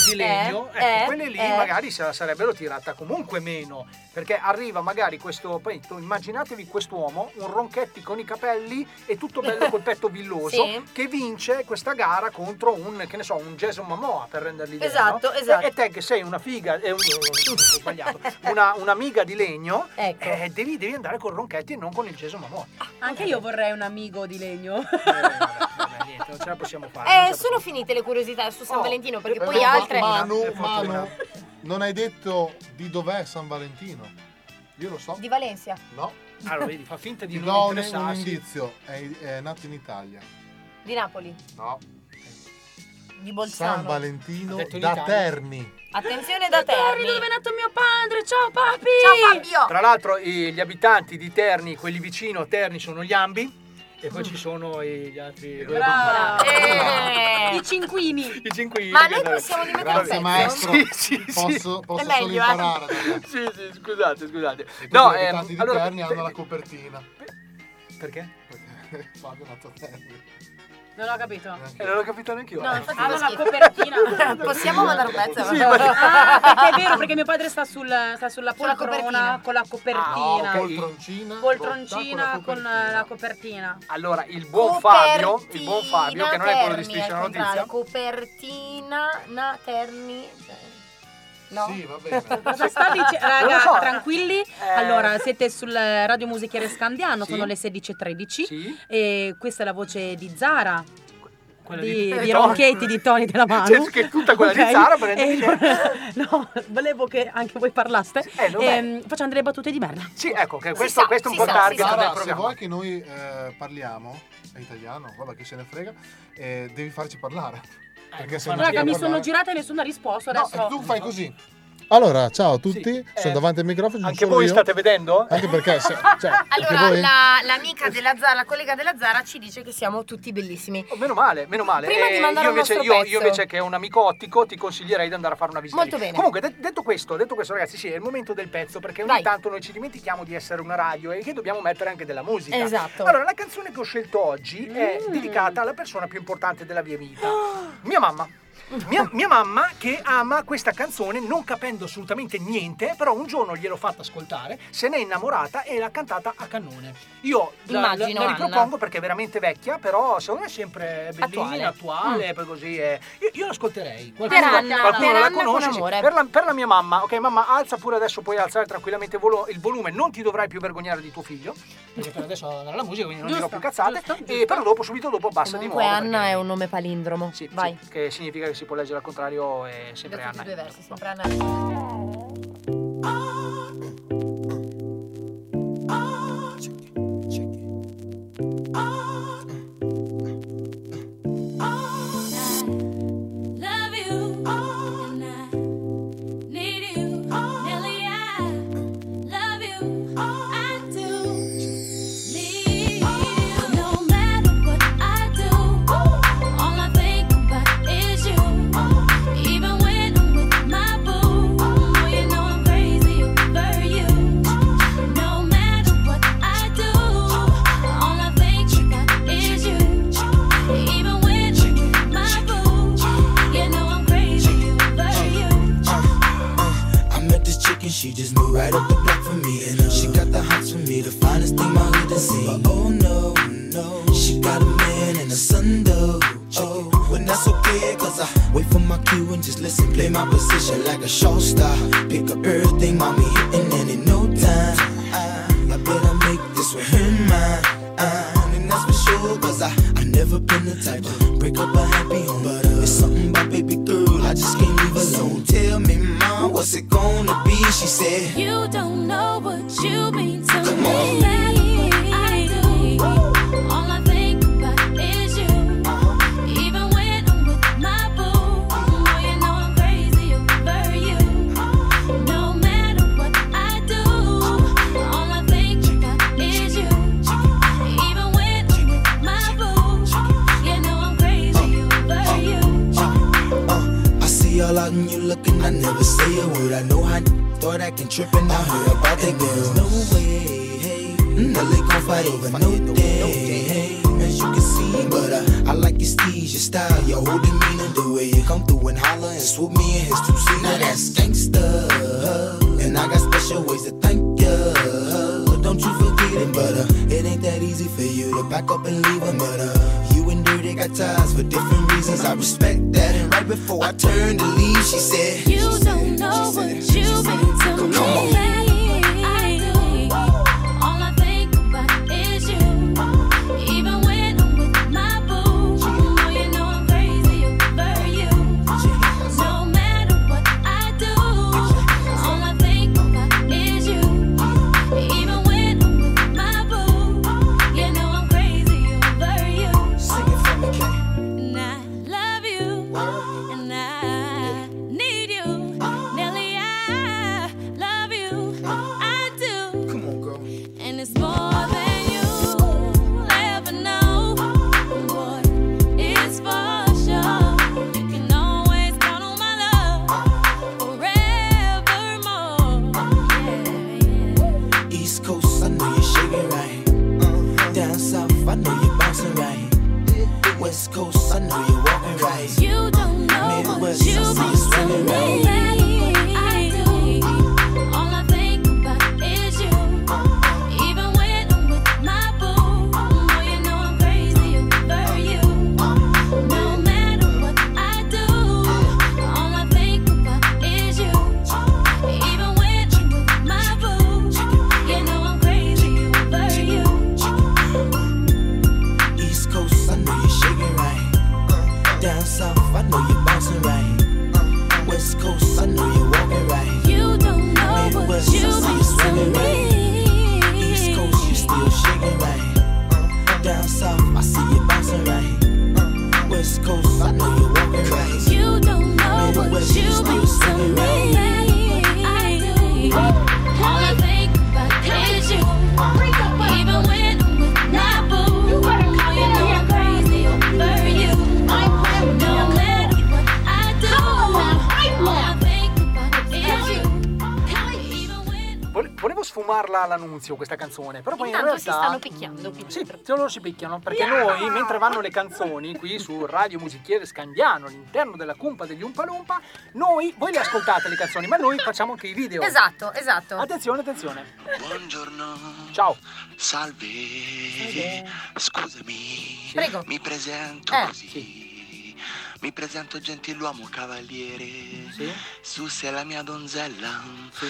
Speaker 5: di
Speaker 3: Eh,
Speaker 5: legno, ecco,
Speaker 3: eh,
Speaker 5: quelle lì
Speaker 3: eh.
Speaker 5: magari se la sarebbero tirata comunque meno. Perché arriva magari questo. poi tu immaginatevi quest'uomo, un ronchetti con i capelli e tutto bello col petto villoso,
Speaker 3: Sì.
Speaker 5: che vince questa gara contro un, che ne so, un Jason Momoa per renderli l'idea,
Speaker 3: Esatto,
Speaker 5: no?
Speaker 3: esatto.
Speaker 5: E, e te che sei una figa, eh, un- ho sbagliato, una, un'amiga di legno, eh, devi, devi andare con Ronchetti e non con il Gesù Mamò.
Speaker 6: Anche io vorrei un amico di legno.
Speaker 5: Non ce la possiamo fare. non ce
Speaker 3: Eh,
Speaker 5: la
Speaker 3: sono finite le curiosità su San
Speaker 5: Oh,
Speaker 3: Valentino perché
Speaker 11: Eh,
Speaker 3: poi
Speaker 11: ma-
Speaker 3: altre...
Speaker 5: eh,
Speaker 11: Manu, Manu, non hai detto di dov'è San Valentino? Io lo so.
Speaker 3: Di Valencia.
Speaker 11: No.
Speaker 5: Allora, vedi, fa finta di
Speaker 11: Ti
Speaker 5: non
Speaker 11: do un- un,
Speaker 5: interessarsi.
Speaker 11: indizio. È, è nato in Italia.
Speaker 3: Di Napoli.
Speaker 11: No.
Speaker 3: Di
Speaker 11: San
Speaker 3: Bolzano.
Speaker 11: Valentino
Speaker 3: Ha detto in
Speaker 11: da
Speaker 3: Italia.
Speaker 11: Terni.
Speaker 3: Attenzione da
Speaker 6: Terni,
Speaker 3: Terni.
Speaker 6: dove è nato mio padre. Ciao papi.
Speaker 5: fare. Tra l'altro i- gli abitanti di Terni, quelli vicino a Terni sono gli ambi e poi ci sono i- gli altri...
Speaker 6: Brava.
Speaker 3: Eh.
Speaker 6: I cinquini.
Speaker 5: I cinquini.
Speaker 3: Ma noi possiamo rimettere
Speaker 5: Grazie,
Speaker 3: un pezzo?
Speaker 5: maestro. Sì, sì, sì.
Speaker 11: Posso, posso
Speaker 3: È meglio,
Speaker 11: solo
Speaker 3: eh.
Speaker 11: imparare.
Speaker 5: Sì, sì, scusate, scusate.
Speaker 11: No,
Speaker 5: No,
Speaker 11: gli
Speaker 5: ehm,
Speaker 11: abitanti di
Speaker 5: allora-
Speaker 11: Terni hanno la copertina.
Speaker 5: Perché?
Speaker 11: Perché Fabio è nato a Terni.
Speaker 6: Non ho capito.
Speaker 5: E non l'ho capito neanche io.
Speaker 6: ah, No,
Speaker 5: eh.
Speaker 6: infatti Hanno la copertina.
Speaker 3: Possiamo mandare un pezzo?
Speaker 5: Sì, ma-
Speaker 6: Ah, perché è vero, perché mio padre sta, sul, sta sulla
Speaker 3: Sulla
Speaker 6: poltrona
Speaker 3: copertina.
Speaker 6: con la copertina.
Speaker 5: Ah, ok.
Speaker 11: Poltroncina.
Speaker 6: Poltroncina con eh, la copertina.
Speaker 5: Allora, il buon
Speaker 3: Copertina
Speaker 5: Fabio, il buon Fabio, che non è quello di
Speaker 3: Terni,
Speaker 5: Striscia
Speaker 3: al
Speaker 5: la
Speaker 3: contrario.
Speaker 5: Notizia,
Speaker 3: Copertina, na, Terni. No?
Speaker 11: Sì, va bene.
Speaker 6: Cosa sta dicendo?
Speaker 3: Non lo
Speaker 6: Raga,
Speaker 3: so.
Speaker 6: tranquilli. Allora, siete sul eh, Radio Musichiere Scandiano,
Speaker 3: Sì.
Speaker 6: sono le 16.13 e questa è la voce di Zara.
Speaker 5: Quella
Speaker 6: di,
Speaker 5: di-
Speaker 6: di,
Speaker 5: di Tony.
Speaker 6: Ronchetti di Tony
Speaker 11: Eh,
Speaker 6: della mano
Speaker 5: Cioè, che tutta quella di Zara, prende-
Speaker 6: Eh, no, volevo che anche voi parlaste
Speaker 5: vabbè.
Speaker 6: Ehm, facciamo delle battute di merda
Speaker 5: Sì, ecco, che
Speaker 6: Si
Speaker 5: questo,
Speaker 6: sa,
Speaker 5: questo è un
Speaker 6: si
Speaker 5: po'
Speaker 6: sa,
Speaker 5: target
Speaker 11: Sara,
Speaker 5: del
Speaker 11: se
Speaker 5: programma.
Speaker 11: vuoi che noi eh, parliamo, è italiano, vabbè che se ne frega, eh, devi farci parlare. Perché se non ci
Speaker 6: Eh, raga
Speaker 11: fai
Speaker 6: mi
Speaker 11: parlare-
Speaker 6: sono girata e nessuno ha risposto adesso
Speaker 11: No, tu fai così Allora, ciao a tutti,
Speaker 6: eh.
Speaker 11: sono davanti al microfono.
Speaker 5: Anche voi state vedendo?
Speaker 11: Anche perché se, cioè, anche
Speaker 3: Allora,
Speaker 11: voi-
Speaker 3: la- l'amica della Zara, la collega della Zara ci dice che siamo tutti bellissimi.
Speaker 5: Oh, meno male, meno male.
Speaker 3: Prima
Speaker 5: Eh,
Speaker 3: di mandare
Speaker 5: io,
Speaker 3: un
Speaker 5: invece,
Speaker 3: nostro
Speaker 5: io, io
Speaker 3: pezzo.
Speaker 5: invece che è un amico ottico ti consiglierei di andare a fare una visita.
Speaker 3: Molto
Speaker 5: lì.
Speaker 3: bene.
Speaker 5: Comunque, de- detto, questo, detto questo, ragazzi, sì, è il momento del pezzo perché ogni
Speaker 3: Vai.
Speaker 5: tanto noi ci dimentichiamo di essere una radio e che dobbiamo mettere anche della musica.
Speaker 3: Esatto.
Speaker 5: Allora, la canzone che ho scelto oggi è
Speaker 3: Mm.
Speaker 5: dedicata alla persona più importante della mia vita, mia mamma. Mia, mia mamma che ama questa canzone non capendo assolutamente niente, però un giorno gliel'ho fatta ascoltare, se n'è innamorata e l'ha cantata a cannone. Io la, la,
Speaker 3: Immagino,
Speaker 5: la
Speaker 3: Anna.
Speaker 5: ripropongo perché è veramente vecchia, però secondo me è sempre bellina,
Speaker 3: Attuale.
Speaker 5: attuale,
Speaker 3: Mm.
Speaker 5: poi così è. Io, io l'ascolterei.
Speaker 3: Per
Speaker 5: Qualcuno,
Speaker 3: Anna,
Speaker 5: qualcuno
Speaker 3: per
Speaker 5: la
Speaker 3: Anna con
Speaker 5: conosce. sì.
Speaker 3: amore.
Speaker 5: Per, la, per la mia mamma, ok, mamma, alza pure adesso, puoi alzare tranquillamente volo- il volume, non ti dovrai più vergognare di tuo figlio, perché per adesso andare la musica, quindi non dirò
Speaker 3: Giusto,
Speaker 5: più cazzate. E però dopo, subito dopo, basta di
Speaker 3: Comunque
Speaker 5: nuovo.
Speaker 3: Anna è un nome palindromo. Vai.
Speaker 5: perché- Che significa che si può leggere al contrario, è sempre
Speaker 3: Da tutti
Speaker 5: Anna.
Speaker 3: e due i versi, sempre Anna.
Speaker 24: Love you, and I need you, Nelly. I love you, I do. Need you, no matter what I do. All I think about is you. Even when I'm with my boo, oh, you know I'm crazy over you. No matter what I do, all I think about is you. Even when I'm with my boo, you know I'm crazy over you.
Speaker 9: I met this chick and she just moved right up the block for me. And uh, she got the hots for me, the finest thing my hood has seen. But oh no, no, she got a man and a son though. Oh, but that's okay, cause I wait for my cue and just listen. Play my position like a show star. Pick up everything, mommy hitting, and in no time, I, I better make this one in mine. Uh, and that's for sure, cause I, I never been the type to break up a happy home. But uh, it's something about baby girl, I just can't leave alone. Tell me, mom, what's it gonna be? She said.
Speaker 24: You don't know what you mean to me. No matter what I do, all I think about is you. Even when I'm with my boo, oh, you know I'm crazy over you. No matter what I do, all I think about is you. Even when I'm with my boo, you know I'm crazy over you.
Speaker 9: Uh, you looking, I never say a word. I know I thought I can trip and I heard about the girls. No way, hey. Now they gon' Mm. fight over no day, hey. As you can see, but uh, I like your steez, your style, your whole demeanor, the way you come through and holler and swoop me in his two seat. Now that's gangsta, and I got special ways to thank ya. Don't you forget it, but uh, it ain't that easy for you to back up and leave 'em, but uh, you and Dirty got ties for different reasons. I respect that, and right before I turned to leave, she said,
Speaker 24: You don't know what you've been to me. I do. All I think about is you. Even when I'm with my boo, oh, you know I'm crazy over you. No matter what I do, all I think about is you. Even when I'm with my boo, you know I'm crazy over you. Sing it for me, And I love you, and I need you. Nelly, I love you. I do. Come on, girl. And it's more than you ever know. Boy, it's for sure. You can always count on my love forevermore.
Speaker 9: East Coast, I know you're shaking right.
Speaker 24: Uh-huh.
Speaker 9: Down south, I know you're bouncing right. West Coast, I know you're walking right.
Speaker 24: You don't know what
Speaker 9: Midwest, I see
Speaker 24: you've
Speaker 9: you
Speaker 24: been to
Speaker 9: swinging
Speaker 24: me.
Speaker 9: right.
Speaker 24: I do. All I think about is you. Even when I'm with my boo, oh, you know I'm crazy over you. No matter what I do, all I think about is you. Even when I'm with my boo, you know I'm crazy over you.
Speaker 9: East Coast, I know you're shaking right. Down south, I know you're bouncing right. West Coast, I know you're walking right.
Speaker 24: You don't know what
Speaker 9: Midwest, I see
Speaker 24: you've
Speaker 9: you
Speaker 24: been to
Speaker 9: swinging right. East Coast, you still shaking right. Down south, I see you bouncing right. West Coast, I know you're walking right.
Speaker 24: You don't know what
Speaker 9: Midwest, you
Speaker 24: you've
Speaker 9: still swinging
Speaker 24: been to
Speaker 9: right.
Speaker 24: me. I do. All I think about is you. Even when I'm with my boo, you know I'm crazy over you. No matter what I do, all I think about is you.
Speaker 5: Vole- Volevo sfumarla all'annunzio questa canzone, però poi
Speaker 3: Intanto
Speaker 5: in
Speaker 3: si
Speaker 5: realtà
Speaker 3: stanno picchiando.
Speaker 5: Sì, se loro si picchiano perché
Speaker 3: Yeah!
Speaker 5: noi, mentre vanno le canzoni qui su Radio Musichiere Scandiano all'interno della cumpa degli Umpalumpa, noi, voi le ascoltate le canzoni, ma noi facciamo anche i video.
Speaker 3: Esatto, esatto.
Speaker 5: Attenzione, attenzione.
Speaker 10: Buongiorno.
Speaker 5: Ciao.
Speaker 10: Salve. Scusami.
Speaker 3: Prego.
Speaker 10: Mi presento
Speaker 5: Eh,
Speaker 10: così. Mi presento gentiluomo cavaliere. Su sei la mia donzella.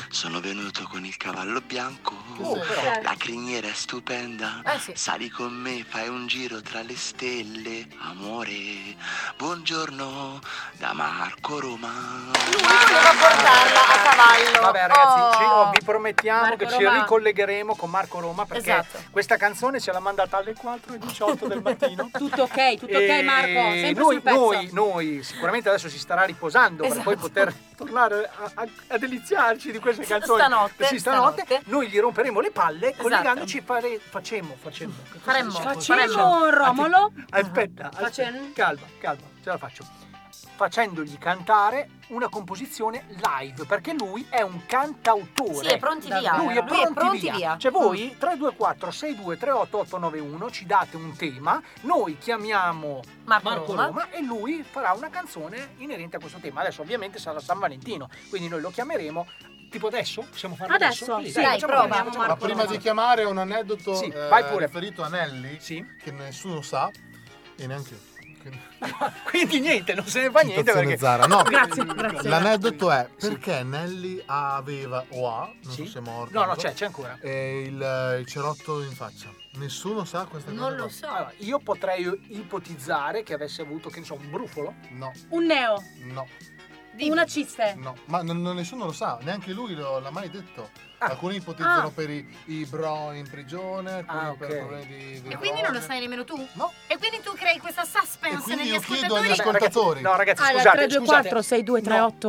Speaker 10: Sono venuto con il cavallo bianco.
Speaker 24: Oh, però.
Speaker 10: La criniera è stupenda.
Speaker 24: Eh, sì.
Speaker 10: Sali con me, fai un giro tra le stelle. Amore. Buongiorno da Marco Roma.
Speaker 3: portarla a cavallo.
Speaker 5: Vabbè ragazzi,
Speaker 3: Oh.
Speaker 5: ci- oh, vi promettiamo
Speaker 3: Marco
Speaker 5: che ci
Speaker 3: Roma.
Speaker 5: ricollegheremo con Marco Roma perché
Speaker 3: Esatto.
Speaker 5: questa canzone ce l'ha mandata alle 4.18 del mattino.
Speaker 6: Tutto ok, tutto ok
Speaker 5: E
Speaker 6: Marco, sempre
Speaker 5: Eh, noi,
Speaker 6: sul pezzo.
Speaker 5: Noi, noi sicuramente adesso si starà riposando per poi poter tornare a, a- a deliziarci di queste canzoni.
Speaker 3: stanotte, Esatto.
Speaker 5: Sì, stanotte, Noi gli romperemo le palle collegandoci fare, facciamo, facciamo. diciamo?
Speaker 3: Faremmo,
Speaker 6: faremmo. Romolo.
Speaker 5: Aspetta, aspetta, calma, calma, ce la faccio. Facendogli cantare una composizione live, perché lui è un cantautore.
Speaker 3: Sì, è pronti via.
Speaker 5: Lui è
Speaker 3: Lui è
Speaker 5: pronti,
Speaker 3: pronti
Speaker 5: via.
Speaker 3: via.
Speaker 5: Cioè voi 324 62 891 ci date un tema, noi chiamiamo
Speaker 3: Marco
Speaker 5: Marco,
Speaker 3: Roma.
Speaker 5: Roma. e lui farà una canzone inerente a questo tema. Adesso ovviamente sarà San Valentino, quindi noi lo chiameremo tipo adesso? Possiamo farlo adesso?
Speaker 25: Adesso,
Speaker 5: Sì,
Speaker 25: sì,
Speaker 5: dai,
Speaker 25: dai,
Speaker 5: facciamo
Speaker 25: prova.
Speaker 5: adesso, facciamo
Speaker 11: Ma
Speaker 5: adesso.
Speaker 11: prima di chiamare un aneddoto
Speaker 5: Sì,
Speaker 11: eh,
Speaker 5: vai pure.
Speaker 11: riferito a Nelly che nessuno sa e neanche io.
Speaker 5: Quindi niente, non se ne fa niente
Speaker 11: Citazione
Speaker 5: perché
Speaker 11: Zara, no.
Speaker 5: Grazie, grazie.
Speaker 11: L'aneddoto è perché Nelly aveva o ha, non so se è morto.
Speaker 5: No, no, c'è, c'è ancora.
Speaker 11: E il, il cerotto in faccia. Nessuno sa questa cosa. qua.
Speaker 5: Allora, io potrei ipotizzare che avesse avuto, che ne so, un brufolo.
Speaker 11: No,
Speaker 6: Un neo.
Speaker 11: no,
Speaker 6: Una ciste.
Speaker 11: no. Ma non- non- nessuno lo sa, neanche lui lo- l'ha mai detto. Alcuni ipotizzano
Speaker 6: Ah.
Speaker 11: per i, i bro in prigione, alcuni
Speaker 5: Ah,
Speaker 11: per
Speaker 5: ok.
Speaker 11: problemi di, di
Speaker 3: E quindi
Speaker 11: droghe.
Speaker 3: non lo sai nemmeno tu? No. E quindi tu crei questa
Speaker 11: E
Speaker 3: suspense
Speaker 11: quindi
Speaker 3: negli
Speaker 11: io chiedo
Speaker 3: ascoltatori?
Speaker 11: agli ascoltatori.
Speaker 5: Vabbè, ragazzi, no, ragazzi,
Speaker 6: Alla
Speaker 5: scusate,
Speaker 6: 324
Speaker 5: scusate.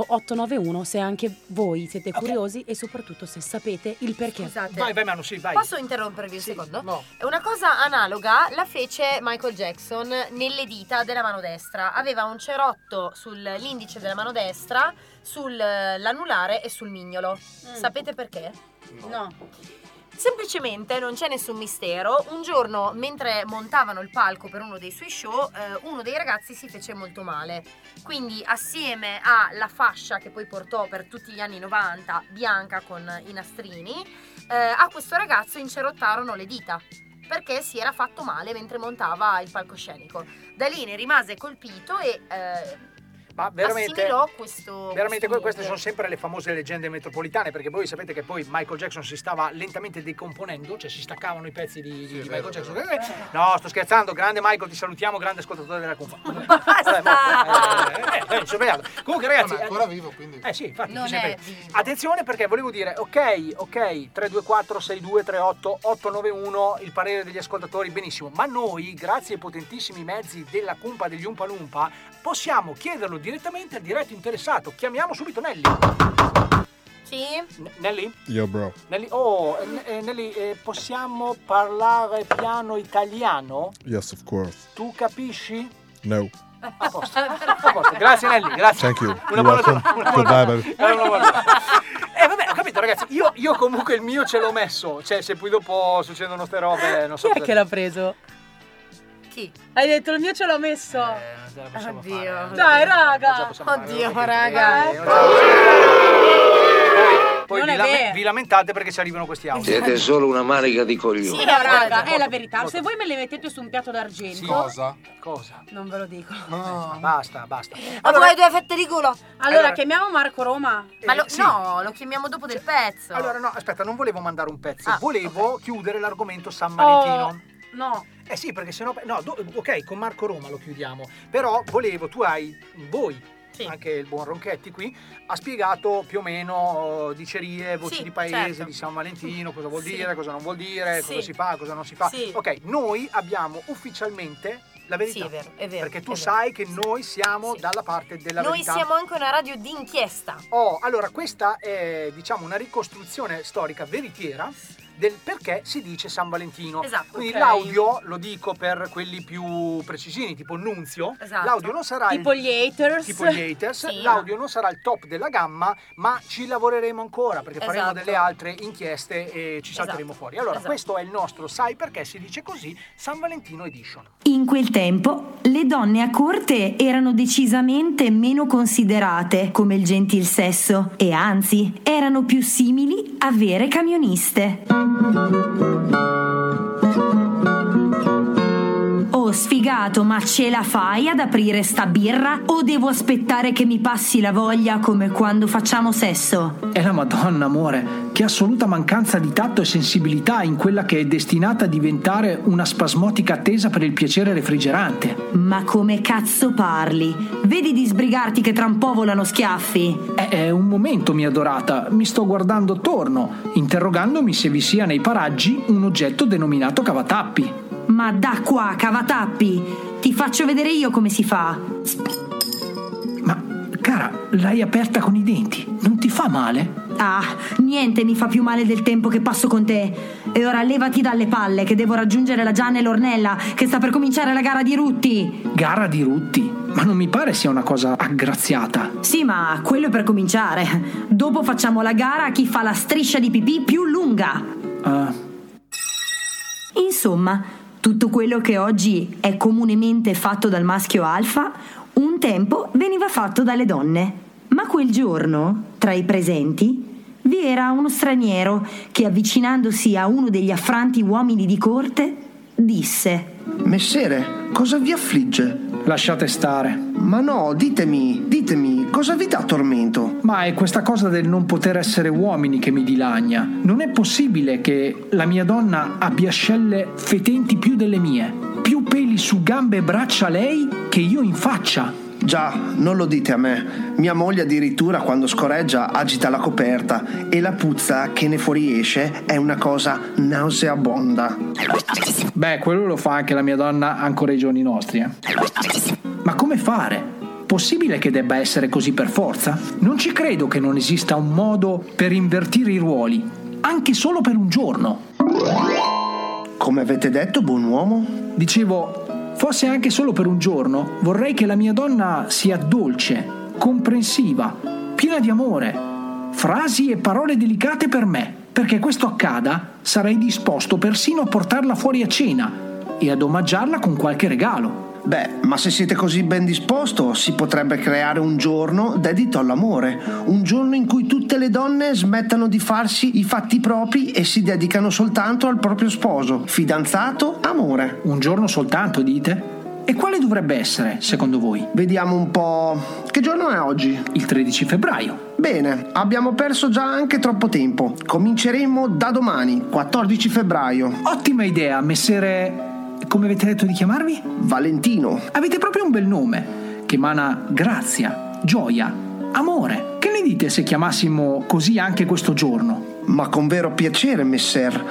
Speaker 6: 6238 891 se anche voi siete curiosi e soprattutto se sapete il perché.
Speaker 3: Scusate.
Speaker 5: Vai, vai, Manu, sì, vai.
Speaker 3: Posso interrompervi un secondo? No. Una cosa analoga la fece Michael Jackson nelle dita della mano destra. Aveva un cerotto sull'indice della mano destra sull'anulare e sul mignolo. Sapete perché?
Speaker 12: No.
Speaker 3: Semplicemente non c'è nessun mistero. Un giorno, mentre montavano il palco per uno dei suoi show, eh, uno dei ragazzi si fece molto male. Quindi, assieme alla fascia che poi portò per tutti gli anni 90, bianca con i nastrini, eh, a questo ragazzo incerottarono le dita perché si era fatto male mentre montava il palcoscenico. Da lì ne rimase colpito e eh,
Speaker 5: Ma Ah, veramente-
Speaker 3: assimilò questo.
Speaker 5: Veramente que- queste
Speaker 3: questo
Speaker 5: sono
Speaker 3: mito.
Speaker 5: sempre le famose leggende metropolitane, perché voi sapete che poi Michael Jackson si stava lentamente decomponendo, cioè si staccavano i pezzi di, di- di Michael Jackson. No, sto scherzando, grande Michael, ti salutiamo, grande ascoltatore della Confa. Eh, eh, ci ho sbagliato. Comunque ragazzi,
Speaker 11: è ancora vivo, quindi.
Speaker 5: Eh sì, infatti,
Speaker 3: Non
Speaker 5: mi sembra
Speaker 3: è
Speaker 5: che- Attenzione perché volevo dire, ok, ok, 324 6238 891 il parere degli ascoltatori, benissimo, ma noi, grazie ai potentissimi mezzi della cumpa degli Umpa Lumpa, possiamo chiederlo direttamente al diretto interessato. Chiamiamo subito Nelly.
Speaker 3: Sì?
Speaker 5: Nelly?
Speaker 16: Yo, bro.
Speaker 5: Nelly, oh, eh, N- eh, Nelly, eh, possiamo parlare piano italiano?
Speaker 16: Yes, of course.
Speaker 5: Tu capisci?
Speaker 16: No.
Speaker 5: A posto, a posto. Grazie Nelly, grazie.
Speaker 16: Thank you.
Speaker 5: Una
Speaker 16: You're
Speaker 5: buona
Speaker 16: welcome.
Speaker 5: giornata, una
Speaker 16: Goodbye,
Speaker 5: buona
Speaker 16: baby.
Speaker 5: Eh, una volta. Eh, vabbè, ho capito ragazzi, io, io comunque il mio ce l'ho messo, cioè se poi dopo succedono ste robe non so
Speaker 6: Chi è
Speaker 5: cosa-
Speaker 6: che l'ha preso?
Speaker 3: Chi?
Speaker 6: Hai detto il mio ce l'ho messo.
Speaker 3: Oddio.
Speaker 6: Dai, raga.
Speaker 3: Oddio,
Speaker 6: raga.
Speaker 5: Poi
Speaker 6: Non
Speaker 5: vi,
Speaker 6: è
Speaker 5: lame-
Speaker 6: vero.
Speaker 5: vi lamentate perché ci arrivano questi audio.
Speaker 15: Siete solo una manica di coglioni.
Speaker 6: Sì, no, raga, è la verità. Se voi me le mettete su un piatto d'argento.
Speaker 5: Cosa?
Speaker 6: Non ve lo dico.
Speaker 5: Basta, basta.
Speaker 3: Ma vuoi due fette di culo?
Speaker 6: Allora, chiamiamo Marco Roma.
Speaker 3: Eh, Ma lo- no, lo chiamiamo dopo del pezzo. Ah,
Speaker 5: Allora no, aspetta, non volevo mandare un pezzo, volevo chiudere l'argomento San Valentino.
Speaker 6: Oh, no.
Speaker 5: Eh sì, perché sennò. No, do- ok, con Marco Roma lo chiudiamo. Però volevo, tu hai. Voi, anche il buon Ronchetti qui, ha spiegato più o meno eh, dicerie, voci
Speaker 13: Sì,
Speaker 5: di paese,
Speaker 13: certo.
Speaker 5: di San Valentino, cosa vuol
Speaker 13: Sì.
Speaker 5: dire, cosa non vuol dire,
Speaker 13: Sì.
Speaker 5: cosa si fa, cosa non si fa.
Speaker 13: Sì.
Speaker 5: Ok, noi abbiamo ufficialmente la verità.
Speaker 3: Sì, è vero, è vero,
Speaker 5: Perché tu
Speaker 3: è vero.
Speaker 5: sai che noi siamo dalla parte della
Speaker 3: Noi
Speaker 5: verità.
Speaker 3: siamo anche una radio d'inchiesta.
Speaker 5: Oh, allora questa è diciamo una ricostruzione storica veritiera del perché si dice San Valentino.
Speaker 3: Esatto,
Speaker 5: Quindi
Speaker 3: ok.
Speaker 5: l'audio, lo dico per quelli più precisini, tipo Nunzio,
Speaker 6: Esatto.
Speaker 5: l'audio non sarà
Speaker 6: Tipo
Speaker 5: il,
Speaker 6: gli haters.
Speaker 5: tipo gli haters,
Speaker 6: Sì.
Speaker 5: l'audio non sarà il top della gamma, ma ci lavoreremo ancora perché faremo
Speaker 6: Esatto.
Speaker 5: delle altre inchieste e ci salteremo
Speaker 6: Esatto,
Speaker 5: fuori. Allora,
Speaker 6: esatto.
Speaker 5: questo è il nostro Sai perché si dice così San Valentino Edition.
Speaker 17: In quel tempo le donne a corte erano decisamente meno considerate come il gentil sesso e anzi erano più simili a vere camioniste. Oh sfigato, ma ce la fai ad aprire sta birra? O devo aspettare che mi passi la voglia come quando facciamo sesso?
Speaker 14: È la Madonna, amore, che assoluta mancanza di tatto e sensibilità in quella che è destinata a diventare una spasmodica attesa per il piacere refrigerante.
Speaker 17: Ma come cazzo parli? Vedi di sbrigarti che tra un po' volano schiaffi?
Speaker 14: È, è
Speaker 5: eh.
Speaker 14: un momento, mia adorata, mi sto guardando attorno, interrogandomi se vi sia nei paraggi un oggetto denominato cavatappi.
Speaker 17: Ma da qua, cavatappi! Ti faccio vedere io come si fa.
Speaker 14: Cara, l'hai aperta con i denti, non ti fa male?
Speaker 17: Ah, niente mi fa più male del tempo che passo con te. E ora levati dalle palle che devo raggiungere la Gianna e l'Ornella, che sta per cominciare la gara di Rutti.
Speaker 14: Gara di rutti, ma non mi pare sia una cosa aggraziata.
Speaker 17: Sì, ma quello è per cominciare. Dopo facciamo la gara a chi fa la striscia di pipì più lunga.
Speaker 14: Ah,
Speaker 17: Insomma, tutto quello che oggi è comunemente fatto dal maschio alfa, un tempo veniva fatto dalle donne. Ma quel giorno, tra i presenti, vi era uno straniero che, avvicinandosi a uno degli affranti uomini di corte, disse:
Speaker 26: Messere, cosa vi affligge?
Speaker 14: Lasciate stare.
Speaker 26: Ma no, ditemi, ditemi, cosa vi dà tormento?
Speaker 14: Ma è questa cosa del non poter essere uomini che mi dilagna. Non è possibile che la mia donna abbia scelle fetenti più delle mie, più peli su gambe e braccia lei che io in faccia.
Speaker 26: Già, non lo dite a me. Mia moglie addirittura quando scorreggia agita la coperta e la puzza che ne fuoriesce è una cosa nauseabonda.
Speaker 14: Beh, quello lo fa anche la mia donna ancora ai giorni nostri. eh. Ma come fare? Possibile che debba essere così per forza? Non ci credo che non esista un modo per invertire i ruoli, anche solo per un giorno.
Speaker 26: Come avete detto, buon uomo?
Speaker 14: Dicevo, fosse anche solo per un giorno, vorrei che la mia donna sia dolce, comprensiva, piena di amore, frasi e parole delicate per me. Perché questo accada, sarei disposto persino a portarla fuori a cena e ad omaggiarla con qualche regalo.
Speaker 26: Beh, ma se siete così ben disposto, si potrebbe creare un giorno dedito all'amore, un giorno in cui tutte le donne smettano di farsi i fatti propri e si dedicano soltanto al proprio sposo, fidanzato, amore.
Speaker 14: Un giorno soltanto, dite? E quale dovrebbe essere, secondo voi?
Speaker 26: Vediamo un po'. Che giorno è oggi?
Speaker 14: Il 13 febbraio.
Speaker 26: Bene, abbiamo perso già anche troppo tempo. Cominceremo da domani, 14 febbraio.
Speaker 14: Ottima idea, messere... Come avete detto di chiamarvi?
Speaker 26: Valentino.
Speaker 14: Avete proprio un bel nome, che emana grazia, gioia, amore. Che ne dite se chiamassimo così anche questo giorno?
Speaker 26: Ma con vero piacere, messer.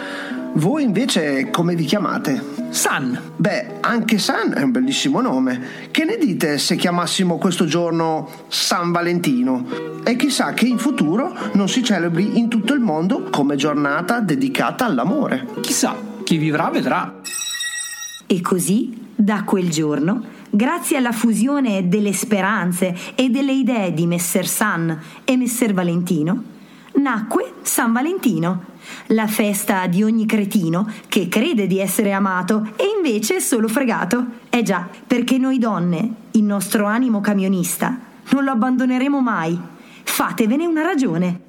Speaker 26: Voi invece come vi chiamate?
Speaker 14: San.
Speaker 26: Beh, anche San è un bellissimo nome. Che ne dite se chiamassimo questo giorno San Valentino? E chissà che in futuro non si celebri in tutto il mondo come giornata dedicata all'amore.
Speaker 14: Chissà, chi vivrà vedrà.
Speaker 1: E così, da quel giorno, grazie alla fusione delle speranze e delle idee di Messer San e Messer Valentino, nacque San Valentino, la festa di ogni cretino che crede di essere amato e invece è solo fregato. Eh già, perché noi donne, il nostro animo camionista, non lo abbandoneremo mai. Fatevene una ragione.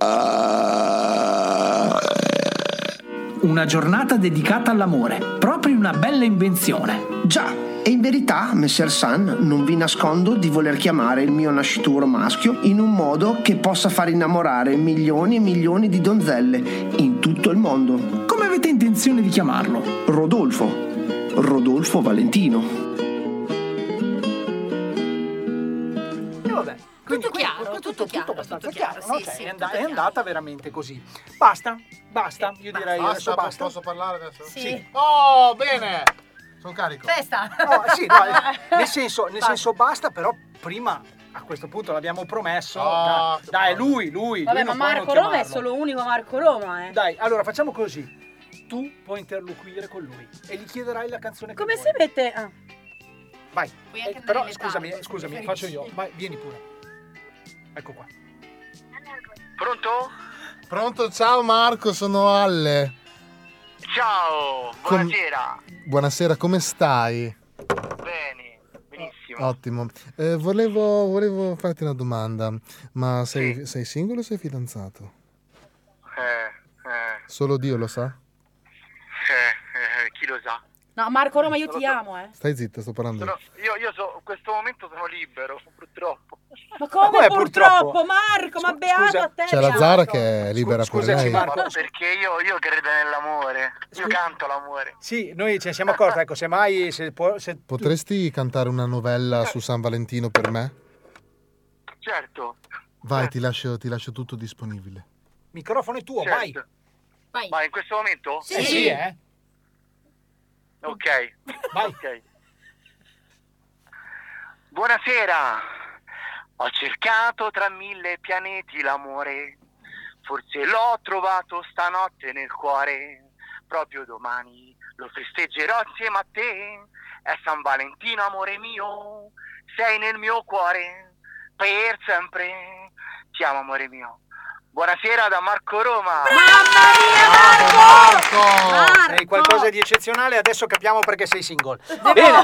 Speaker 14: Una giornata dedicata all'amore. Proprio una bella invenzione.
Speaker 26: Già,
Speaker 5: Eh,
Speaker 26: e in verità, Messer San, non vi nascondo di voler chiamare il mio nascituro maschio in un modo che possa far innamorare milioni e milioni di donzelle in tutto il mondo.
Speaker 14: Come avete intenzione di chiamarlo?
Speaker 26: Rodolfo. Rodolfo Valentino.
Speaker 5: E vabbè. Quindi
Speaker 3: Tutto chiaro,
Speaker 5: questo-
Speaker 3: tutto chiaro,
Speaker 5: tutto abbastanza
Speaker 3: tutto chiaro,
Speaker 5: chiaro, no?
Speaker 3: sì,
Speaker 5: Cioè,
Speaker 3: sì,
Speaker 5: è, and-
Speaker 3: tutto
Speaker 5: è
Speaker 3: chiaro.
Speaker 5: andata veramente così. Basta, basta, io direi
Speaker 11: Basta,
Speaker 5: adesso
Speaker 11: po-
Speaker 5: basta.
Speaker 11: posso parlare adesso?
Speaker 3: Sì.
Speaker 11: Oh, bene! Oh. Sono carico.
Speaker 3: Festa!
Speaker 5: No, sì, no, eh, nel, senso, nel senso basta, però prima a questo punto l'abbiamo promesso.
Speaker 11: Ah,
Speaker 5: dai, dai, lui, lui.
Speaker 12: Vabbè, ma
Speaker 5: lui non può non
Speaker 12: Marco Roma è
Speaker 5: chiamarlo.
Speaker 12: solo unico Marco Roma, eh.
Speaker 5: Dai, allora facciamo così. Tu puoi interloquire con lui e gli chiederai la canzone
Speaker 12: Come
Speaker 5: che
Speaker 12: si mette... ah.
Speaker 5: vuoi. Vai.
Speaker 12: Puoi anche
Speaker 5: Eh, però
Speaker 12: andare in
Speaker 5: scusami,
Speaker 12: ritardo, se
Speaker 5: scusami, faccio
Speaker 12: preferisci.
Speaker 5: io. Vai, vieni pure. Ecco qua.
Speaker 13: Pronto?
Speaker 11: Pronto, ciao Marco, sono Alle.
Speaker 13: Ciao,
Speaker 11: Com-
Speaker 13: buonasera.
Speaker 11: Buonasera, come stai?
Speaker 13: Bene, benissimo.
Speaker 5: Oh.
Speaker 11: Ottimo. Eh, volevo, volevo farti una domanda, ma sei, sei singolo o sei fidanzato?
Speaker 13: Eh, eh,
Speaker 11: Solo Dio lo sa?
Speaker 13: eh, eh, chi lo sa?
Speaker 12: No, Marco Roma, io ti amo, eh.
Speaker 11: Stai zitta, sto parlando. io.
Speaker 13: Sono- io, io so, in questo momento sono libero, purtroppo.
Speaker 12: Ma come
Speaker 11: Com'è
Speaker 12: purtroppo?
Speaker 11: purtroppo?
Speaker 12: Marco, ma beato a te.
Speaker 11: C'è la
Speaker 12: beato.
Speaker 11: Zara che è libera pure
Speaker 5: scusaci,
Speaker 11: lei.
Speaker 5: Marco.
Speaker 13: Ma perché io, io credo nell'amore, io canto l'amore.
Speaker 5: Sì, noi ce ne siamo accorti, ecco, se mai se può- se-
Speaker 11: Potresti cantare una novella su San Valentino per me?
Speaker 13: Certo,
Speaker 5: Eh.
Speaker 11: Vai, ti lascio, ti lascio tutto disponibile.
Speaker 5: microfono è tuo, vai.
Speaker 13: certo. Ma in questo momento?
Speaker 5: Eh sì, eh.
Speaker 13: Ok, ok. Buonasera. Ho cercato tra mille pianeti l'amore. Forse l'ho trovato stanotte nel cuore. Proprio domani lo festeggerò insieme a te. È San Valentino, amore mio. Sei nel mio cuore per sempre. Ti amo, amore mio. Buonasera da Marco Roma.
Speaker 5: Sei qualcosa di eccezionale, adesso capiamo perché sei single. Bene,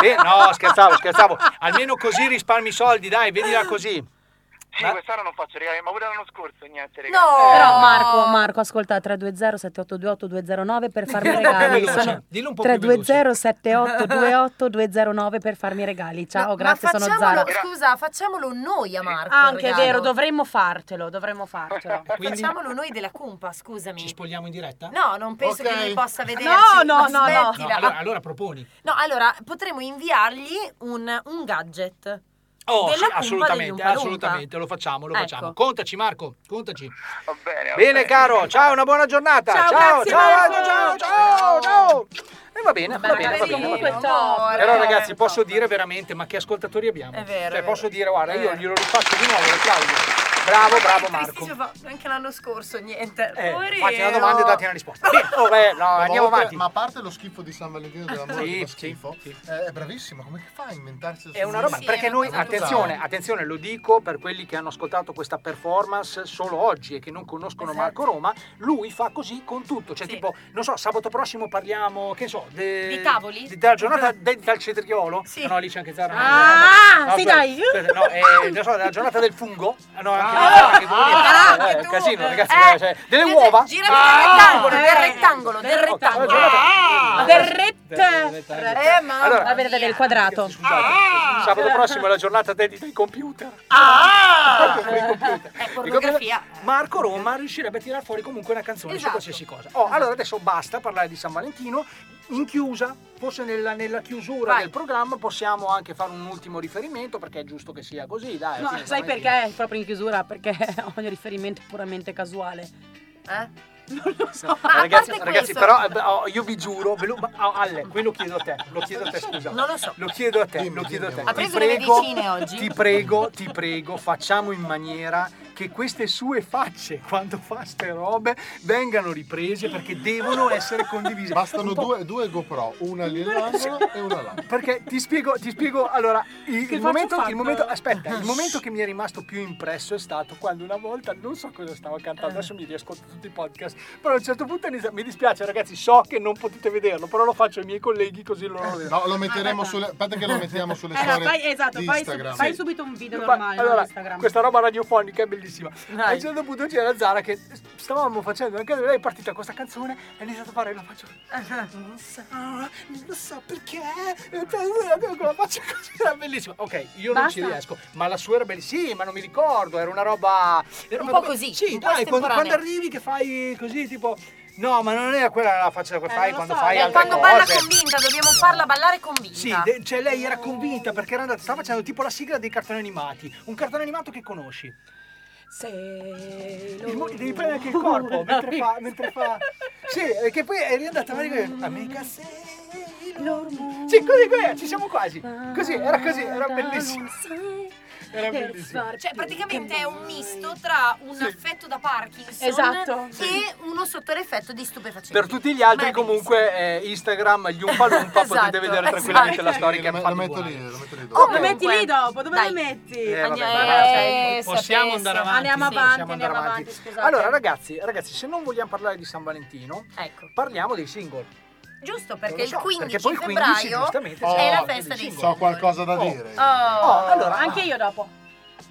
Speaker 5: Bene, no, scherzavo, scherzavo. Almeno così risparmi i soldi, dai, vedila così.
Speaker 13: Sì, quest'anno non faccio regali, ma pure l'anno scorso niente Eh. regali.
Speaker 6: Però Marco, Marco, ascolta 320 782 8209 per farmi
Speaker 13: Dillo un po' più
Speaker 6: regali.
Speaker 13: veloce,
Speaker 6: Sono
Speaker 13: dillo un po' più
Speaker 6: 320 7828 209 per farmi regali. Ciao, grazie,
Speaker 3: ma
Speaker 6: sono Zara.
Speaker 3: facciamolo, scusa, facciamolo noi a Marco. il
Speaker 6: Anche è
Speaker 3: regalo.
Speaker 6: vero, dovremmo fartelo, dovremmo fartelo.
Speaker 5: Quindi-
Speaker 3: Facciamolo noi della Cumpa, scusami. Ci
Speaker 5: spogliamo in diretta?
Speaker 3: No, non penso
Speaker 6: Ok.
Speaker 3: che lui possa vederci.
Speaker 6: No, no,
Speaker 3: ma
Speaker 6: no, no.
Speaker 3: smettila.
Speaker 6: No,
Speaker 5: Allora, allora proponi.
Speaker 3: No, allora, potremmo inviargli un, un gadget.
Speaker 5: Oh,
Speaker 3: della
Speaker 5: sì,
Speaker 3: Cumpa degli
Speaker 5: assolutamente,
Speaker 3: Oompa Loompa.
Speaker 5: assolutamente, lo facciamo, lo
Speaker 3: Ecco.
Speaker 5: facciamo. Contaci Marco, contaci.
Speaker 13: Va bene,
Speaker 5: bene, caro, ciao, una buona giornata. Ciao,
Speaker 3: Ciao,
Speaker 5: ciao,
Speaker 3: grazie,
Speaker 5: ciao,
Speaker 3: Marco.
Speaker 5: ciao, ciao, ciao. E va bene, va bene, va
Speaker 3: ragazzi,
Speaker 5: bene.
Speaker 3: comunque top.
Speaker 5: Però ragazzi, posso dire veramente, ma che ascoltatori abbiamo?
Speaker 3: È vero, Eh.
Speaker 5: Cioè,
Speaker 3: è
Speaker 5: posso dire, guarda, io
Speaker 3: vero.
Speaker 5: glielo rifaccio di nuovo, Claudio. Bravo, bravo Marco.
Speaker 3: Tristissimo, fa- anche l'anno scorso niente. Poverino.
Speaker 5: Fatti Eh, una domanda e dati una risposta. Bene, vabbè, Oh, no,
Speaker 11: Ma
Speaker 5: andiamo
Speaker 11: oltre-
Speaker 5: avanti. Ah,
Speaker 11: Ma a parte lo schifo di San Valentino della morte,
Speaker 5: Sì,
Speaker 11: che fa
Speaker 5: sì,
Speaker 11: schifo, eh, è bravissimo. Come che fa a inventarsi
Speaker 5: È una roba,
Speaker 11: eh,
Speaker 5: perché noi, attenzione, attenzione, lo dico per quelli che hanno ascoltato questa performance solo oggi e che non conoscono
Speaker 11: Esatto.
Speaker 5: Marco Roma, lui fa così con tutto, cioè tipo, non so, sabato prossimo parliamo, che so, de-
Speaker 20: Di tavoli?
Speaker 5: de- della giornata del calcetriolo, sì. no, lì c'è anche Zara.
Speaker 20: Ah,
Speaker 5: no, no,
Speaker 20: sì,
Speaker 5: aspetta,
Speaker 20: dai.
Speaker 5: aspetta, no, eh, non so, della giornata del fungo, Ah, no, anche ah, anche quello lì, eh, è un casino, ragazzi,
Speaker 3: Eh,
Speaker 5: cioè, delle uova,
Speaker 3: Gira
Speaker 5: Ah!
Speaker 3: del
Speaker 6: Eh,
Speaker 3: rettangolo, del rettangolo, del rettangolo.
Speaker 6: Ah! Del rette.
Speaker 3: Eh, ma
Speaker 5: Allora,
Speaker 6: Va bene, Ah, del quadrato.
Speaker 5: Ah. sabato prossimo è la giornata dedita ai computer.
Speaker 7: Ah!
Speaker 5: Proprio per i computer. Dico, Marco Roma riuscirebbe a tirar fuori comunque una canzone
Speaker 3: Esatto.
Speaker 5: su qualsiasi cosa. Oh, allora adesso basta parlare di San Valentino. In chiusa, forse nella, nella chiusura del programma possiamo anche fare un ultimo riferimento perché è giusto che sia così,
Speaker 12: Ah,
Speaker 5: dai.
Speaker 6: No,
Speaker 5: fine,
Speaker 6: sai
Speaker 5: Valentino.
Speaker 6: perché? Proprio in chiusura, perché ogni riferimento è puramente casuale.
Speaker 3: Eh?
Speaker 5: Ma ragazzi,
Speaker 6: parte
Speaker 5: ragazzi,
Speaker 6: questo-
Speaker 5: però eh, beh, oh, io vi giuro, ve lo, ma- oh, Ale, qui lo chiedo a te, lo chiedo a te, scusa.
Speaker 3: Non lo so.
Speaker 5: Lo chiedo a te, lo chiedo a te.
Speaker 3: Ha
Speaker 5: Ti
Speaker 3: preso le
Speaker 5: prego-
Speaker 3: medicine oggi?
Speaker 5: Ti prego, ti prego, facciamo in maniera che queste sue facce quando fa ste robe vengano riprese perché devono essere condivise.
Speaker 11: Bastano
Speaker 5: Un po'
Speaker 11: due, due GoPro, una lì all'angolo e una là.
Speaker 5: perché ti spiego, ti spiego allora, il,
Speaker 11: Che faccio Ah.
Speaker 5: il momento,
Speaker 11: fatta?
Speaker 5: il momento- aspetta, il momento che mi è rimasto più impresso è stato quando una volta, non so cosa stavo
Speaker 11: Ah.
Speaker 5: cantando, adesso mi riascolto tutti i podcast, però a un certo punto ho iniziato- mi dispiace ragazzi, so che non potete vederlo, però lo faccio ai miei colleghi così loro lo vedono.
Speaker 11: No, Eh, lo metteremo sulle. Aspetta che lo mettiamo sulle
Speaker 5: Eh,
Speaker 6: Allora,
Speaker 11: storie.
Speaker 6: fai, esatto,
Speaker 11: di
Speaker 6: fai, su-
Speaker 11: Instagram.
Speaker 6: fai
Speaker 11: Sì.
Speaker 6: subito un video
Speaker 5: Fa-
Speaker 6: normale
Speaker 5: allora,
Speaker 6: su Instagram.
Speaker 5: questa roba radiofonica è bellissima. A un certo punto c'era Zara che stavamo facendo una canzone, lei è partita questa canzone e ha iniziato a fare la faccia. Non so, non lo so perché. Con la faccia così era bellissima. Ok, io non ci
Speaker 3: Basta?
Speaker 5: riesco, ma la sua era bellissima, sì, ma non mi ricordo, era una roba. Era
Speaker 3: Un
Speaker 5: una
Speaker 3: po'
Speaker 5: roba-
Speaker 3: così,
Speaker 5: Sì,
Speaker 3: un po'
Speaker 5: dai, quando,
Speaker 3: estemporanea.
Speaker 5: quando arrivi che fai così, tipo. No, ma non era quella la faccia che fai quando fai
Speaker 3: Eh,
Speaker 5: altre
Speaker 3: quando
Speaker 5: cose.
Speaker 3: balla convinta, dobbiamo farla ballare convinta.
Speaker 5: Sì, de- cioè lei era convinta perché era andata, stava facendo tipo la sigla dei cartoni animati, un cartone animato che conosci.
Speaker 6: Se
Speaker 5: Il mo- devi prendere anche il corpo mentre fa, mentre fa... Sì, eh, che poi è riandata a Amica sei l'ormone. Sì, così, così, ci siamo quasi. Così, era così, era bellissimo. Era bellissimo.
Speaker 3: Cioè, praticamente è un misto tra un affetto da Parkinson
Speaker 6: Esatto.
Speaker 3: e uno sottoreffetto di stupefacenti.
Speaker 5: Per tutti gli altri
Speaker 3: Ma è
Speaker 5: comunque eh, Instagram, gli Umpa Lumpa,
Speaker 3: Esatto,
Speaker 5: potete vedere tranquillamente
Speaker 3: esatto.
Speaker 5: la storia che
Speaker 11: Lo
Speaker 5: hanno
Speaker 11: me-
Speaker 5: fatto.
Speaker 11: lo metto
Speaker 5: buona.
Speaker 11: lì, lo metto lì.
Speaker 6: Lo metti Oh, lì dopo, dove lo metti?
Speaker 5: Eh, vabbè,
Speaker 6: Andiamo-
Speaker 5: vabbè, vabbè,
Speaker 6: Eh,
Speaker 5: possiamo
Speaker 6: sapesse.
Speaker 5: andare avanti.
Speaker 6: Andiamo
Speaker 5: sì,
Speaker 6: avanti,
Speaker 5: possiamo andare
Speaker 6: andiamo
Speaker 5: avanti.
Speaker 6: avanti, scusate.
Speaker 5: Allora, ragazzi, ragazzi, se non vogliamo parlare di San Valentino,
Speaker 6: Ecco.
Speaker 5: parliamo dei single.
Speaker 3: Giusto,
Speaker 5: Non
Speaker 3: perché
Speaker 5: lo
Speaker 3: il
Speaker 5: so,
Speaker 3: 15
Speaker 5: perché poi il 15
Speaker 3: febbraio
Speaker 5: giustamente
Speaker 3: è
Speaker 5: si
Speaker 3: la
Speaker 5: fa
Speaker 3: festa
Speaker 5: il
Speaker 3: dei
Speaker 11: So qualcosa da
Speaker 5: Oh.
Speaker 11: dire.
Speaker 3: Oh,
Speaker 5: allora-
Speaker 6: Anche io dopo.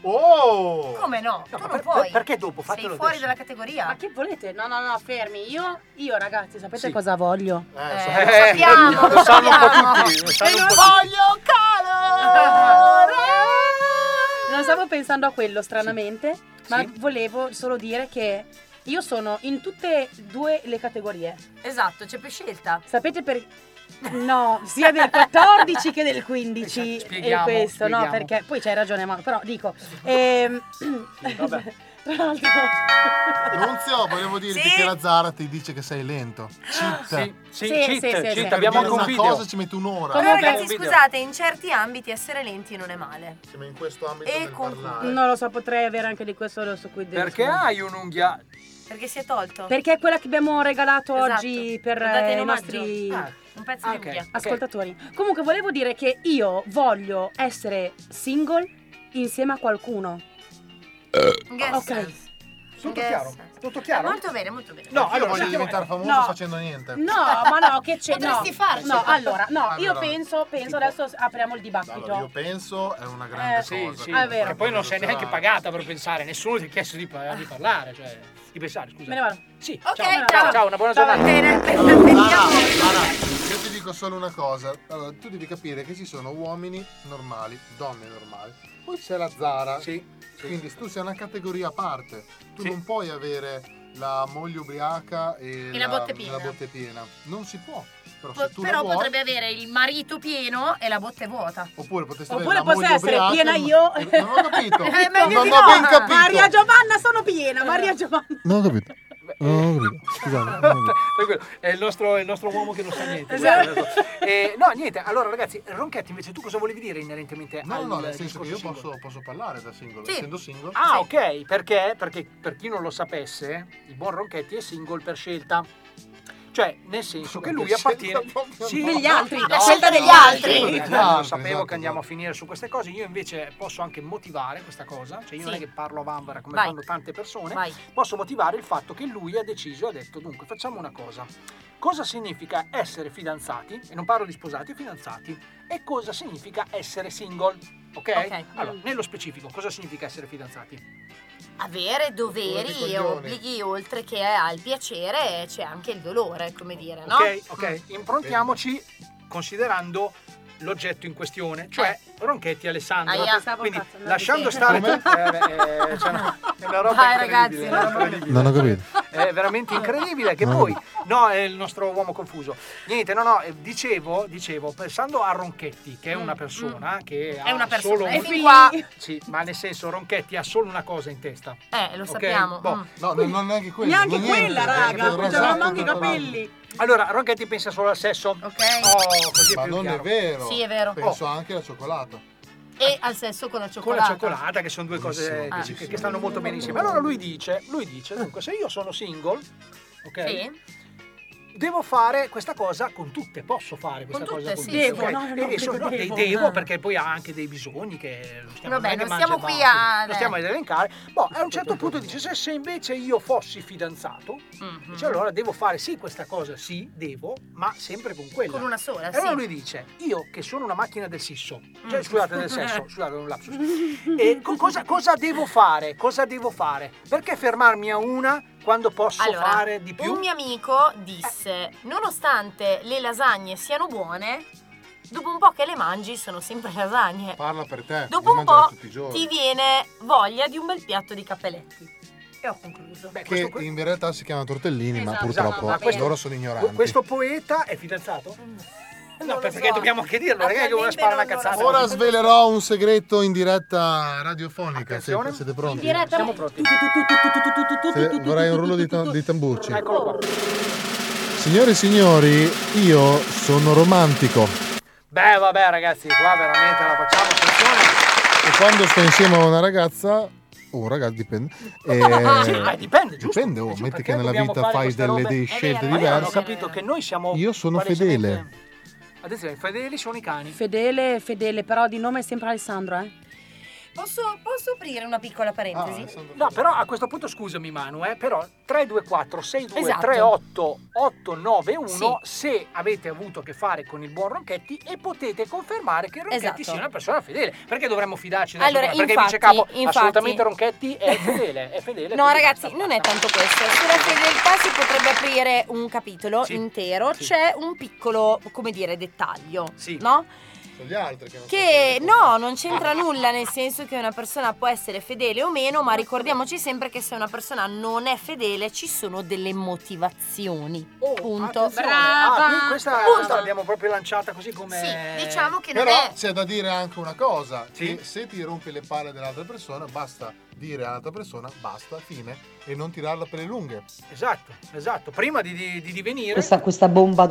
Speaker 11: Oh!
Speaker 3: Come no? tu non
Speaker 5: per-
Speaker 3: puoi.
Speaker 5: per- perché dopo? Fatelo
Speaker 3: Sei fuori
Speaker 5: adesso.
Speaker 3: dalla categoria.
Speaker 6: Ma che volete? No, no, no, fermi. Io, io ragazzi, sapete cosa voglio?
Speaker 5: Eh, sappiamo, lo sanno un po' sappiamo. tutti, lo
Speaker 6: Eh,
Speaker 5: sanno un po' tutti.
Speaker 3: voglio calore!
Speaker 6: Non stavo pensando a quello, stranamente, ma volevo solo dire che io sono in tutte e due le categorie.
Speaker 3: Esatto, c'è più scelta.
Speaker 6: Sapete per... No, sia del 14 che del 15. E
Speaker 3: Spieghiamo,
Speaker 6: questo, no,
Speaker 3: spieghiamo.
Speaker 6: perché poi c'hai ragione, ma però dico... ehm, Tra l'altro...
Speaker 11: Nunzio, volevo dirti che la Zara ti dice che sei lento. Cheat.
Speaker 5: Sì,
Speaker 6: sì, Sì, cheat, sì, sì, cheat. sì.
Speaker 5: Abbiamo
Speaker 11: Per
Speaker 5: anche un
Speaker 11: dire
Speaker 5: video.
Speaker 11: Una cosa ci metti un'ora.
Speaker 3: Però ragazzi, scusate, in certi ambiti essere lenti non è male.
Speaker 11: Ma in questo ambito
Speaker 3: E
Speaker 11: del
Speaker 3: con-
Speaker 11: parlare.
Speaker 6: Non lo so, potrei avere anche di questo lo so qui dentro.
Speaker 5: Perché hai un'unghia
Speaker 3: Perché si è tolto.
Speaker 6: Perché è quella che abbiamo regalato
Speaker 3: Esatto.
Speaker 6: oggi per
Speaker 3: Lo date in
Speaker 6: eh, i
Speaker 3: omaggio?
Speaker 6: nostri
Speaker 3: Ah, un pezzo di unghia.
Speaker 6: ascoltatori. Comunque volevo dire che io voglio essere single insieme a qualcuno. ok.
Speaker 5: Tutto chiaro? Tutto chiaro?
Speaker 3: Molto bene, molto bene.
Speaker 11: No, allora voglio
Speaker 6: sentiamo-
Speaker 11: diventare famoso
Speaker 6: no.
Speaker 11: facendo niente.
Speaker 6: No, ma no, che c'è?
Speaker 3: Potresti
Speaker 6: no.
Speaker 3: farcela.
Speaker 6: No, allora, no, io
Speaker 11: Ah, Allora,
Speaker 6: penso, penso adesso apriamo il dibattito.
Speaker 11: Allora, io penso è una grande
Speaker 6: Eh, sì,
Speaker 11: cosa.
Speaker 6: sì. Ah, è vero.
Speaker 5: Che poi non sei neanche pagata per pensare, nessuno ti ha chiesto di, pa- di parlare, cioè di pensare, scusa.
Speaker 6: Me ne vado. Eh,
Speaker 5: Sì,
Speaker 11: ciao.
Speaker 5: ciao, ciao, una buona giornata.
Speaker 11: Io ti dico solo una cosa, Allora, tu devi capire che ci sono uomini normali, donne normali, poi c'è la Zara, quindi tu sei una categoria a parte, tu non puoi avere la moglie ubriaca e,
Speaker 3: E la botte piena.
Speaker 11: la botte piena. non si può, però
Speaker 3: Po-
Speaker 11: se tu la
Speaker 3: però
Speaker 11: vuoi,
Speaker 3: potrebbe avere il marito pieno e la botte vuota.
Speaker 11: oppure potresti
Speaker 6: Oppure
Speaker 11: avere la
Speaker 6: posso
Speaker 11: moglie
Speaker 6: essere
Speaker 11: ubriaca
Speaker 6: piena
Speaker 11: e-
Speaker 6: io.
Speaker 11: Non ho capito,
Speaker 6: Eh, meglio
Speaker 11: non
Speaker 6: di
Speaker 11: ho
Speaker 6: no.
Speaker 11: ben capito.
Speaker 6: Eh. Maria Giovanna sono piena, Maria Giovanna.
Speaker 11: Non
Speaker 16: non
Speaker 11: ho capito.
Speaker 16: ho capito. Scusate. non ho capito.
Speaker 5: Tranquillo, È il, nostro, è il nostro uomo che non sa niente.
Speaker 11: Esatto.
Speaker 5: guarda. Eh, no, niente. Allora, ragazzi, Ronchetti, invece, tu cosa volevi dire inerentemente
Speaker 11: No,
Speaker 5: al
Speaker 11: no, nel senso
Speaker 5: discorso
Speaker 11: che io
Speaker 5: singolo?
Speaker 11: posso, posso parlare da singolo,
Speaker 5: Sì.
Speaker 11: essendo single.
Speaker 5: Ah, ok, perché? Perché per chi non lo sapesse, il buon Ronchetti è single per scelta. Cioè, nel senso che lui
Speaker 11: Per scelta
Speaker 5: appartiene
Speaker 11: proprio
Speaker 5: Sì,
Speaker 11: no.
Speaker 5: no,
Speaker 11: Degli altri,
Speaker 5: no,
Speaker 11: la scelta
Speaker 5: no,
Speaker 11: degli
Speaker 5: no,
Speaker 11: altri. Esatto,
Speaker 5: sì, no,
Speaker 11: esatto,
Speaker 5: sapevo
Speaker 11: esatto.
Speaker 5: che andiamo a finire su queste cose. Io invece posso anche motivare questa cosa. Cioè, io non
Speaker 11: Sì.
Speaker 5: è che parlo a vanvera come
Speaker 11: Vai.
Speaker 5: fanno tante persone.
Speaker 11: Vai.
Speaker 5: Posso motivare il fatto che lui ha deciso e ha detto: dunque, facciamo una cosa. Cosa significa essere fidanzati? E non parlo di sposati, fidanzati. E cosa significa essere single?
Speaker 3: Ok.
Speaker 5: ok. Allora, nello specifico, cosa significa essere fidanzati?
Speaker 3: Avere
Speaker 5: Doveri,
Speaker 3: doveri e
Speaker 5: coglioni.
Speaker 3: obblighi, oltre che al piacere c'è anche il dolore, come dire, no?
Speaker 5: Ok, ok, Mm. improntiamoci considerando l'oggetto in questione, cioè Ronchetti e Alessandro.
Speaker 3: Aia. Pensavo
Speaker 5: Quindi
Speaker 3: cazzo, non
Speaker 5: lasciando
Speaker 3: sì.
Speaker 5: stare
Speaker 3: Come?
Speaker 5: tutto, eh, beh, eh, cioè, no, è una roba
Speaker 3: Dai,
Speaker 5: incredibile,
Speaker 3: ragazzi.
Speaker 5: è incredibile.
Speaker 16: Non ho
Speaker 11: Esatto.
Speaker 16: capito.
Speaker 5: È veramente incredibile che
Speaker 16: Ah.
Speaker 5: poi no, è il nostro uomo confuso. Niente, no, no, eh, dicevo, dicevo, pensando a Ronchetti, che è una persona che
Speaker 3: È
Speaker 5: ha
Speaker 3: una persona,
Speaker 5: solo
Speaker 3: e
Speaker 5: un-
Speaker 3: fin qua-
Speaker 5: Sì, ma nel senso Ronchetti ha solo una cosa in testa.
Speaker 3: Eh, lo
Speaker 5: Ok?
Speaker 3: sappiamo.
Speaker 5: Boh.
Speaker 3: Mm.
Speaker 11: No, non, non neanche quella.
Speaker 5: Neanche
Speaker 11: non esatto, niente,
Speaker 5: quella,
Speaker 11: perché
Speaker 5: raga,
Speaker 11: proprio
Speaker 5: cioè, non
Speaker 11: rosato
Speaker 5: manco i
Speaker 11: tutto davanti.
Speaker 5: Allora, Ronchetti pensa solo al sesso. Ok. Oh, così
Speaker 11: Ma
Speaker 5: più
Speaker 11: non
Speaker 5: chiaro.
Speaker 11: è vero.
Speaker 3: Sì, è vero.
Speaker 11: Penso anche alla cioccolata.
Speaker 3: E al sesso con la
Speaker 5: Con
Speaker 3: cioccolata.
Speaker 5: la cioccolata, che sono due cose
Speaker 3: Buonissimo,
Speaker 5: che, ci- che stanno molto bene insieme. Allora lui dice, lui dice, dunque, se io sono single, ok?
Speaker 3: Sì.
Speaker 5: Devo fare questa cosa con tutte, posso fare questa
Speaker 3: Con
Speaker 5: cosa
Speaker 3: tutte,
Speaker 5: con
Speaker 3: sì,
Speaker 5: tutte.
Speaker 3: sì.
Speaker 5: ok?
Speaker 3: Devo, no, no,
Speaker 5: e e sono, no, dei
Speaker 3: devo,
Speaker 5: devo
Speaker 3: no.
Speaker 5: perché poi ha anche dei bisogni che non stiamo,
Speaker 3: Vabbè,
Speaker 5: è che
Speaker 3: non stiamo
Speaker 5: mangia
Speaker 3: qui
Speaker 5: tanto,
Speaker 3: a-
Speaker 5: non stiamo ad elencare. Boh, a un certo punto dice, se, se invece io fossi fidanzato,
Speaker 3: Mhm.
Speaker 7: Mm-hmm.
Speaker 5: dice, allora devo fare sì questa cosa, sì, devo, ma sempre con quella.
Speaker 3: Con una sola,
Speaker 5: E allora
Speaker 3: sì.
Speaker 5: lui dice, io che sono una macchina del sisso,
Speaker 3: Mm.
Speaker 5: cioè scusate del sesso, scusate un lapsus, e co- cosa, cosa devo fare? Cosa devo fare? Perché fermarmi a una quando posso
Speaker 3: Allora,
Speaker 5: fare di più?
Speaker 3: un mio amico disse, nonostante le lasagne siano buone, dopo un po' che le mangi sono sempre lasagne.
Speaker 11: Parla per te.
Speaker 3: Dopo
Speaker 11: io
Speaker 3: un
Speaker 11: mangio
Speaker 3: po'
Speaker 11: Eh, tutti i giorni.
Speaker 3: ti viene voglia di un bel piatto di capelletti. E ho concluso.
Speaker 11: Che in realtà si chiama tortellini, ma
Speaker 3: Esatto,
Speaker 11: purtroppo
Speaker 5: ma questo- Esatto.
Speaker 11: loro sono ignoranti.
Speaker 5: Questo poeta è fidanzato? No, per-
Speaker 3: Mm. so. Ah,
Speaker 5: perché dobbiamo anche dirlo, ragazzi, che vuole sparare una cazzata.
Speaker 11: Ora svelerò un segreto in diretta radiofonica, se
Speaker 5: Attenzione.
Speaker 11: siete pronti.
Speaker 5: Siamo pronti.
Speaker 11: Se- vorrei un rullo di, ta- di tamburci.
Speaker 5: Eccolo qua.
Speaker 11: Signore e signori, io sono romantico
Speaker 5: Beh, vabbè, ragazzi, qua veramente la facciamo. attenzione.
Speaker 11: e quando sto insieme a una ragazza, o un ragazzo dipende,
Speaker 5: Ah,
Speaker 11: eh,
Speaker 5: dipende, giusto?
Speaker 11: dipende, oh, metti
Speaker 5: Perché
Speaker 11: che nella
Speaker 5: dobbiamo
Speaker 11: vita
Speaker 5: fare
Speaker 11: fai
Speaker 5: queste
Speaker 11: delle
Speaker 5: robe?
Speaker 11: dei
Speaker 5: È
Speaker 11: scelte
Speaker 5: vero, ma io non Ho
Speaker 11: diverse.
Speaker 5: capito che noi siamo.
Speaker 11: Io sono
Speaker 5: palesemente-
Speaker 11: fedele.
Speaker 5: Attenzione, fedeli sono i cani.
Speaker 6: Fedele, fedele, però di nome è sempre Alessandro, eh.
Speaker 3: Posso, posso aprire una piccola
Speaker 11: Ah,
Speaker 3: parentesi?
Speaker 5: No, però a questo punto scusami Manu, eh, però 324 62
Speaker 3: Esatto.
Speaker 5: 38 891
Speaker 3: Sì.
Speaker 5: se avete avuto a che fare con il buon Ronchetti e potete confermare che Ronchetti
Speaker 3: Esatto.
Speaker 5: sia una persona fedele. Perché dovremmo fidarci della
Speaker 3: Allora,
Speaker 5: sua- Perché
Speaker 3: infatti-
Speaker 5: dice capo
Speaker 3: infatti-
Speaker 5: assolutamente Ronchetti è fedele, è fedele.
Speaker 3: No
Speaker 5: quindi
Speaker 3: ragazzi,
Speaker 5: basta.
Speaker 3: non è tanto questo. Sulla fedeltà si potrebbe aprire un capitolo intero. C'è un piccolo, come dire, dettaglio. No?
Speaker 11: Sono gli altri che non
Speaker 3: Che no, non
Speaker 11: Ah.
Speaker 3: c'entra nulla, nel senso che una persona può essere fedele o meno, ma ricordiamoci sempre che se una persona non è fedele ci sono delle motivazioni. Punto.
Speaker 5: Oh, Attenzione. Ah, qui questa, questa l'abbiamo proprio lanciata così come
Speaker 3: Sì, diciamo che non
Speaker 11: Però
Speaker 3: è-
Speaker 11: c'è da dire anche una cosa, che se ti rompi le palle dell'altra persona, basta dire all'altra persona basta, fine, e non tirarla per le lunghe.
Speaker 5: Esatto, esatto. Prima di, di- di divenire... Ah,
Speaker 20: Questa, questa bomba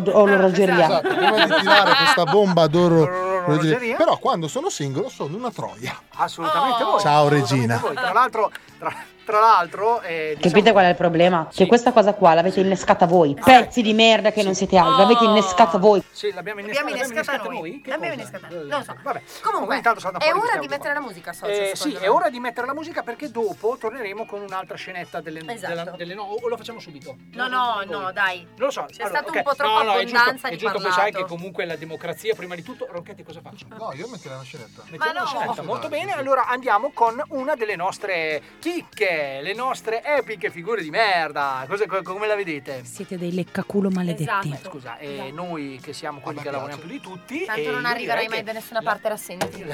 Speaker 20: d'orologeria.
Speaker 11: Esatto, prima di tirare questa bomba d'oro, voglio dire, però quando sono singolo sono una troia.
Speaker 5: Assolutamente
Speaker 3: Oh.
Speaker 5: voi.
Speaker 11: Ciao,
Speaker 5: assolutamente
Speaker 11: Regina.
Speaker 5: voi. Tra l'altro, tra, tra l'altro eh, diciamo-
Speaker 20: Capite qual è il problema? Che questa cosa qua l'avete innescata voi,
Speaker 6: Eh.
Speaker 20: pezzi di merda che non siete altro,
Speaker 6: Oh.
Speaker 20: l'avete innescata voi.
Speaker 5: Sì, l'abbiamo
Speaker 3: Ah. L'abbiamo
Speaker 5: innescata,
Speaker 3: innescata
Speaker 5: l'abbiamo
Speaker 3: noi.
Speaker 5: innescata
Speaker 3: L'abbiamo
Speaker 5: Che cosa?
Speaker 3: innescata. Non lo so.
Speaker 5: Vabbè.
Speaker 3: Comunque,
Speaker 5: intanto salta
Speaker 3: è
Speaker 5: fuori
Speaker 3: ora
Speaker 5: questa
Speaker 3: di
Speaker 5: roba
Speaker 3: mettere la musica,
Speaker 5: qua.
Speaker 3: social.
Speaker 5: Eh, sì,
Speaker 3: secondo
Speaker 5: è
Speaker 3: me.
Speaker 5: ora di mettere la musica perché dopo torneremo con un'altra scenetta delle,
Speaker 3: Esatto.
Speaker 5: della- delle no, o lo facciamo subito.
Speaker 3: No,
Speaker 5: Lo
Speaker 3: no,
Speaker 5: sentite voi.
Speaker 3: no, dai.
Speaker 5: Lo so,
Speaker 3: C'è
Speaker 5: allora,
Speaker 3: stata
Speaker 5: ok.
Speaker 3: un po'
Speaker 5: No,
Speaker 3: troppa
Speaker 5: no, è giusto-
Speaker 3: abbondanza
Speaker 5: È
Speaker 3: di
Speaker 5: giusto,
Speaker 3: parlato.
Speaker 5: poi sai che comunque la democrazia, prima di tutto, Ronchetti cosa faccio?
Speaker 11: No, io metterei una scenetta.
Speaker 5: Mettiamo una
Speaker 11: no.
Speaker 5: scenetta,
Speaker 11: Sì,
Speaker 5: molto
Speaker 11: dai,
Speaker 5: bene. Allora andiamo con una delle nostre chicche, le nostre epiche figure di merda. Cosa- co- come la vedete?
Speaker 6: Siete dei leccaculo maledetti.
Speaker 3: Esatto.
Speaker 5: Beh, Scusa, e noi che siamo quelli che lavoriamo più di tutti.
Speaker 3: Tanto
Speaker 5: e
Speaker 3: non
Speaker 5: io
Speaker 3: arriverai
Speaker 5: direi
Speaker 3: mai
Speaker 5: che-
Speaker 3: da nessuna parte, rassegnati.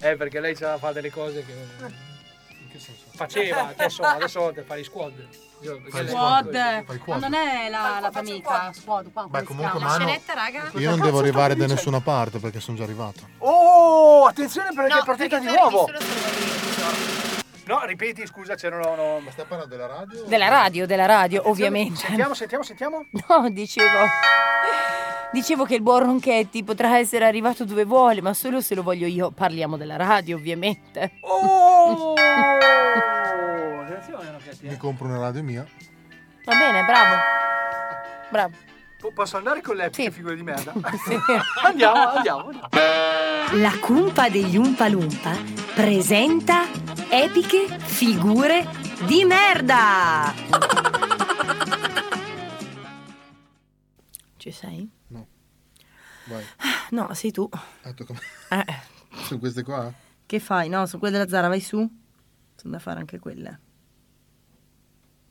Speaker 5: Eh, perché lei ce la fa delle cose che. Faceva, adesso, adesso fa gli squad.
Speaker 6: Squad, ma non è la, la tua amica squad qua.
Speaker 11: Beh, comunque,
Speaker 6: La
Speaker 11: Manu,
Speaker 6: scenetta, raga?
Speaker 11: io non devo arrivare da nessuna parte perché sono già arrivato.
Speaker 5: Oh, attenzione perché è partita di nuovo. No, ripeti, scusa, c'erano. Ma
Speaker 11: stiamo parlando della radio?
Speaker 3: Della radio, della radio, ovviamente.
Speaker 5: Sentiamo, sentiamo, sentiamo.
Speaker 3: No, dicevo. Dicevo che il buon Ronchetti potrà essere arrivato dove vuole, ma solo se lo voglio io. Parliamo della radio, ovviamente.
Speaker 5: Oh! Attenzione, Ronchetti.
Speaker 11: Mi compro una radio mia.
Speaker 3: Va bene, bravo. Bravo.
Speaker 5: Po- Posso andare con le figure di merda? andiamo, andiamo.
Speaker 27: La cumpa degli Umpa Lumpa presenta epiche figure di merda!
Speaker 3: Ci sei?
Speaker 11: Vai.
Speaker 3: No, sei tu.
Speaker 11: Ah, tocca a me.
Speaker 3: Eh,
Speaker 11: Sono queste qua?
Speaker 3: che fai? No, su quelle della Zara vai su. Sono da fare anche quelle.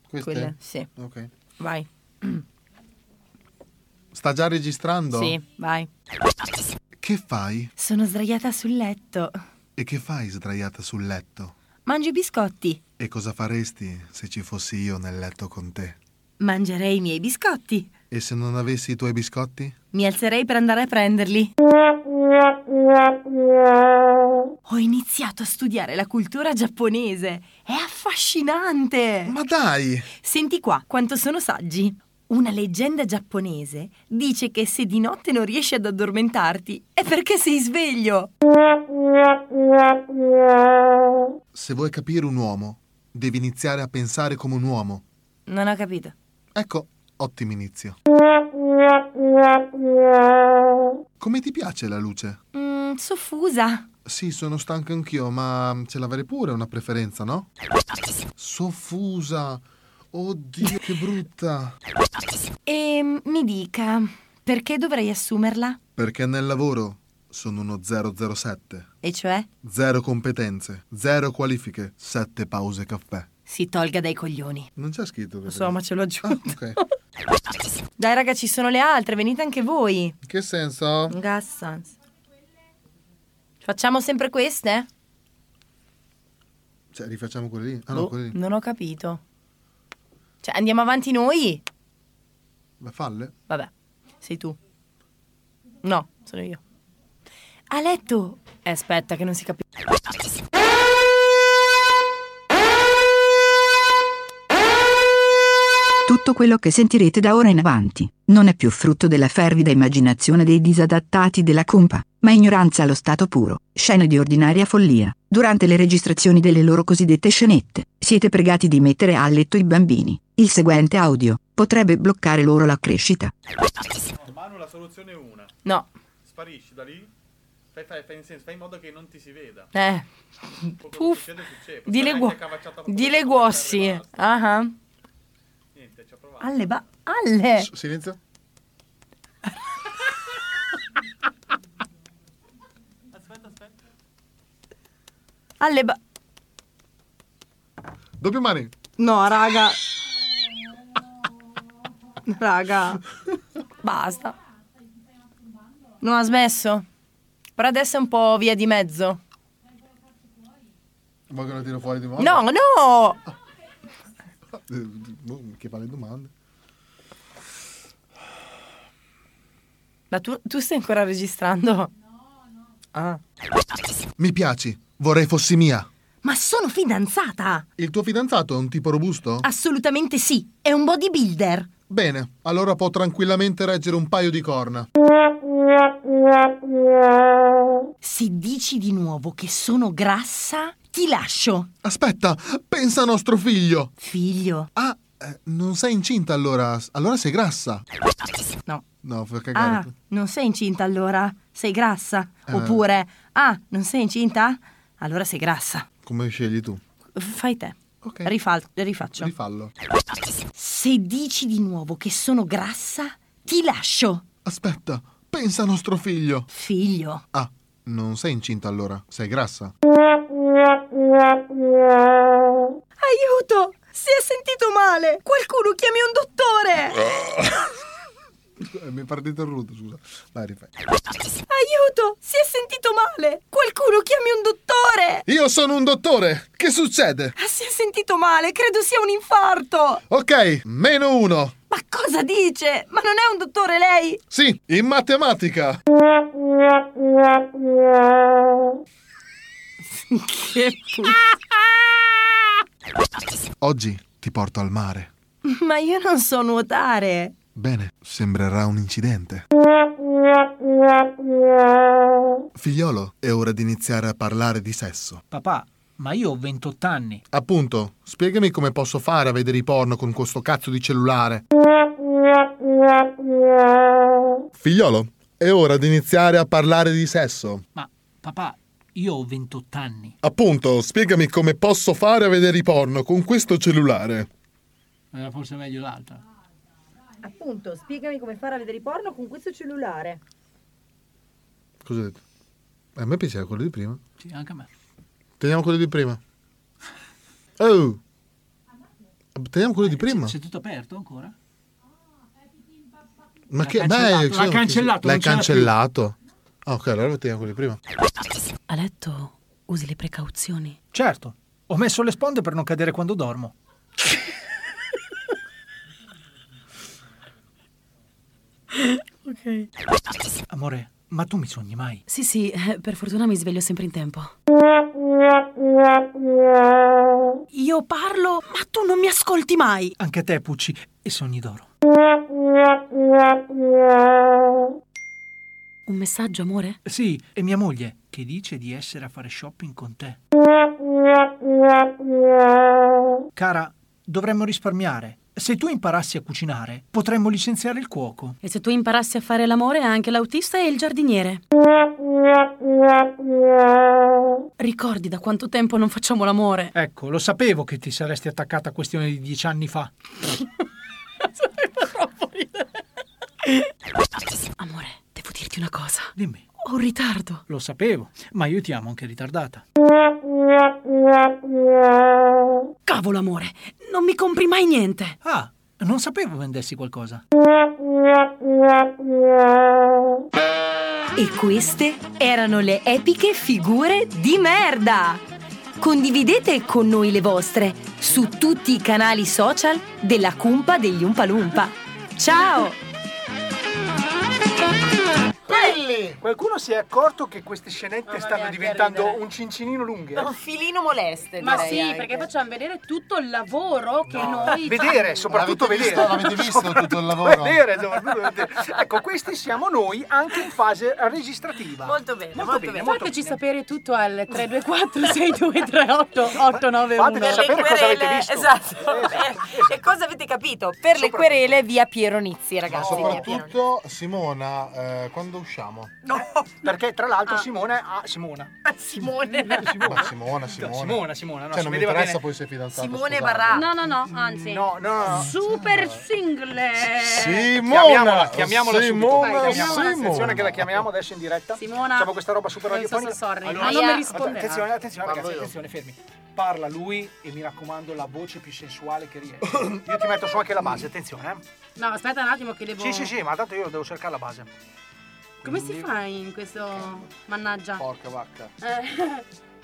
Speaker 11: Queste?
Speaker 3: Quelle, sì.
Speaker 11: Ok.
Speaker 3: Vai.
Speaker 11: Sta già registrando?
Speaker 3: Sì, vai.
Speaker 11: Che fai?
Speaker 3: Sono sdraiata sul letto.
Speaker 11: E che fai sdraiata sul letto?
Speaker 3: Mangio i biscotti.
Speaker 11: E cosa faresti se ci fossi io nel letto con te?
Speaker 3: Mangerei i miei biscotti.
Speaker 11: E se non avessi i tuoi biscotti?
Speaker 3: Mi alzerei per andare a prenderli. Ho iniziato a studiare la cultura giapponese. È affascinante.
Speaker 11: Ma dai!
Speaker 3: Senti qua quanto sono saggi. Una leggenda giapponese dice che se di notte non riesci ad addormentarti è perché sei sveglio.
Speaker 11: Se vuoi capire un uomo, devi iniziare a pensare come un uomo.
Speaker 3: Non ho capito.
Speaker 11: Ecco, ottimo inizio. Come ti piace la luce?
Speaker 3: Mm, soffusa.
Speaker 11: Sì, sono stanco anch'io, ma ce l'avrei pure una preferenza, no? Soffusa. Oddio, che brutta.
Speaker 3: E mm, mi dica, perché dovrei assumerla?
Speaker 11: Perché nel lavoro sono uno 007.
Speaker 3: E cioè,
Speaker 11: Zero competenze, zero qualifiche, sette pause caffè.
Speaker 3: si tolga dai coglioni.
Speaker 11: Non c'è scritto
Speaker 3: Lo
Speaker 11: questo.
Speaker 3: so, ma ce l'ho aggiunto.
Speaker 11: ok.
Speaker 3: Dai, raga, ci sono le altre, venite anche voi.
Speaker 11: In che senso?
Speaker 3: Gas Sans. Facciamo sempre queste?
Speaker 11: Cioè, rifacciamo quelle lì? Ah no,
Speaker 3: Boh,
Speaker 11: quelle lì.
Speaker 3: non ho capito. Cioè, andiamo avanti noi?
Speaker 11: Ma falle?
Speaker 3: Vabbè, sei tu. No, sono io. A letto. Eh, aspetta, che non si capisce.
Speaker 22: Tutto quello che sentirete da ora in avanti non è più frutto della fervida immaginazione dei disadattati della compa, ma ignoranza allo stato puro, scene di ordinaria follia. Durante le registrazioni delle loro cosiddette scenette, siete pregati di mettere a letto i bambini. Il seguente audio potrebbe bloccare loro la crescita.
Speaker 4: Manu, la soluzione è una.
Speaker 3: No.
Speaker 4: Sparisci da lì. Fai, fai, fai, in senso, fai in modo che non ti si veda.
Speaker 3: Eh. Puff.
Speaker 4: Succede, succede. Può stare anche accavacciata un po'
Speaker 3: Di le guossi. Ah ah.
Speaker 4: Niente, ci ho provato.
Speaker 3: Alle ba... Alle.
Speaker 11: Silenzio.
Speaker 4: Aspetta, aspetta.
Speaker 3: Alle ba...
Speaker 11: Doppio mani.
Speaker 3: No, raga. Raga. Basta. Non ha smesso. Però adesso è un po' via di mezzo.
Speaker 11: Vuoi che lo tiro fuori di nuovo?
Speaker 3: No, no!
Speaker 11: Eh, boh, Che palle domande.
Speaker 3: Ma tu, tu stai ancora registrando? Ah.
Speaker 11: Mi piaci, vorrei fossi mia.
Speaker 3: Ma sono fidanzata!
Speaker 11: Il tuo fidanzato è un tipo robusto?
Speaker 3: Ah. Assolutamente sì, è un bodybuilder.
Speaker 11: Bene, allora può tranquillamente reggere un paio di corna.
Speaker 3: Se dici di nuovo che sono grassa, ti lascio.
Speaker 11: Aspetta, pensa a nostro figlio.
Speaker 3: Figlio?
Speaker 11: Ah, eh, non sei incinta allora. Allora sei grassa.
Speaker 3: No.
Speaker 11: No, fa
Speaker 3: Ah,
Speaker 11: cagare.
Speaker 3: non sei incinta allora? Sei grassa?
Speaker 11: Eh.
Speaker 3: Oppure, ah, non sei incinta? Allora sei grassa.
Speaker 11: Come scegli tu?
Speaker 3: Fai te. Rifal- rifaccio.
Speaker 11: Rifallo.
Speaker 3: Se dici di nuovo che sono grassa, ti lascio.
Speaker 11: Aspetta, pensa a nostro figlio.
Speaker 3: Figlio?
Speaker 11: Ah, non sei incinta allora. Sei grassa.
Speaker 3: Aiuto! Si è sentito male! Qualcuno chiami un dottore!
Speaker 11: Scusa, Mi è partito il ruto, scusa. Vai, rifai.
Speaker 3: Aiuto! Si è sentito male! Qualcuno chiami un dottore!
Speaker 11: Io sono un dottore. Che succede?
Speaker 3: Ah, si è sentito male! Credo sia un infarto!
Speaker 11: Ok, meno uno.
Speaker 3: Ma cosa dice? Ma non è un dottore lei?
Speaker 11: Sì, in matematica.
Speaker 3: Che puttana!
Speaker 4: Oggi ti porto al mare.
Speaker 21: Ma io non so nuotare.
Speaker 4: Bene, sembrerà un incidente. Figliolo, è ora di iniziare a parlare di sesso.
Speaker 5: Papà, ma io ho 28 anni.
Speaker 4: Appunto, spiegami come posso fare a vedere i porno con questo cazzo di cellulare.
Speaker 16: Figliolo, è ora di iniziare a parlare di sesso.
Speaker 5: Ma papà, io ho 28 anni.
Speaker 16: Appunto, spiegami come posso fare a vedere i porno con questo cellulare.
Speaker 5: Era forse meglio l'altra.
Speaker 12: Appunto, spiegami come fare a vedere i porno con questo cellulare.
Speaker 16: Cosa ho detto? Eh, A me piaceva quello di prima.
Speaker 5: Sì, anche a me.
Speaker 16: Teniamo quello di prima. Oh! Teniamo quello di prima.
Speaker 5: Eh, C'è tutto aperto ancora?
Speaker 16: Ma
Speaker 5: l'ha
Speaker 16: che...
Speaker 5: cancellato,
Speaker 16: beh,
Speaker 5: l'ha
Speaker 16: cioè,
Speaker 5: cancellato,
Speaker 16: L'hai
Speaker 5: non c'era più.
Speaker 16: cancellato. Ah, ok, allora teniamo quello di prima.
Speaker 8: A letto usi le precauzioni.
Speaker 5: Certo, ho messo le sponde per non cadere quando dormo.
Speaker 8: Ok.
Speaker 5: Amore, ma tu mi sogni mai?
Speaker 8: Sì, sì, eh, per fortuna mi sveglio sempre in tempo.
Speaker 21: Io parlo, ma tu non mi ascolti mai.
Speaker 5: Anche a te, Pucci, e sogni d'oro.
Speaker 8: Un messaggio, amore?
Speaker 5: Sì, e mia moglie, che dice di essere a fare shopping con te. Cara, dovremmo risparmiare. Se tu imparassi a cucinare, potremmo licenziare il cuoco.
Speaker 8: E se tu imparassi a fare l'amore anche l'autista e il giardiniere? Ricordi da quanto tempo non facciamo l'amore?
Speaker 5: Ecco, lo sapevo che ti saresti attaccata a questione di dieci anni fa.
Speaker 8: Amore, devo dirti una cosa.
Speaker 5: Dimmi.
Speaker 8: Ho un ritardo.
Speaker 5: Lo sapevo, ma io ti amo anche ritardata.
Speaker 8: Cavolo, amore, non mi compri mai niente.
Speaker 5: Ah, non sapevo vendessi qualcosa.
Speaker 1: E queste erano le epiche figure di merda! Condividete con noi le vostre su tutti i canali social della Cumpa degli Umpalumpa. Ciao!
Speaker 5: Pelli! Qualcuno si è accorto che queste scenette stanno diventando un cincinino lunghe?
Speaker 6: Oh,
Speaker 3: Un filino moleste,
Speaker 6: Ma
Speaker 3: direi
Speaker 6: sì,
Speaker 3: anche.
Speaker 6: perché facciamo vedere tutto il lavoro che noi
Speaker 5: Vedere, soprattutto
Speaker 11: L'avete
Speaker 5: vedere.
Speaker 11: visto? L'avete visto tutto il
Speaker 5: Soprattutto
Speaker 11: lavoro?
Speaker 5: Vedere, soprattutto vedere. Ecco, questi siamo noi anche in fase eh, registrativa. Molto bene, molto, bene. molto
Speaker 6: Fateci
Speaker 5: bene.
Speaker 6: sapere tutto al 324 6238 891
Speaker 3: Per le querele, esatto. e cosa avete capito? Per le querele via Piero Nizzi, ragazzi. via Piero Nizzi.
Speaker 11: Soprattutto Oh, Simona, eh, quando usciamo?
Speaker 5: Perché tra
Speaker 6: Ah.
Speaker 5: l'altro Simone ha Simona. Eh,
Speaker 3: Simone.
Speaker 11: Ma Simona, Simona.
Speaker 5: Simona, Simona, no,
Speaker 11: cioè,
Speaker 5: si
Speaker 11: non mi
Speaker 5: vedeva
Speaker 11: interessa
Speaker 5: bene.
Speaker 11: poi se è fidanzata.
Speaker 6: Simone
Speaker 11: scusate.
Speaker 6: Barra. No, no, no, anzi.
Speaker 5: No, no.
Speaker 6: Super single.
Speaker 11: Simona.
Speaker 5: Chiamiamola, chiamiamola
Speaker 11: Simona,
Speaker 5: subito.
Speaker 11: Simona.
Speaker 5: Chiamiamola. Attenzione che la chiamiamo adesso in diretta.
Speaker 6: Simona.
Speaker 5: Facciamo questa roba super
Speaker 6: Non so
Speaker 5: radiofonica.
Speaker 6: se sorry, ma non Ah. mi risponderà.
Speaker 5: Attenzione, attenzione
Speaker 6: Parlo
Speaker 5: ragazzi,
Speaker 6: io.
Speaker 5: attenzione, fermi. Parla lui e mi raccomando la voce più sensuale che riesce. Io ti metto su anche la base, attenzione. eh.
Speaker 6: No, aspetta un attimo che devo...
Speaker 5: Sì, sì, sì, ma tanto io devo cercare la base.
Speaker 6: Come si fa in questo... Mannaggia.
Speaker 11: Porca vacca.
Speaker 6: Eh,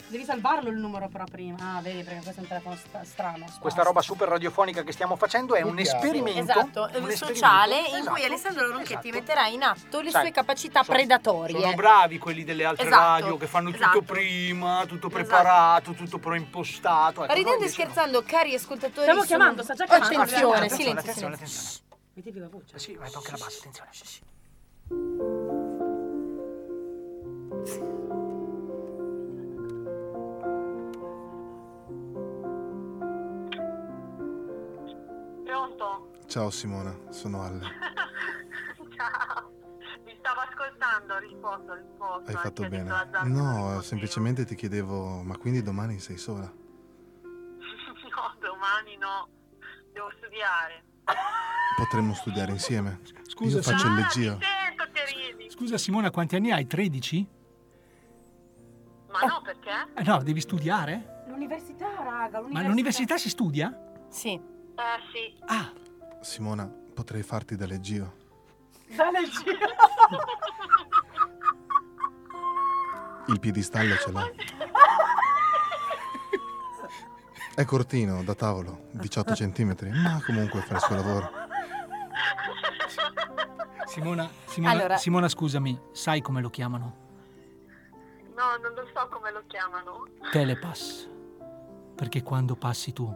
Speaker 6: Devi salvarlo il numero però prima. Ah, vedi, perché questo è un telefono sta- strano.
Speaker 5: Questa roba super radiofonica che stiamo facendo è un
Speaker 6: Chiaro.
Speaker 5: esperimento.
Speaker 3: Esatto,
Speaker 5: un esperimento.
Speaker 3: sociale in
Speaker 5: Esatto.
Speaker 3: cui Alessandro Ronchetti metterà in atto le
Speaker 5: Sai,
Speaker 3: sue capacità
Speaker 5: sono-
Speaker 3: predatorie.
Speaker 5: Sono bravi quelli delle altre
Speaker 3: Esatto,
Speaker 5: radio che fanno
Speaker 3: esatto.
Speaker 5: tutto prima, tutto
Speaker 3: Esatto.
Speaker 5: preparato, tutto preimpostato. Ecco, noi
Speaker 3: Ridendo e
Speaker 5: invece no.
Speaker 3: scherzando, cari ascoltatori.
Speaker 6: Stiamo
Speaker 3: sono-
Speaker 6: chiamando, sta già chiamando.
Speaker 3: Attenzione,
Speaker 6: Attenzione,
Speaker 3: silenzio,
Speaker 6: attenzione,
Speaker 3: silenzio.
Speaker 6: Metti più la voce.
Speaker 5: Sì, ma tocca la base, attenzione.
Speaker 19: Pronto?
Speaker 4: Ciao Simona, sono Alle.
Speaker 19: Ciao. Mi stavo ascoltando, ho risposto, ho risposto.
Speaker 4: Hai
Speaker 19: eh,
Speaker 4: fatto
Speaker 19: ti ho detto
Speaker 4: bene.
Speaker 19: azzardo
Speaker 4: No, semplicemente ti chiedevo, ma quindi domani sei sola?
Speaker 19: così. No, domani no. Devo studiare.
Speaker 4: Potremmo studiare insieme.
Speaker 5: Scusa,
Speaker 4: Io faccio
Speaker 5: Simona,
Speaker 4: il leggio.
Speaker 5: Scusa Simona, quanti anni hai? 13?
Speaker 19: Ma no, perché?
Speaker 5: Eh, no, devi studiare?
Speaker 6: L'università, raga, l'università.
Speaker 5: Ma all'università si studia?
Speaker 6: Sì.
Speaker 19: Eh sì.
Speaker 4: Simona, potrei farti da leggio.
Speaker 6: Dale il giro.
Speaker 4: Il piedistallo ce l'ha. È cortino, da tavolo, 18 centimetri, ma comunque fa il suo lavoro.
Speaker 5: Simona, Simona,
Speaker 19: Allora-
Speaker 5: Simona, scusami, sai come lo chiamano?
Speaker 19: No, non lo so come lo chiamano.
Speaker 5: Telepass. Perché quando passi tu,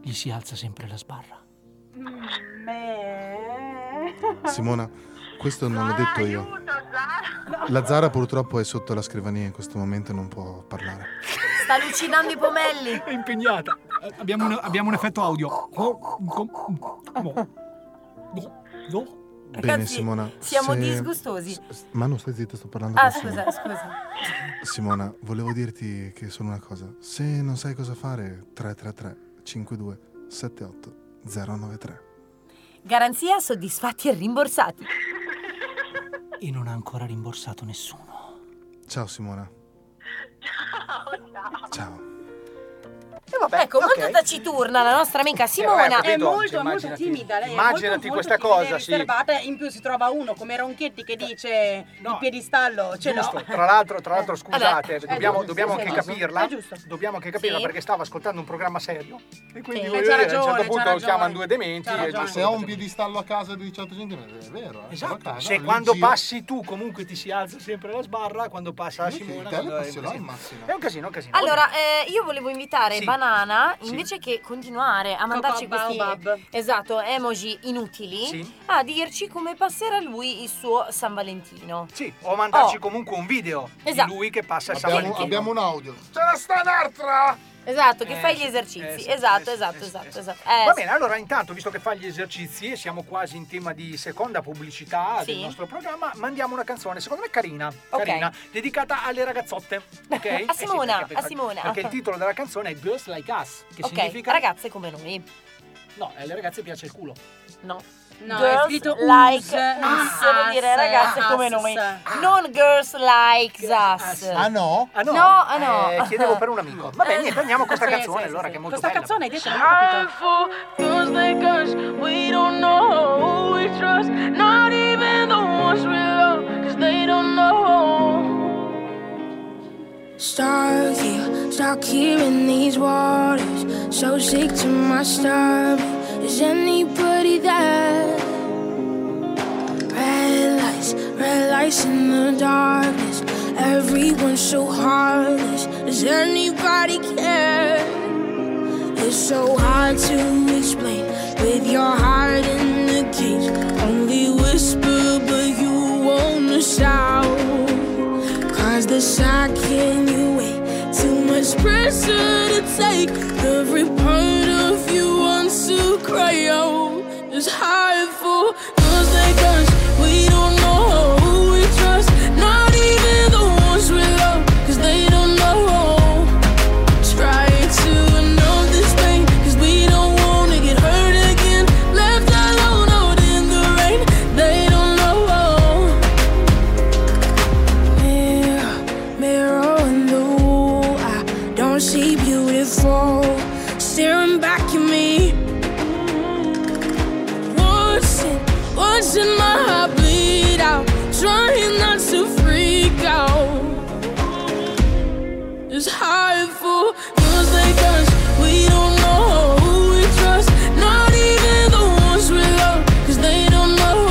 Speaker 5: gli si alza sempre la sbarra.
Speaker 6: Eh.
Speaker 19: Eh,
Speaker 4: Simona, questo non l'ho detto io. La Zara purtroppo è sotto la scrivania in questo momento e non può parlare.
Speaker 3: Sta lucidando i pomelli.
Speaker 5: È impegnata. Eh, Abbiamo un, abbiamo un effetto audio. Oh, com- oh, oh, oh.
Speaker 4: Bene, Simona.
Speaker 3: Eh, Siamo
Speaker 4: se-
Speaker 3: disgustosi.
Speaker 4: Ma non stai zitta, sto parlando
Speaker 3: Ah,
Speaker 4: con Simona.
Speaker 3: scusa, scusa.
Speaker 4: Simona, volevo dirti che solo una cosa. Se non sai cosa fare, 333 52 78 093.
Speaker 3: Garanzia soddisfatti e rimborsati.
Speaker 5: E non ha ancora rimborsato nessuno.
Speaker 4: Ciao Simona. Ciao.
Speaker 5: Eh,
Speaker 3: ecco, molto taciturna la nostra amica Simona.
Speaker 6: è molto, molto timida. Lei
Speaker 5: immaginati
Speaker 6: è molto, molto
Speaker 5: questa
Speaker 6: timida e
Speaker 5: cosa, sì. Eh,
Speaker 6: riservata. In più si trova uno come Ronchetti che dice il piedistallo ce l'ho.
Speaker 5: Giusto. Tra l'altro, tra l'altro, scusate,
Speaker 6: Vabbè, è
Speaker 5: dobbiamo,
Speaker 6: giusto,
Speaker 5: dobbiamo
Speaker 6: sì,
Speaker 5: anche
Speaker 6: è giusto.
Speaker 5: capirla.
Speaker 6: È giusto.
Speaker 5: Dobbiamo anche capirla
Speaker 6: Sì.
Speaker 5: perché stava ascoltando un programma serio. E quindi voglio
Speaker 6: Sì. Eh, c'ha
Speaker 5: dire, a un
Speaker 6: ragione,
Speaker 5: certo punto
Speaker 6: c'ha
Speaker 5: lo chiamano due
Speaker 6: ragione.
Speaker 5: dementi.
Speaker 6: C'ha
Speaker 5: e
Speaker 6: ragione.
Speaker 11: Se ho un piedistallo a casa di 18 cm, è vero. eh, sono a
Speaker 5: Esatto,
Speaker 11: casa,
Speaker 5: se
Speaker 11: lì
Speaker 5: quando
Speaker 11: giro.
Speaker 5: passi tu comunque ti si alza sempre la sbarra, quando passa la
Speaker 11: Invece
Speaker 5: Simona...
Speaker 11: il tele
Speaker 5: quando è
Speaker 11: passerà
Speaker 5: un casino.
Speaker 11: in massima.
Speaker 5: È un casino, è un casino.
Speaker 3: Allora, eh, io volevo invitare
Speaker 5: Sì.
Speaker 3: Banana
Speaker 5: Sì.
Speaker 3: invece che continuare a mandarci questi
Speaker 6: Baobab.
Speaker 3: esatto, emoji inutili,
Speaker 5: Sì.
Speaker 3: a dirci come passerà lui il suo San Valentino.
Speaker 5: Sì, o mandarci
Speaker 3: Oh.
Speaker 5: comunque un video
Speaker 3: Esatto.
Speaker 5: di lui che passa il San
Speaker 11: Abbiamo-
Speaker 5: Valentino.
Speaker 11: abbiamo un audio.
Speaker 5: C'era sta un'altra!
Speaker 3: Esatto, che
Speaker 5: Eh,
Speaker 3: fai
Speaker 5: sì,
Speaker 3: gli
Speaker 5: eh,
Speaker 3: esercizi.
Speaker 5: sì,
Speaker 3: esatto,
Speaker 5: eh,
Speaker 3: esatto,
Speaker 5: sì,
Speaker 3: esatto,
Speaker 5: eh, sì.
Speaker 3: esatto. Eh,
Speaker 5: Va
Speaker 3: sì.
Speaker 5: bene, allora intanto, visto che fa gli esercizi e siamo quasi in tema di seconda pubblicità del
Speaker 3: Sì.
Speaker 5: nostro programma, mandiamo una canzone, secondo me carina,
Speaker 3: Ok.
Speaker 5: carina dedicata alle ragazzotte. ok? Eh sì,
Speaker 3: A Simona,
Speaker 5: perché-
Speaker 3: a Simona.
Speaker 5: Perché il titolo della canzone è Girls Like Us, che
Speaker 3: ok,
Speaker 5: significa...
Speaker 3: ragazze come noi.
Speaker 5: No, alle ragazze piace il culo.
Speaker 3: No.
Speaker 6: No,
Speaker 3: girls
Speaker 6: è scritto
Speaker 3: like
Speaker 6: us,
Speaker 3: us,
Speaker 6: us,
Speaker 3: vuol dire ragazze
Speaker 6: us.
Speaker 3: come noi. Non girls like us.
Speaker 11: Ah no?
Speaker 5: Ah no?
Speaker 3: No, ah no.
Speaker 5: Eh, chiedevo per un amico. Vabbè, niente, andiamo con questa canzone allora che è molto
Speaker 6: Questa
Speaker 5: bella.
Speaker 6: canzone hai detto non ho capito.
Speaker 2: Prideful girls like us, we don't know who we trust. Not even the ones we love, cause they don't know.
Speaker 7: Stuck here, stuck here in these waters. So sick to my stomach. Is anybody there? Red lights, red lights in the darkness. Everyone's so heartless. Does anybody care? It's so hard to explain with your heart in the cage. Only whisper, but you wanna shout. Cause the shock in you wait. Too much pressure to take. Every part of you wants to cry out. It's hard for girls like us. We don't know who we trust. Not even the ones we love. Cause they don't know. Try to numb this pain, cause we don't wanna get hurt again. Left alone out in the rain, they don't know. Mirror, mirror in the wall, I don't see beautiful staring back at me. Watching, watching my heart bleed out, trying not to freak out. It's hard for girls like us. We don't know who we trust. Not even the ones we love, cause they don't know.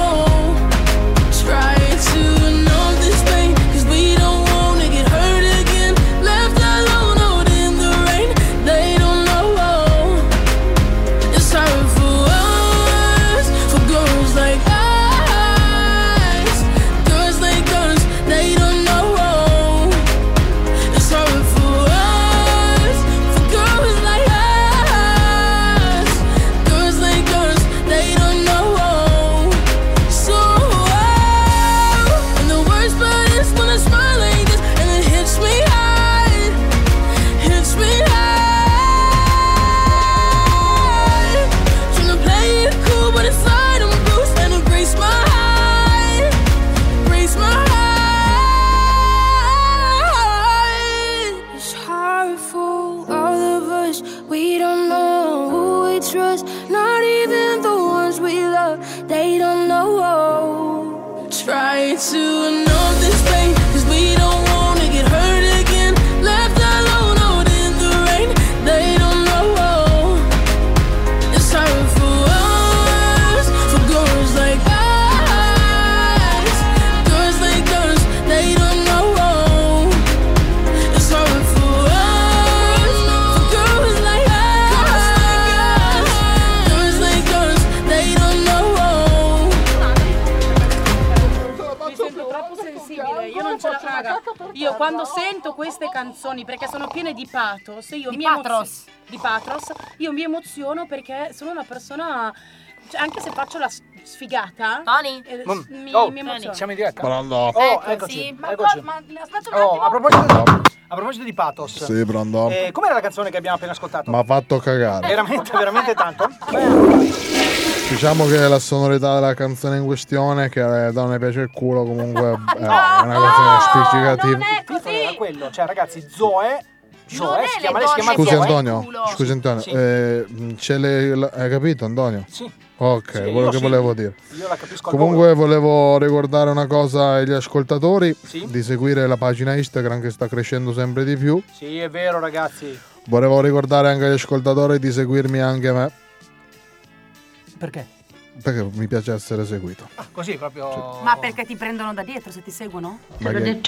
Speaker 7: Try to numb this pain, cause we don't wanna get hurt again. Left alone out in the rain, they don't know. It's hard for us, for girls like us. Girls like us, they don't know. It's hard for us, for girls like us. Girls like us, they don't know. So and the worst part is when I smile like this and it hits me hard, hits me hard. Tryna play it cool, but inside I'm bruised and it breaks my heart, breaks my heart. It's hard for all of us. We don't know who we trust, not even the ones we love. They don't know. Try to numb this pain, cause we don't wanna get hurt again. Left alone out in the rain, they don't know. It's hard for us, for girls like us. Girls like us, they don't know. It's hard for us, for girls like us.
Speaker 6: io
Speaker 3: oh,
Speaker 6: quando sento queste canzoni, perché sono piene di pathos, io
Speaker 3: Di
Speaker 6: mi emozio-
Speaker 3: patros.
Speaker 6: di patros, io mi emoziono perché sono una persona. cioè, anche se faccio la s- sfigata, eh, s- mi,
Speaker 5: oh,
Speaker 6: mi emoziono.
Speaker 5: siamo in diretta.
Speaker 16: Pronto?
Speaker 5: Oh,
Speaker 6: Eccoci.
Speaker 5: eccoci.
Speaker 6: Ma
Speaker 5: eccoci.
Speaker 6: qua- ma- aspetta un
Speaker 5: Oh,
Speaker 6: attimo.
Speaker 5: a proposito, a proposito di pathos,
Speaker 16: Sì, pronto.
Speaker 5: eh, com'era la canzone che abbiamo appena ascoltato?
Speaker 16: Ma ha fatto cagare.
Speaker 5: Veramente, veramente tanto?
Speaker 16: Diciamo che la sonorità della canzone in questione, che alle donne piace il culo, comunque è una canzone spiccicativa.
Speaker 5: Era quello, cioè ragazzi, Zoe, Zoe, si
Speaker 3: le
Speaker 5: chiama, lei si
Speaker 3: donne
Speaker 5: chiama
Speaker 16: Scusi
Speaker 5: Zoe.
Speaker 16: Antonio, scusi Antonio, eh, ce l'hai la- hai capito Antonio?
Speaker 5: Sì.
Speaker 16: Ok,
Speaker 5: Sì, io
Speaker 16: quello che
Speaker 5: sì.
Speaker 16: volevo dire.
Speaker 5: Io la capisco al
Speaker 16: Comunque volevo ricordare una cosa agli ascoltatori,
Speaker 5: Sì.
Speaker 16: di seguire la pagina Instagram che sta crescendo sempre di più.
Speaker 5: Sì, è vero ragazzi.
Speaker 16: Volevo ricordare anche agli ascoltatori di seguirmi anche me,
Speaker 5: Perché?
Speaker 16: perché mi piace essere seguito.
Speaker 5: Ah, Così proprio...
Speaker 18: Ma perché ti prendono da dietro se ti seguono?
Speaker 16: Ma che-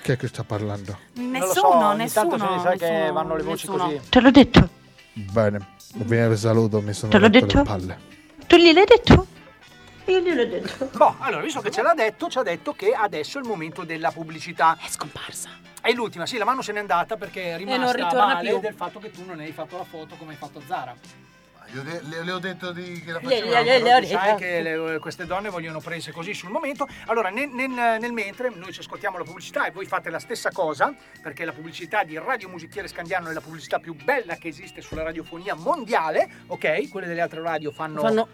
Speaker 16: Chi è che sta parlando?
Speaker 18: Nessuno, nessuno.
Speaker 5: Tanto sai che
Speaker 18: nessuno,
Speaker 5: vanno le voci
Speaker 18: nessuno.
Speaker 5: così.
Speaker 8: Te l'ho detto.
Speaker 16: Bene, vi saluto, mi sono
Speaker 8: Te l'ho
Speaker 16: rotto
Speaker 8: detto?
Speaker 16: le palle.
Speaker 8: Tu gliel'hai detto?
Speaker 5: Io gliel'ho detto. Boh, allora, visto che ce l'ha detto, ci ha detto che adesso è il momento della pubblicità. È scomparsa. È l'ultima, sì, la mano se n'è andata perché è rimasta
Speaker 6: non ritorna
Speaker 5: male
Speaker 6: più.
Speaker 5: del fatto che tu non hai fatto la foto come hai fatto a Zara.
Speaker 28: Io le, le- le ho detto di, che la
Speaker 5: Perché
Speaker 28: facevamo.
Speaker 5: tu sai che le- queste donne vogliono prese così sul momento. Allora, nel, nel- nel mentre noi ci ascoltiamo la pubblicità e voi fate la stessa cosa, perché la pubblicità di Radio Musichiere Scandiano è la pubblicità più bella che esiste sulla radiofonia mondiale, ok? Quelle delle altre radio fanno.
Speaker 28: Fanno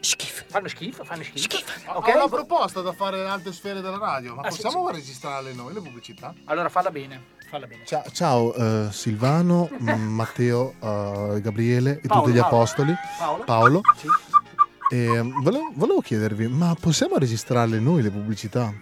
Speaker 5: schifo. Fanno schifo, fanno schifo.
Speaker 28: Ho
Speaker 5: Ok?
Speaker 28: una proposta da fare in altre sfere della radio, ma
Speaker 5: Ah, sì,
Speaker 28: possiamo
Speaker 5: sì.
Speaker 28: registrarle noi le pubblicità?
Speaker 5: Allora falla bene, falla bene.
Speaker 16: Ciao, ciao eh, Silvano, m, Matteo, eh, Gabriele e
Speaker 5: Paolo,
Speaker 16: tutti gli
Speaker 5: Paolo.
Speaker 16: apostoli.
Speaker 5: Paolo. Sì.
Speaker 16: E, m, volevo, Ehm, volevo chiedervi, ma possiamo registrarle noi le pubblicità?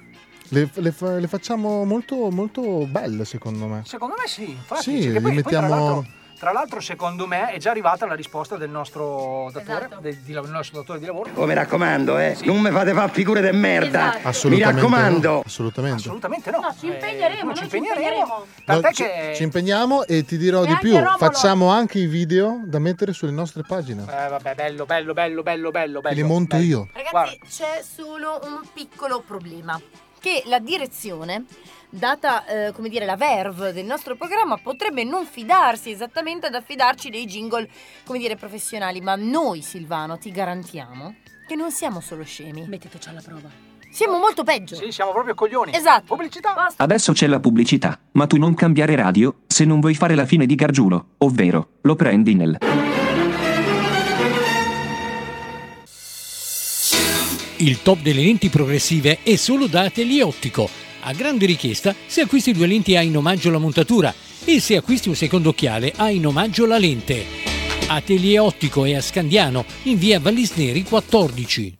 Speaker 16: Le, le fa- le facciamo molto, molto belle secondo me.
Speaker 5: Secondo me sì, infatti.
Speaker 16: Sì,
Speaker 5: cioè, che
Speaker 16: li
Speaker 5: poi- poi
Speaker 16: mettiamo-
Speaker 5: tra, l'altro, tra l'altro, secondo me è già arrivata la risposta del nostro datore,
Speaker 28: Esatto.
Speaker 5: del, di, del nostro datore di lavoro.
Speaker 11: Oh, mi raccomando, eh, non mi fate fare figure di merda.
Speaker 5: Esatto.
Speaker 11: Mi
Speaker 16: Assolutamente
Speaker 11: raccomando.
Speaker 16: no, assolutamente.
Speaker 5: Assolutamente no. ci
Speaker 6: impegneremo,
Speaker 5: noi ci
Speaker 6: impegneremo.
Speaker 5: Tant'è
Speaker 16: No, ci,
Speaker 5: che...
Speaker 16: ci impegniamo e ti dirò
Speaker 5: E
Speaker 16: di
Speaker 5: anche
Speaker 16: più,
Speaker 5: Romolo.
Speaker 16: facciamo anche i video da mettere sulle nostre pagine.
Speaker 5: Eh, vabbè, bello, bello, bello, bello, bello.
Speaker 16: Li monto io.
Speaker 3: Ragazzi, c'è solo un piccolo problema. Che la direzione, data eh, come dire la verve del nostro programma, potrebbe non fidarsi esattamente ad affidarci dei jingle, come dire, professionali. Ma noi, Silvano, ti garantiamo che non siamo solo scemi. Metteteci alla prova. Siamo molto peggio. Sì,
Speaker 5: siamo proprio coglioni.
Speaker 3: Esatto. Pubblicità.
Speaker 20: Adesso c'è la pubblicità, ma tu non cambiare radio se non vuoi fare la fine di Gargiulo, ovvero lo prendi nel.
Speaker 21: Il top delle lenti progressive è solo da Atelier Ottico. A grande richiesta, se acquisti due lenti hai in omaggio la montatura e se acquisti un secondo occhiale hai in omaggio la lente. Atelier Ottico è a Scandiano, in via Vallisneri 14.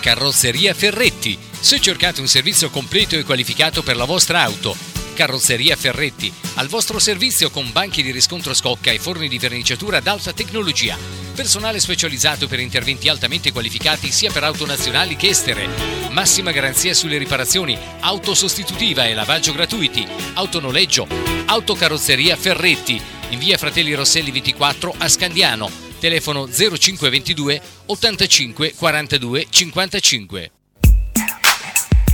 Speaker 15: Carrozzeria Ferretti. Se cercate un servizio completo e qualificato per la vostra auto, Carrozzeria Ferretti, al vostro servizio con banchi di riscontro scocca e forni di verniciatura ad alta tecnologia. Personale specializzato per interventi altamente qualificati sia per auto nazionali che estere. Massima garanzia sulle riparazioni, auto sostitutiva e lavaggio gratuiti, autonoleggio, autocarrozzeria Ferretti, in via Fratelli Rosselli 24 a Scandiano. Telefono 0522 85 42 55.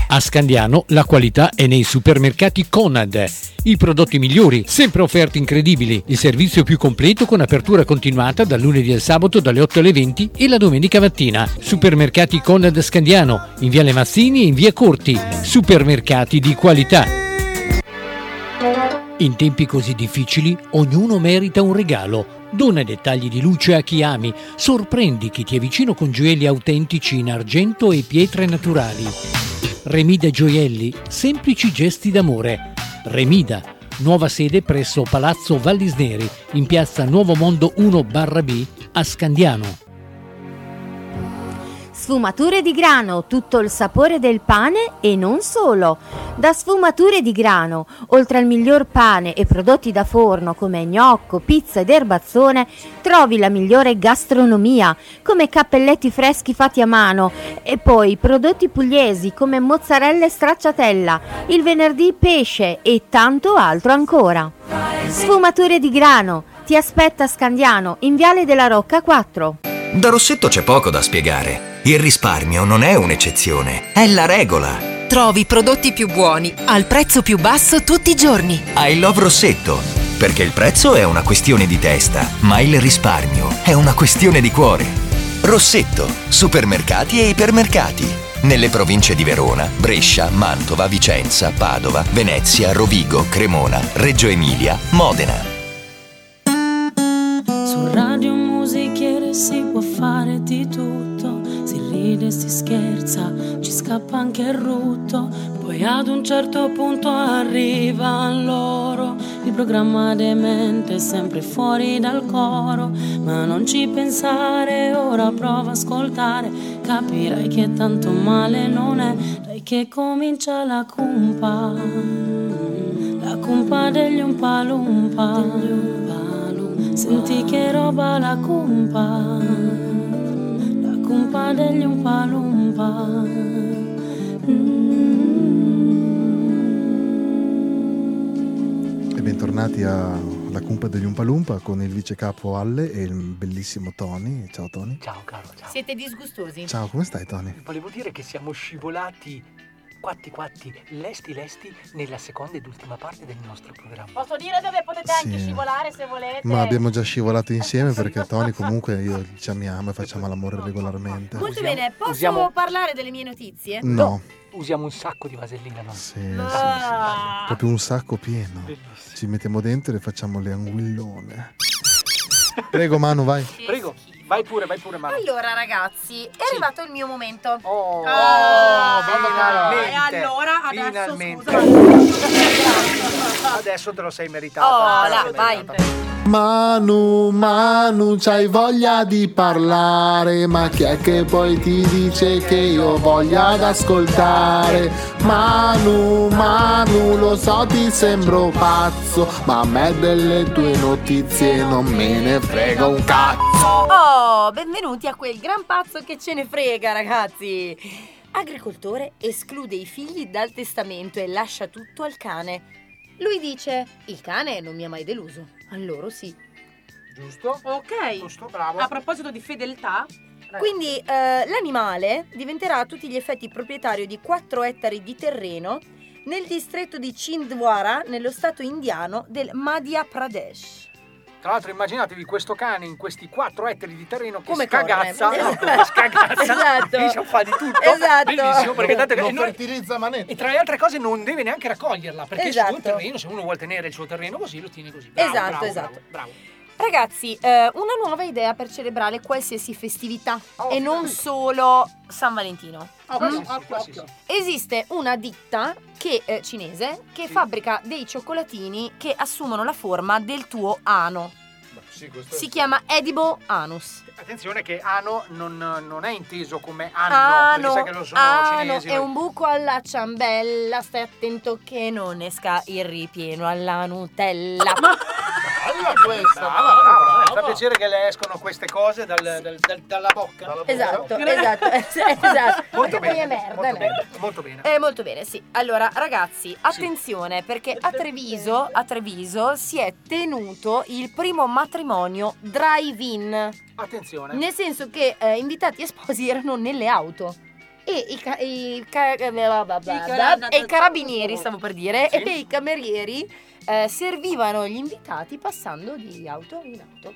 Speaker 21: A Scandiano la qualità è nei supermercati Conad. I prodotti migliori, sempre offerte incredibili. Il servizio più completo con apertura continuata dal lunedì al sabato dalle 8 alle 20 e la domenica mattina. Supermercati Conad Scandiano, in via Lemazzini e in via Corti. Supermercati di qualità. In tempi così difficili ognuno merita un regalo. Dona dettagli di luce a chi ami, sorprendi chi ti è vicino con gioielli autentici in argento e pietre naturali. Remida Gioielli, semplici gesti d'amore. Remida, nuova sede presso Palazzo Vallisneri, in piazza Nuovo Mondo 1 B a Scandiano.
Speaker 29: Sfumature di grano, tutto il sapore del pane e non solo. Da Sfumature di grano, oltre al miglior pane e prodotti da forno come gnocco, pizza ed erbazzone, trovi la migliore gastronomia, come cappelletti freschi fatti a mano e poi prodotti pugliesi come mozzarella e stracciatella, il venerdì pesce e tanto altro ancora. Sfumature di grano, ti aspetta a Scandiano, in Viale della Rocca 4.
Speaker 10: Da Rossetto c'è poco da spiegare. Il risparmio non è un'eccezione, è la regola.
Speaker 17: Trovi i prodotti più buoni al prezzo più basso tutti i giorni.
Speaker 13: I Love Rossetto, perché il prezzo è una questione di testa, ma il risparmio è una questione di cuore. Rossetto, supermercati e ipermercati. Nelle province di Verona, Brescia, Mantova, Vicenza, Padova, Venezia, Rovigo, Cremona, Reggio Emilia, Modena.
Speaker 14: Su radio musichiere si può fare di tutto, si ride, si scherza, ci scappa anche il rutto, poi ad un certo punto arriva loro, il programma demente è sempre fuori dal coro, ma non ci pensare, ora prova a ascoltare, capirai che tanto male non è, dai che comincia la cumpa, la cumpa degli umpalumpa. Senti che roba la cumpa, la cumpa degli Mm. umpalumpa.
Speaker 4: E bentornati alla cumpa degli Umpalumpa con il vice capo Alle e il bellissimo Tony. Ciao Tony.
Speaker 5: Ciao caro, ciao.
Speaker 3: Siete disgustosi?
Speaker 4: Ciao, come stai Tony?
Speaker 5: Volevo dire che siamo scivolati quatti quatti, lesti lesti nella seconda ed ultima parte del nostro programma.
Speaker 3: Posso dire dove potete anche
Speaker 4: Sì.
Speaker 3: scivolare se volete?
Speaker 4: Ma abbiamo già scivolato insieme perché Tony comunque io ci amiamo e facciamo l'amore regolarmente.
Speaker 3: Molto bene, posso
Speaker 5: usiamo-
Speaker 3: parlare delle mie notizie?
Speaker 4: No.
Speaker 5: Usiamo un sacco di vasellina, no?
Speaker 4: Sì,
Speaker 3: Ah.
Speaker 4: Proprio un sacco pieno. Ci mettiamo dentro e facciamo le anguillone. Prego Manu, vai.
Speaker 5: Prego, vai pure, vai pure, Manu.
Speaker 3: Allora ragazzi, è arrivato il mio momento.
Speaker 5: Oh,
Speaker 3: Ah, e allora adesso
Speaker 5: Finalmente. Adesso te lo sei meritato.
Speaker 3: Oh, là, vai.
Speaker 11: Manu, Manu, c'hai voglia di parlare, ma chi è che poi ti dice che io voglia ad ascoltare? Manu, Manu, lo so ti sembro pazzo, ma a me delle tue notizie non me ne frega un cazzo.
Speaker 3: Oh, benvenuti a quel gran pazzo che ce ne frega, ragazzi. Agricoltore esclude i figli dal testamento e lascia tutto al cane. Lui dice: Il cane non mi ha mai deluso. A loro sì.
Speaker 5: Giusto?
Speaker 3: Ok.
Speaker 5: Giusto, bravo.
Speaker 6: A proposito di fedeltà,
Speaker 3: Quindi eh, l'animale diventerà a tutti gli effetti proprietario di 4 ettari di terreno nel distretto di Chindwara, nello stato indiano del Madhya Pradesh.
Speaker 5: Tra l'altro immaginatevi questo cane in questi 4 ettari di terreno che
Speaker 3: Come
Speaker 5: scagazza,
Speaker 3: corre.
Speaker 5: no, come scagazza,
Speaker 3: Esatto.
Speaker 5: riesce a fare di tutto,
Speaker 3: Esatto.
Speaker 5: bellissimo, perché tanto
Speaker 11: Non
Speaker 5: e
Speaker 11: fertilizza manetta.
Speaker 5: E tra le altre cose non deve neanche raccoglierla, perché il
Speaker 3: Esatto.
Speaker 5: suo terreno, se uno vuole tenere il suo terreno così, lo tiene così. Bravo,
Speaker 3: Esatto,
Speaker 5: bravo,
Speaker 3: esatto.
Speaker 5: Bravo, bravo.
Speaker 3: Ragazzi, eh, una nuova idea per celebrare qualsiasi festività
Speaker 5: Oh,
Speaker 3: e non solo San Valentino. Mm? Esiste una ditta che, eh, cinese che fabbrica dei cioccolatini che assumono la forma del tuo ano. Si chiama Edible Anus.
Speaker 5: Attenzione che ano non, non è inteso come anno, Ah, perché
Speaker 3: Ano,
Speaker 5: sai che lo sono
Speaker 3: ano
Speaker 5: cinesi.
Speaker 3: è un buco alla ciambella, stai attento che non esca il ripieno alla Nutella.
Speaker 11: Bella questa,
Speaker 5: brava, brava. Fa piacere che le escono queste cose dal- dal- dal- dalla bocca.
Speaker 3: Esatto, esatto, esatto. Perché poi è merda, è merda.
Speaker 5: Molto bene.
Speaker 3: Eh, molto bene, sì. Allora, ragazzi, attenzione perché a Treviso, a Treviso si è tenuto il primo matrimonio drive-in.
Speaker 5: Attenzione.
Speaker 3: Nel senso che eh, invitati esposi erano nelle auto. E i, ca- i ca- eh, bla bla bla bla, e i carabinieri, stavo per dire,
Speaker 5: Sì.
Speaker 3: e i camerieri eh, servivano gli invitati passando di auto in auto.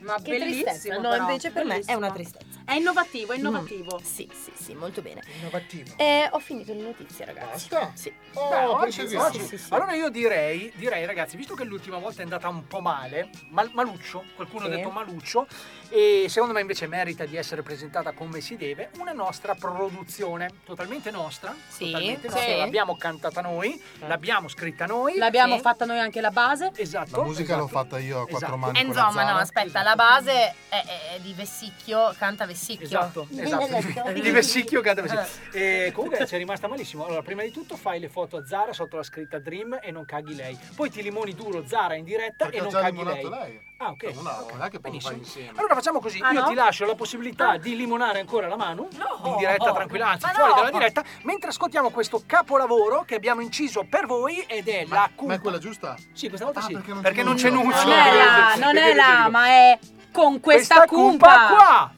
Speaker 6: ma
Speaker 3: Che
Speaker 6: bellissimo,
Speaker 3: tristezza. No,
Speaker 6: però,
Speaker 3: invece per me è
Speaker 6: bellissimo.
Speaker 3: una tristezza.
Speaker 6: È innovativo, è innovativo.
Speaker 3: Mm. Sì, sì, sì, molto bene.
Speaker 5: Innovativo.
Speaker 3: Eh, ho finito le notizie, ragazzi. Sì.
Speaker 5: Oh,
Speaker 3: Beh,
Speaker 5: oggi,
Speaker 3: sì,
Speaker 5: oggi.
Speaker 3: sì, sì, sì.
Speaker 5: Allora io direi, direi ragazzi, visto che l'ultima volta è andata un po' male, mal- Maluccio, qualcuno
Speaker 3: Sì.
Speaker 5: ha detto Maluccio, e secondo me invece merita di essere presentata come si deve, una nostra produzione, totalmente nostra, totalmente
Speaker 6: sì.
Speaker 5: nostra, l'abbiamo cantata noi, l'abbiamo scritta noi.
Speaker 6: L'abbiamo fatta noi anche la base.
Speaker 5: Esatto.
Speaker 11: La musica l'ho fatta io a quattro
Speaker 5: Esatto.
Speaker 11: mani.
Speaker 3: Eh,
Speaker 11: con la
Speaker 3: insomma, no,
Speaker 11: Zara.
Speaker 3: aspetta, la base è, è- è di Vessicchio, canta Vessicchio.
Speaker 5: Esatto, esatto. di Vessicchio canta così. E comunque ci è rimasta malissimo. Allora, prima di tutto fai le foto a Zara sotto la scritta Dream e non caghi lei. Poi ti limoni duro Zara in diretta
Speaker 11: Perché
Speaker 5: e
Speaker 11: ho
Speaker 5: non
Speaker 11: già
Speaker 5: caghi
Speaker 11: limonato
Speaker 5: lei.
Speaker 11: lei.
Speaker 5: Ah, ok.
Speaker 11: No, no,
Speaker 5: ok,
Speaker 11: non è che poi
Speaker 5: benissimo.
Speaker 11: fai insieme.
Speaker 5: Allora facciamo così,
Speaker 11: Ah,
Speaker 5: io
Speaker 11: no?
Speaker 5: ti lascio la possibilità di limonare ancora la mano in diretta tranquilla, anzi
Speaker 11: Ma
Speaker 5: fuori
Speaker 11: no!
Speaker 5: dalla diretta, mentre ascoltiamo questo capolavoro che abbiamo inciso per voi ed è la
Speaker 11: Ma
Speaker 5: cumpa.
Speaker 11: è quella giusta? Ah,
Speaker 5: Sì, questa volta sì. Perché non, c'è
Speaker 11: c'è
Speaker 5: nulla.
Speaker 11: Nuccio.
Speaker 6: Non è la, non è la, ma è con questa,
Speaker 5: Questa cumpa qua.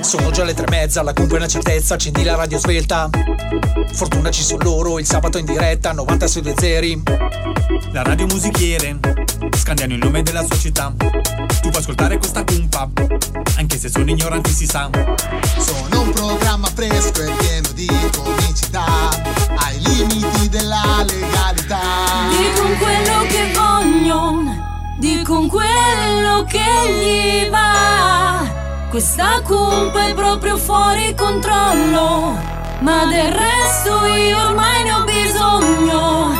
Speaker 30: Sono già le tre e mezza, la compra è una certezza, accendi la radio svelta. Fortuna ci sono loro, il sabato in diretta, 90 sui due zeri.
Speaker 4: La radio musichiere, scandiano il nome della società. Tu puoi ascoltare questa cumpa, anche se sono ignoranti si sa.
Speaker 11: Sono un programma fresco e pieno di comicità, ai limiti della legalità.
Speaker 23: Dicono quello che vogliono, dicono quello che gli va. Questa cumpa è proprio fuori controllo, ma del resto io ormai ne ho bisogno.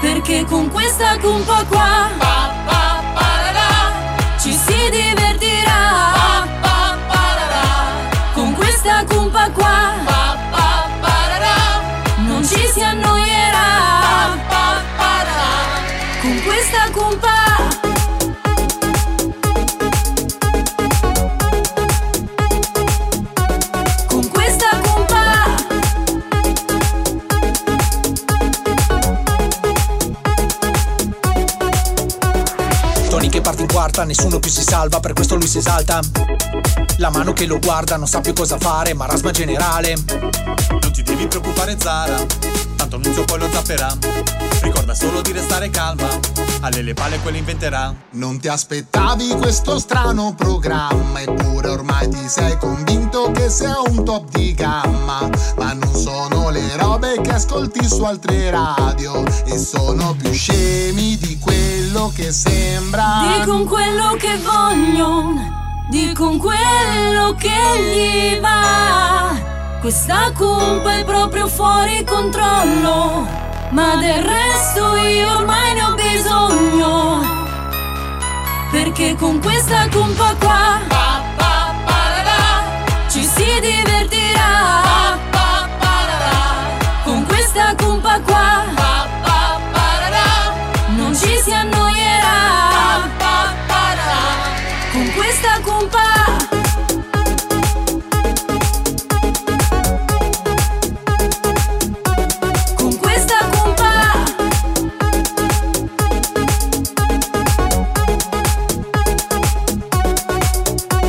Speaker 23: Perché con questa cumpa qua pa, pa, pararà, ci si divertirà. Pa, pa, pararà. Con questa cumpa qua pa, pa, pararà, non ci si annoierà. Pa, pa, pararà. Con questa cumpa Con questa cumpa
Speaker 30: Tony che parte in quarta, nessuno più si salva, per questo lui si esalta. La mano che lo guarda non sa più cosa fare, marasma generale.
Speaker 4: Non ti devi preoccupare Zara, tanto annunzio poi lo tapperà. Ricorda solo di restare calma, alle le palle quelle inventerà.
Speaker 11: Non ti aspettavi questo strano programma, eppure ormai ti sei convinto che sia un top di gamma. Ma non sono le robe che ascolti su altre radio, e sono più scemi di quello che sembra.
Speaker 23: Dicono quello che vogliono, dicono quello che gli va. Questa cumpa è proprio fuori controllo, ma del resto io ormai ne ho bisogno. Perché con questa cumpa qua pa, pa, pararà, ci si divertirà. Pa, pa, pararà. Con questa cumpa qua pa, pa, pararà, non ci si annoierà. Pa, pa, pararà. Con questa cumpa Con questa cumpa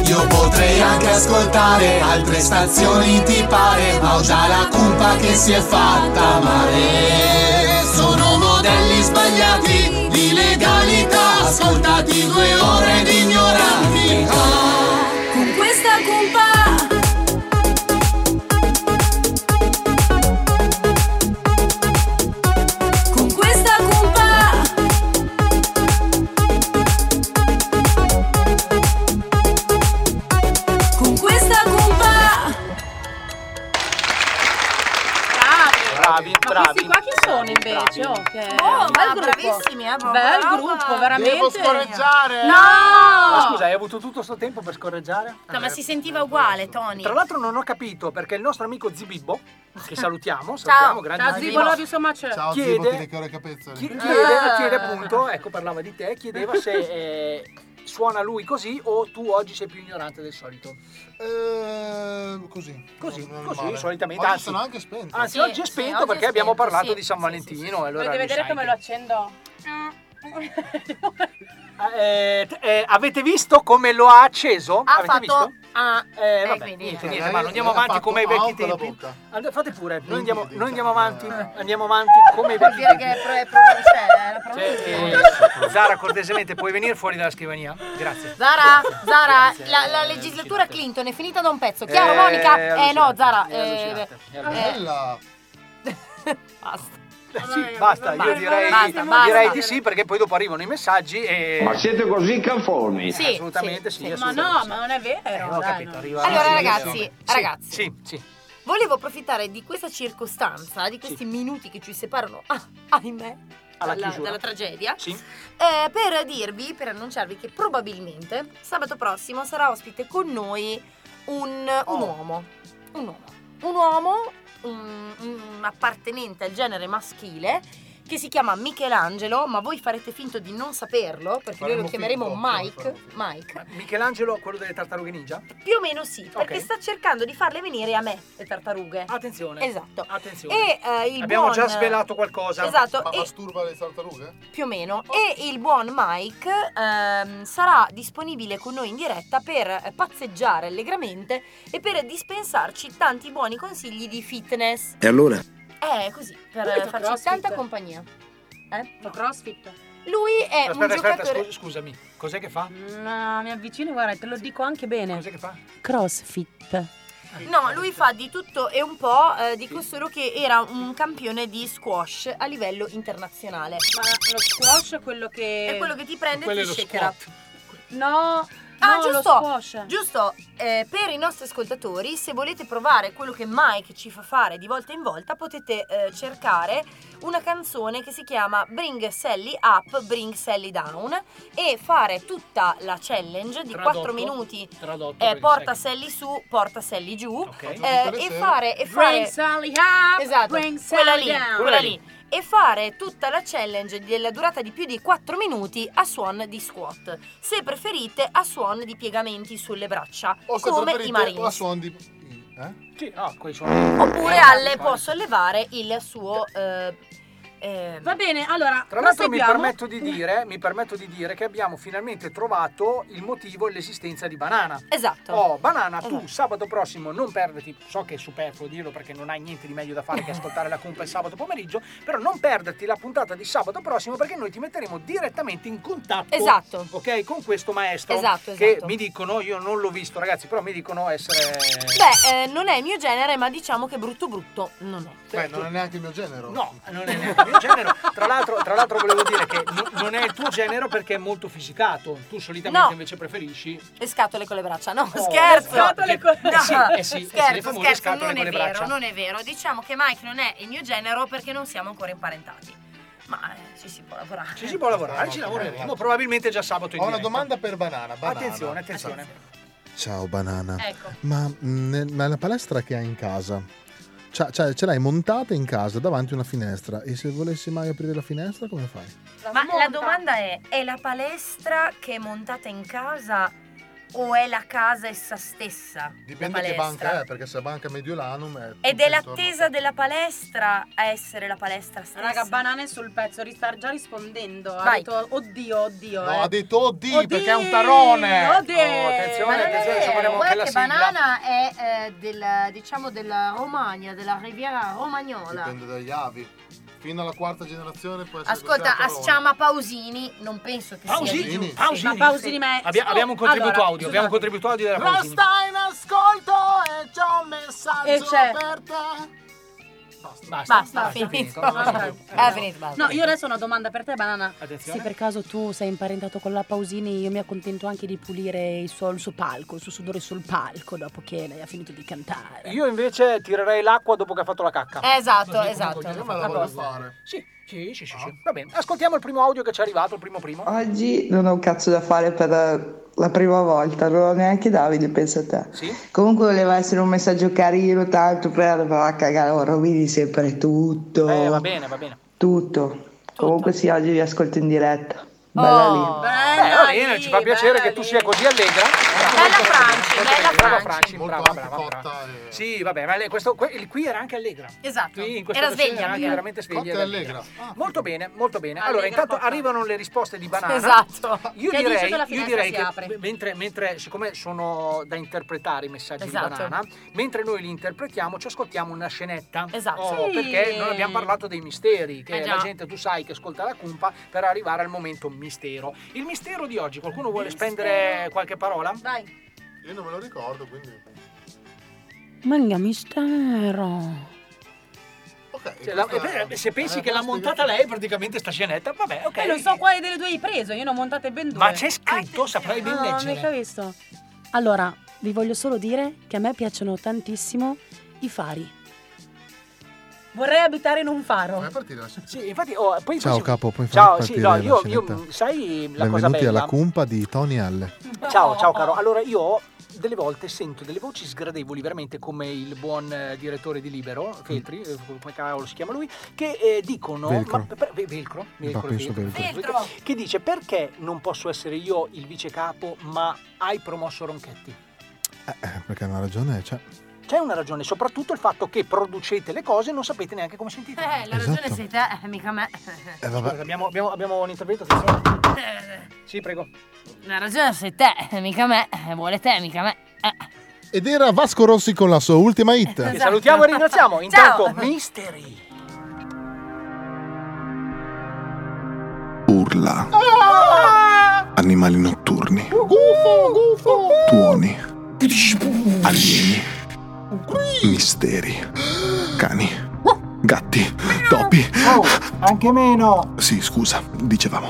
Speaker 11: Io potrei anche ascoltare altre stazioni ti pare, ma ho già la colpa che si è fatta male. Sono modelli sbagliati di legalità, ascoltati due ore di ignoranti. Ah.
Speaker 23: Con questa cumpa Con questa cumpa Con questa cumpa
Speaker 5: Bravi,
Speaker 6: Ma
Speaker 5: bravi.
Speaker 6: questi qua chi sono invece? Oh, che...
Speaker 3: Oh, ma
Speaker 6: bel gruppo.
Speaker 3: bravissimi, eh,
Speaker 6: Bel
Speaker 3: brava.
Speaker 6: gruppo, veramente.
Speaker 3: Devo scorreggiare.
Speaker 6: No!
Speaker 5: Ma scusa, hai avuto tutto questo tempo per scorreggiare?
Speaker 3: No, ma si sentiva uguale, Tony.
Speaker 5: Tra l'altro non ho capito perché il nostro amico Zibibbo, che salutiamo,
Speaker 3: Ciao.
Speaker 5: salutiamo, grande
Speaker 6: Ciao,
Speaker 5: amico,
Speaker 6: Zibo, love you so much.
Speaker 5: Ciao, Zibo, ti
Speaker 6: Chiede...
Speaker 5: ricordo Cioè, chi-
Speaker 6: Eh.
Speaker 5: chiede,
Speaker 3: Ah.
Speaker 5: chiede appunto, ecco parlava di te, chiedeva se eh, suona lui così o tu oggi sei più ignorante del solito.
Speaker 11: Eh.
Speaker 13: così.
Speaker 5: Così,
Speaker 13: Non- non
Speaker 5: così
Speaker 13: male.
Speaker 5: solitamente.
Speaker 13: Oggi
Speaker 5: anzi,
Speaker 13: sono anche spento.
Speaker 5: Anzi,
Speaker 13: Sì,
Speaker 5: oggi Ah, è
Speaker 13: sì,
Speaker 5: spento
Speaker 13: oggi è
Speaker 5: perché abbiamo
Speaker 13: spento,
Speaker 5: parlato
Speaker 13: sì,
Speaker 5: di San Valentino. e allora
Speaker 6: Dovete
Speaker 5: lo
Speaker 6: vedere
Speaker 5: sai
Speaker 6: come
Speaker 5: che-
Speaker 6: lo accendo.
Speaker 5: Eh, t- eh, avete visto come lo ha acceso?
Speaker 3: Ha
Speaker 5: avete
Speaker 3: fatto...
Speaker 5: visto?
Speaker 3: Ah,
Speaker 5: Eh,
Speaker 3: eh,
Speaker 5: vabbè,
Speaker 3: quindi,
Speaker 5: niente,
Speaker 3: eh.
Speaker 5: niente,
Speaker 13: Lei-
Speaker 5: ma non andiamo
Speaker 13: lei ha
Speaker 5: avanti
Speaker 13: fatto
Speaker 5: come ai
Speaker 13: out
Speaker 5: vecchi
Speaker 13: alla
Speaker 5: tempi.
Speaker 13: bocca.
Speaker 5: And- fate pure, noi andiamo,
Speaker 13: dite,
Speaker 5: noi andiamo avanti,
Speaker 3: Eh.
Speaker 5: andiamo avanti come ai
Speaker 3: Vuol
Speaker 5: vecchi
Speaker 3: dire
Speaker 5: tempi.
Speaker 3: che è pro- è pronunciare, la
Speaker 5: Cioè, eh, Zara, cortesemente, puoi venire fuori dalla scrivania? Grazie.
Speaker 3: Zara, Zara, la, la legislatura Clinton è finita da un pezzo. Chiaro,
Speaker 5: Eh,
Speaker 3: Monica? Eh no,
Speaker 5: allucinante,
Speaker 3: Zara.
Speaker 5: è
Speaker 3: Eh,
Speaker 5: allucinante, è
Speaker 3: eh,
Speaker 13: Bella.
Speaker 3: basta.
Speaker 5: Sì, basta, io
Speaker 3: Basta,
Speaker 5: direi,
Speaker 3: basta, basta.
Speaker 5: direi di sì perché poi dopo arrivano i messaggi e...
Speaker 10: Ma siete così canfoni?
Speaker 3: Sì,
Speaker 5: assolutamente sì,
Speaker 6: Ma
Speaker 5: assolutamente
Speaker 6: no,
Speaker 5: sì. Eh,
Speaker 6: ma non è vero.
Speaker 5: Ho
Speaker 6: dai,
Speaker 5: capito,
Speaker 6: no.
Speaker 5: arriva-
Speaker 3: Allora,
Speaker 5: sì,
Speaker 3: ragazzi,
Speaker 5: sì,
Speaker 3: ragazzi.
Speaker 5: Sì, sì.
Speaker 3: Volevo approfittare di questa circostanza, di questi minuti che ci separano, ah, ahimè,
Speaker 5: Alla
Speaker 3: dalla,
Speaker 5: chiusura.
Speaker 3: dalla tragedia,
Speaker 5: Sì.
Speaker 3: eh, per dirvi, per annunciarvi che probabilmente sabato prossimo sarà ospite con noi un,
Speaker 5: Oh.
Speaker 3: un uomo. Un uomo. Un uomo, un, un appartenente al genere maschile che si chiama Michelangelo, ma voi farete finto di non saperlo, perché noi lo
Speaker 5: Faremo
Speaker 3: chiameremo
Speaker 5: finto,
Speaker 3: Mike. Mike.
Speaker 5: Michelangelo, quello delle tartarughe ninja?
Speaker 3: Più o meno sì, perché
Speaker 5: Ok.
Speaker 3: sta cercando di farle venire a me le tartarughe.
Speaker 5: Attenzione.
Speaker 3: Esatto.
Speaker 5: Attenzione.
Speaker 3: E eh, il
Speaker 5: Abbiamo
Speaker 3: buon-
Speaker 5: già svelato qualcosa.
Speaker 3: Esatto,
Speaker 11: Ma
Speaker 3: e-
Speaker 11: masturba le tartarughe?
Speaker 3: Più o meno. E il buon Mike ehm, sarà disponibile con noi in diretta per eh, pazzeggiare allegramente e per dispensarci tanti buoni consigli di fitness.
Speaker 1: E allora?
Speaker 3: Eh, così, per
Speaker 6: Lui fa
Speaker 3: eh, farci
Speaker 6: crossfit.
Speaker 3: tanta compagnia. Eh?
Speaker 6: Fa crossfit.
Speaker 3: Lui è un
Speaker 5: Aspetta, aspetta,
Speaker 3: giocatore... Mm.
Speaker 5: scu- scusami. Cos'è che fa?
Speaker 6: No, mi avvicino, guarda, te lo dico Ecco, anche bene.
Speaker 5: Cos'è che fa?
Speaker 6: Crossfit.
Speaker 3: No, lui fa di tutto e un po', eh, dico solo che era un campione di squash a livello internazionale.
Speaker 6: Ma lo squash è quello che...
Speaker 3: È quello che ti prende
Speaker 6: Quello
Speaker 3: e
Speaker 6: è
Speaker 3: ti
Speaker 6: lo
Speaker 3: shakerà.
Speaker 6: No,
Speaker 3: Ah,
Speaker 6: no, lo
Speaker 3: giusto, giusto. eh, per i nostri ascoltatori, se volete provare quello che Mike ci fa fare di volta in volta, potete eh, cercare una canzone che si chiama Bring Sally Up, Bring Sally Down e fare tutta la challenge di 4 minuti.
Speaker 5: Tradotto.
Speaker 3: eh,
Speaker 5: perché
Speaker 3: porta
Speaker 5: sai
Speaker 3: Sally su, porta Sally giù eh,
Speaker 5: Tutte le
Speaker 3: e
Speaker 5: sere.
Speaker 3: fare e
Speaker 6: Bring
Speaker 3: fare
Speaker 6: Sally up,
Speaker 3: esatto,
Speaker 6: bring
Speaker 3: quella
Speaker 6: Sally
Speaker 3: lì,
Speaker 6: down.
Speaker 3: quella
Speaker 6: Quella
Speaker 3: lì.
Speaker 6: lì.
Speaker 3: e fare tutta la challenge della durata di più di 4 minuti a suon di squat. Se preferite a suon di piegamenti sulle braccia,
Speaker 11: O se
Speaker 3: come
Speaker 11: preferite,
Speaker 3: i marini.
Speaker 11: o a suon di... Eh?
Speaker 5: Sì, ah, quei suoni.
Speaker 3: Oppure Alle può sollevare il suo eh, eh,
Speaker 6: Va bene, allora,
Speaker 5: Tra l'altro mi
Speaker 6: proseguiamo.
Speaker 5: permetto, di dire, mi permetto di dire che abbiamo finalmente trovato il motivo e l'esistenza di Banana.
Speaker 3: Esatto.
Speaker 5: Oh, Banana, tu sabato prossimo non perderti, so che è superfluo dirlo perché non hai niente di meglio da fare che ascoltare la cumpa il sabato pomeriggio, però non perderti la puntata di sabato prossimo perché noi ti metteremo direttamente in contatto
Speaker 3: Esatto.
Speaker 5: ok, con questo maestro
Speaker 3: Esatto,
Speaker 5: che
Speaker 3: esatto.
Speaker 5: mi dicono, io non l'ho visto ragazzi, però mi dicono essere...
Speaker 3: Beh, eh, non è il mio genere, ma diciamo che brutto brutto non è.
Speaker 11: Beh, non è neanche il mio genere.
Speaker 5: No, non è neanche il mio genero. Tra l'altro, tra l'altro volevo dire che no- non è il tuo genero perché è molto fisicato. Tu solitamente
Speaker 3: No.
Speaker 5: invece preferisci.
Speaker 3: Le scatole con le braccia,
Speaker 6: Oh,
Speaker 3: no, scherzo.
Speaker 5: le scatole con- Eh sì, eh sì, eh sì, le
Speaker 3: scherzo,
Speaker 5: famose
Speaker 3: scherzo,
Speaker 5: scatole con
Speaker 3: non è
Speaker 5: le
Speaker 3: vero,
Speaker 5: braccia.
Speaker 3: non è vero. Diciamo che Mike non è il mio genero perché non siamo ancora imparentati. Ma eh, ci si può lavorare.
Speaker 5: Ci si può lavorare, ci lavoreremo probabilmente già sabato in
Speaker 11: Ho una
Speaker 5: diretta.
Speaker 11: domanda per Banana. Banana.
Speaker 5: Attenzione, attenzione.
Speaker 16: Ciao banana.
Speaker 11: Ecco.
Speaker 16: Ma, mh, nel- ma la palestra che hai in casa? Cioè, cioè, ce l'hai montata in casa davanti a una finestra e se volessi mai aprire la finestra come fai?
Speaker 3: Ma la domanda è: è la palestra che è montata in casa o è la casa essa stessa?
Speaker 11: Dipende
Speaker 3: la
Speaker 11: che
Speaker 3: palestra?
Speaker 11: banca è, perché se è banca Mediolanum è...
Speaker 3: Ed
Speaker 11: tutto
Speaker 3: è
Speaker 11: intorno.
Speaker 3: l'attesa della palestra a essere la palestra stessa.
Speaker 6: Raga, banane sul pezzo, ri- sta già rispondendo. Ha
Speaker 3: Vai.
Speaker 6: detto, oddio, oddio.
Speaker 11: No,
Speaker 6: eh.
Speaker 11: ha detto oddio,
Speaker 6: Oddio,
Speaker 11: perché è un tarone.
Speaker 6: oddio.
Speaker 11: Oh, attenzione, attenzione, ci vogliamo anche la sigla.
Speaker 3: è della, diciamo della Romagna, della riviera romagnola.
Speaker 11: Dipende dagli avi. Fino alla quarta generazione può essere
Speaker 3: Ascolta,
Speaker 11: considerato
Speaker 3: Asciama Pausini, non penso che sia.
Speaker 5: Pausini,
Speaker 3: giusto.
Speaker 5: Pausini.
Speaker 6: ma
Speaker 5: Abbia-
Speaker 6: Oh,
Speaker 5: abbiamo un contributo
Speaker 6: allora,
Speaker 5: audio, abbiamo un contributo audio della
Speaker 11: Rasta
Speaker 5: Pausini.
Speaker 11: in ascolto e c'è un
Speaker 6: E
Speaker 11: messaggio
Speaker 6: c'è.
Speaker 11: per te.
Speaker 5: Basta,
Speaker 6: basta,
Speaker 3: finito.
Speaker 6: Basta.
Speaker 3: È finito, basta.
Speaker 6: No, io adesso ho una domanda per te, banana.
Speaker 14: Se per caso tu sei imparentato con la Pausini, io mi accontento anche di pulire il suo, il suo palco, il suo sudore sul palco dopo che lei ha finito di cantare.
Speaker 5: Io invece tirerei l'acqua dopo che ha fatto la cacca.
Speaker 3: Esatto,
Speaker 5: Così,
Speaker 3: esatto.
Speaker 5: comunque,
Speaker 3: Ma la
Speaker 5: a
Speaker 3: voglio
Speaker 5: posto. Sì, sì, sì,
Speaker 11: Ah.
Speaker 5: sì, sì. Va bene. Ascoltiamo il primo audio che ci è arrivato, il primo primo.
Speaker 2: Oggi non ho un cazzo da fare per eh, la prima volta, non ho neanche Davide, pensa te. Comunque voleva essere un messaggio carino, tanto per va a cagare, ora rovini sempre tutto.
Speaker 5: Eh, va bene, va bene.
Speaker 2: Tutto. Comunque sì, oggi vi ascolto in diretta.
Speaker 5: Oh,
Speaker 2: Bella lì.
Speaker 5: Beh, va bene, ci fa piacere che tu sia così allegra. Bella Franci, bella Franci. Brava, brava, brava. Sì, vabbè, ma lei- questo, que- il qui era anche allegra.
Speaker 3: Esatto.
Speaker 5: Qui in questo
Speaker 3: Era
Speaker 5: consiglio
Speaker 3: sveglia,
Speaker 5: Era anche
Speaker 3: allegra.
Speaker 5: veramente sveglia.
Speaker 11: Cotta
Speaker 5: e
Speaker 11: e allegra.
Speaker 5: Molto bene, molto bene. Allora,
Speaker 11: Allegra
Speaker 5: intanto
Speaker 11: cotta.
Speaker 5: arrivano le risposte di Banana.
Speaker 3: Esatto.
Speaker 5: Io
Speaker 3: Che dice
Speaker 5: direi,
Speaker 3: che la
Speaker 5: io
Speaker 3: finestra
Speaker 5: direi
Speaker 3: si
Speaker 5: che
Speaker 3: apre.
Speaker 5: m- mentre, mentre, siccome sono da interpretare i messaggi
Speaker 3: Esatto.
Speaker 5: di Banana, mentre noi li interpretiamo ci ascoltiamo una scenetta.
Speaker 3: Esatto.
Speaker 5: Oh,
Speaker 3: Sì.
Speaker 5: Perché non abbiamo parlato dei misteri, che
Speaker 3: Eh già.
Speaker 5: la gente, tu sai, che ascolta la cumpa per arrivare al momento mistero. Il mistero di oggi, qualcuno vuole spendere qualche parola?
Speaker 3: Vai.
Speaker 11: Io non me lo ricordo, quindi...
Speaker 14: Manga mistero.
Speaker 5: Cioè, la- eh, beh, se pensi che l'ha montata lei praticamente sta scenetta, vabbè, ok.
Speaker 6: Eh, non so quale delle due hai preso, io ne ho montate ben due.
Speaker 5: Ma c'è scritto, saprai ben
Speaker 3: Ah,
Speaker 6: No, non
Speaker 5: leggere.
Speaker 6: mica visto.
Speaker 14: Allora, vi voglio solo dire che a me piacciono tantissimo i fari.
Speaker 6: Vorrei abitare in un faro.
Speaker 5: Sì, infatti, oh, poi
Speaker 16: Ciao
Speaker 5: poi-
Speaker 16: capo, puoi far
Speaker 5: Ciao, sì,
Speaker 16: partire
Speaker 5: no,
Speaker 16: la
Speaker 5: io,
Speaker 16: scenetta?
Speaker 5: io- sai la cosa
Speaker 16: Benvenuti
Speaker 5: bella.
Speaker 16: alla cumpa di Tony L.
Speaker 5: Ciao, ciao caro. Allora io delle volte sento delle voci sgradevoli, veramente come il buon eh, direttore di Libero, Feltri, eh, come cavolo si chiama lui, che eh, dicono...
Speaker 19: Velcro.
Speaker 5: ma per- ve- velcro, velcro,
Speaker 19: penso Velcro.
Speaker 5: Che dice perché non posso essere io il vice capo ma hai promosso Ronchetti?
Speaker 19: Eh, perché hanno ragione, cioè.
Speaker 5: C'è una ragione, soprattutto il fatto che producete le cose e non sapete neanche come sentite.
Speaker 3: Eh, la ragione sei te, eh, mica me.
Speaker 19: Eh, vabbè.
Speaker 5: Scusa, abbiamo, abbiamo- abbiamo un intervento. signora? Sì, prego.
Speaker 3: La ragione sei te, eh, mica me. Eh, Vuole te, mica me. Eh.
Speaker 11: Ed era Vasco Rossi con la sua ultima hit.
Speaker 5: Ti
Speaker 3: Esatto.
Speaker 5: salutiamo e ringraziamo. Intanto, Mystery.
Speaker 19: Urla. Animali notturni.
Speaker 11: Gufo, gufo.
Speaker 19: Tuoni. Alieni. Misteri. Cani. Gatti. Topi.
Speaker 5: Oh, anche meno.
Speaker 19: Sì, scusa, dicevamo.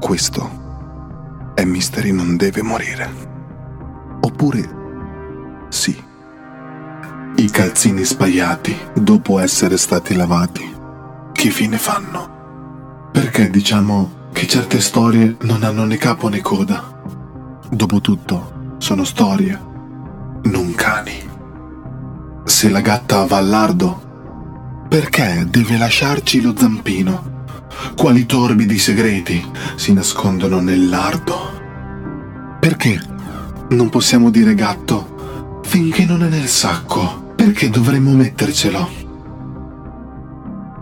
Speaker 19: Questo è Mystery non deve morire. Oppure sì. I calzini sbagliati dopo essere stati lavati. Che fine fanno? Perché diciamo che certe storie non hanno né capo né coda. Dopotutto sono storie, non cani. Se la gatta va all'ardo, perché deve lasciarci lo zampino? Quali torbidi segreti si nascondono nell'ardo? Perché non possiamo dire gatto finché non è nel sacco? Perché dovremmo mettercelo?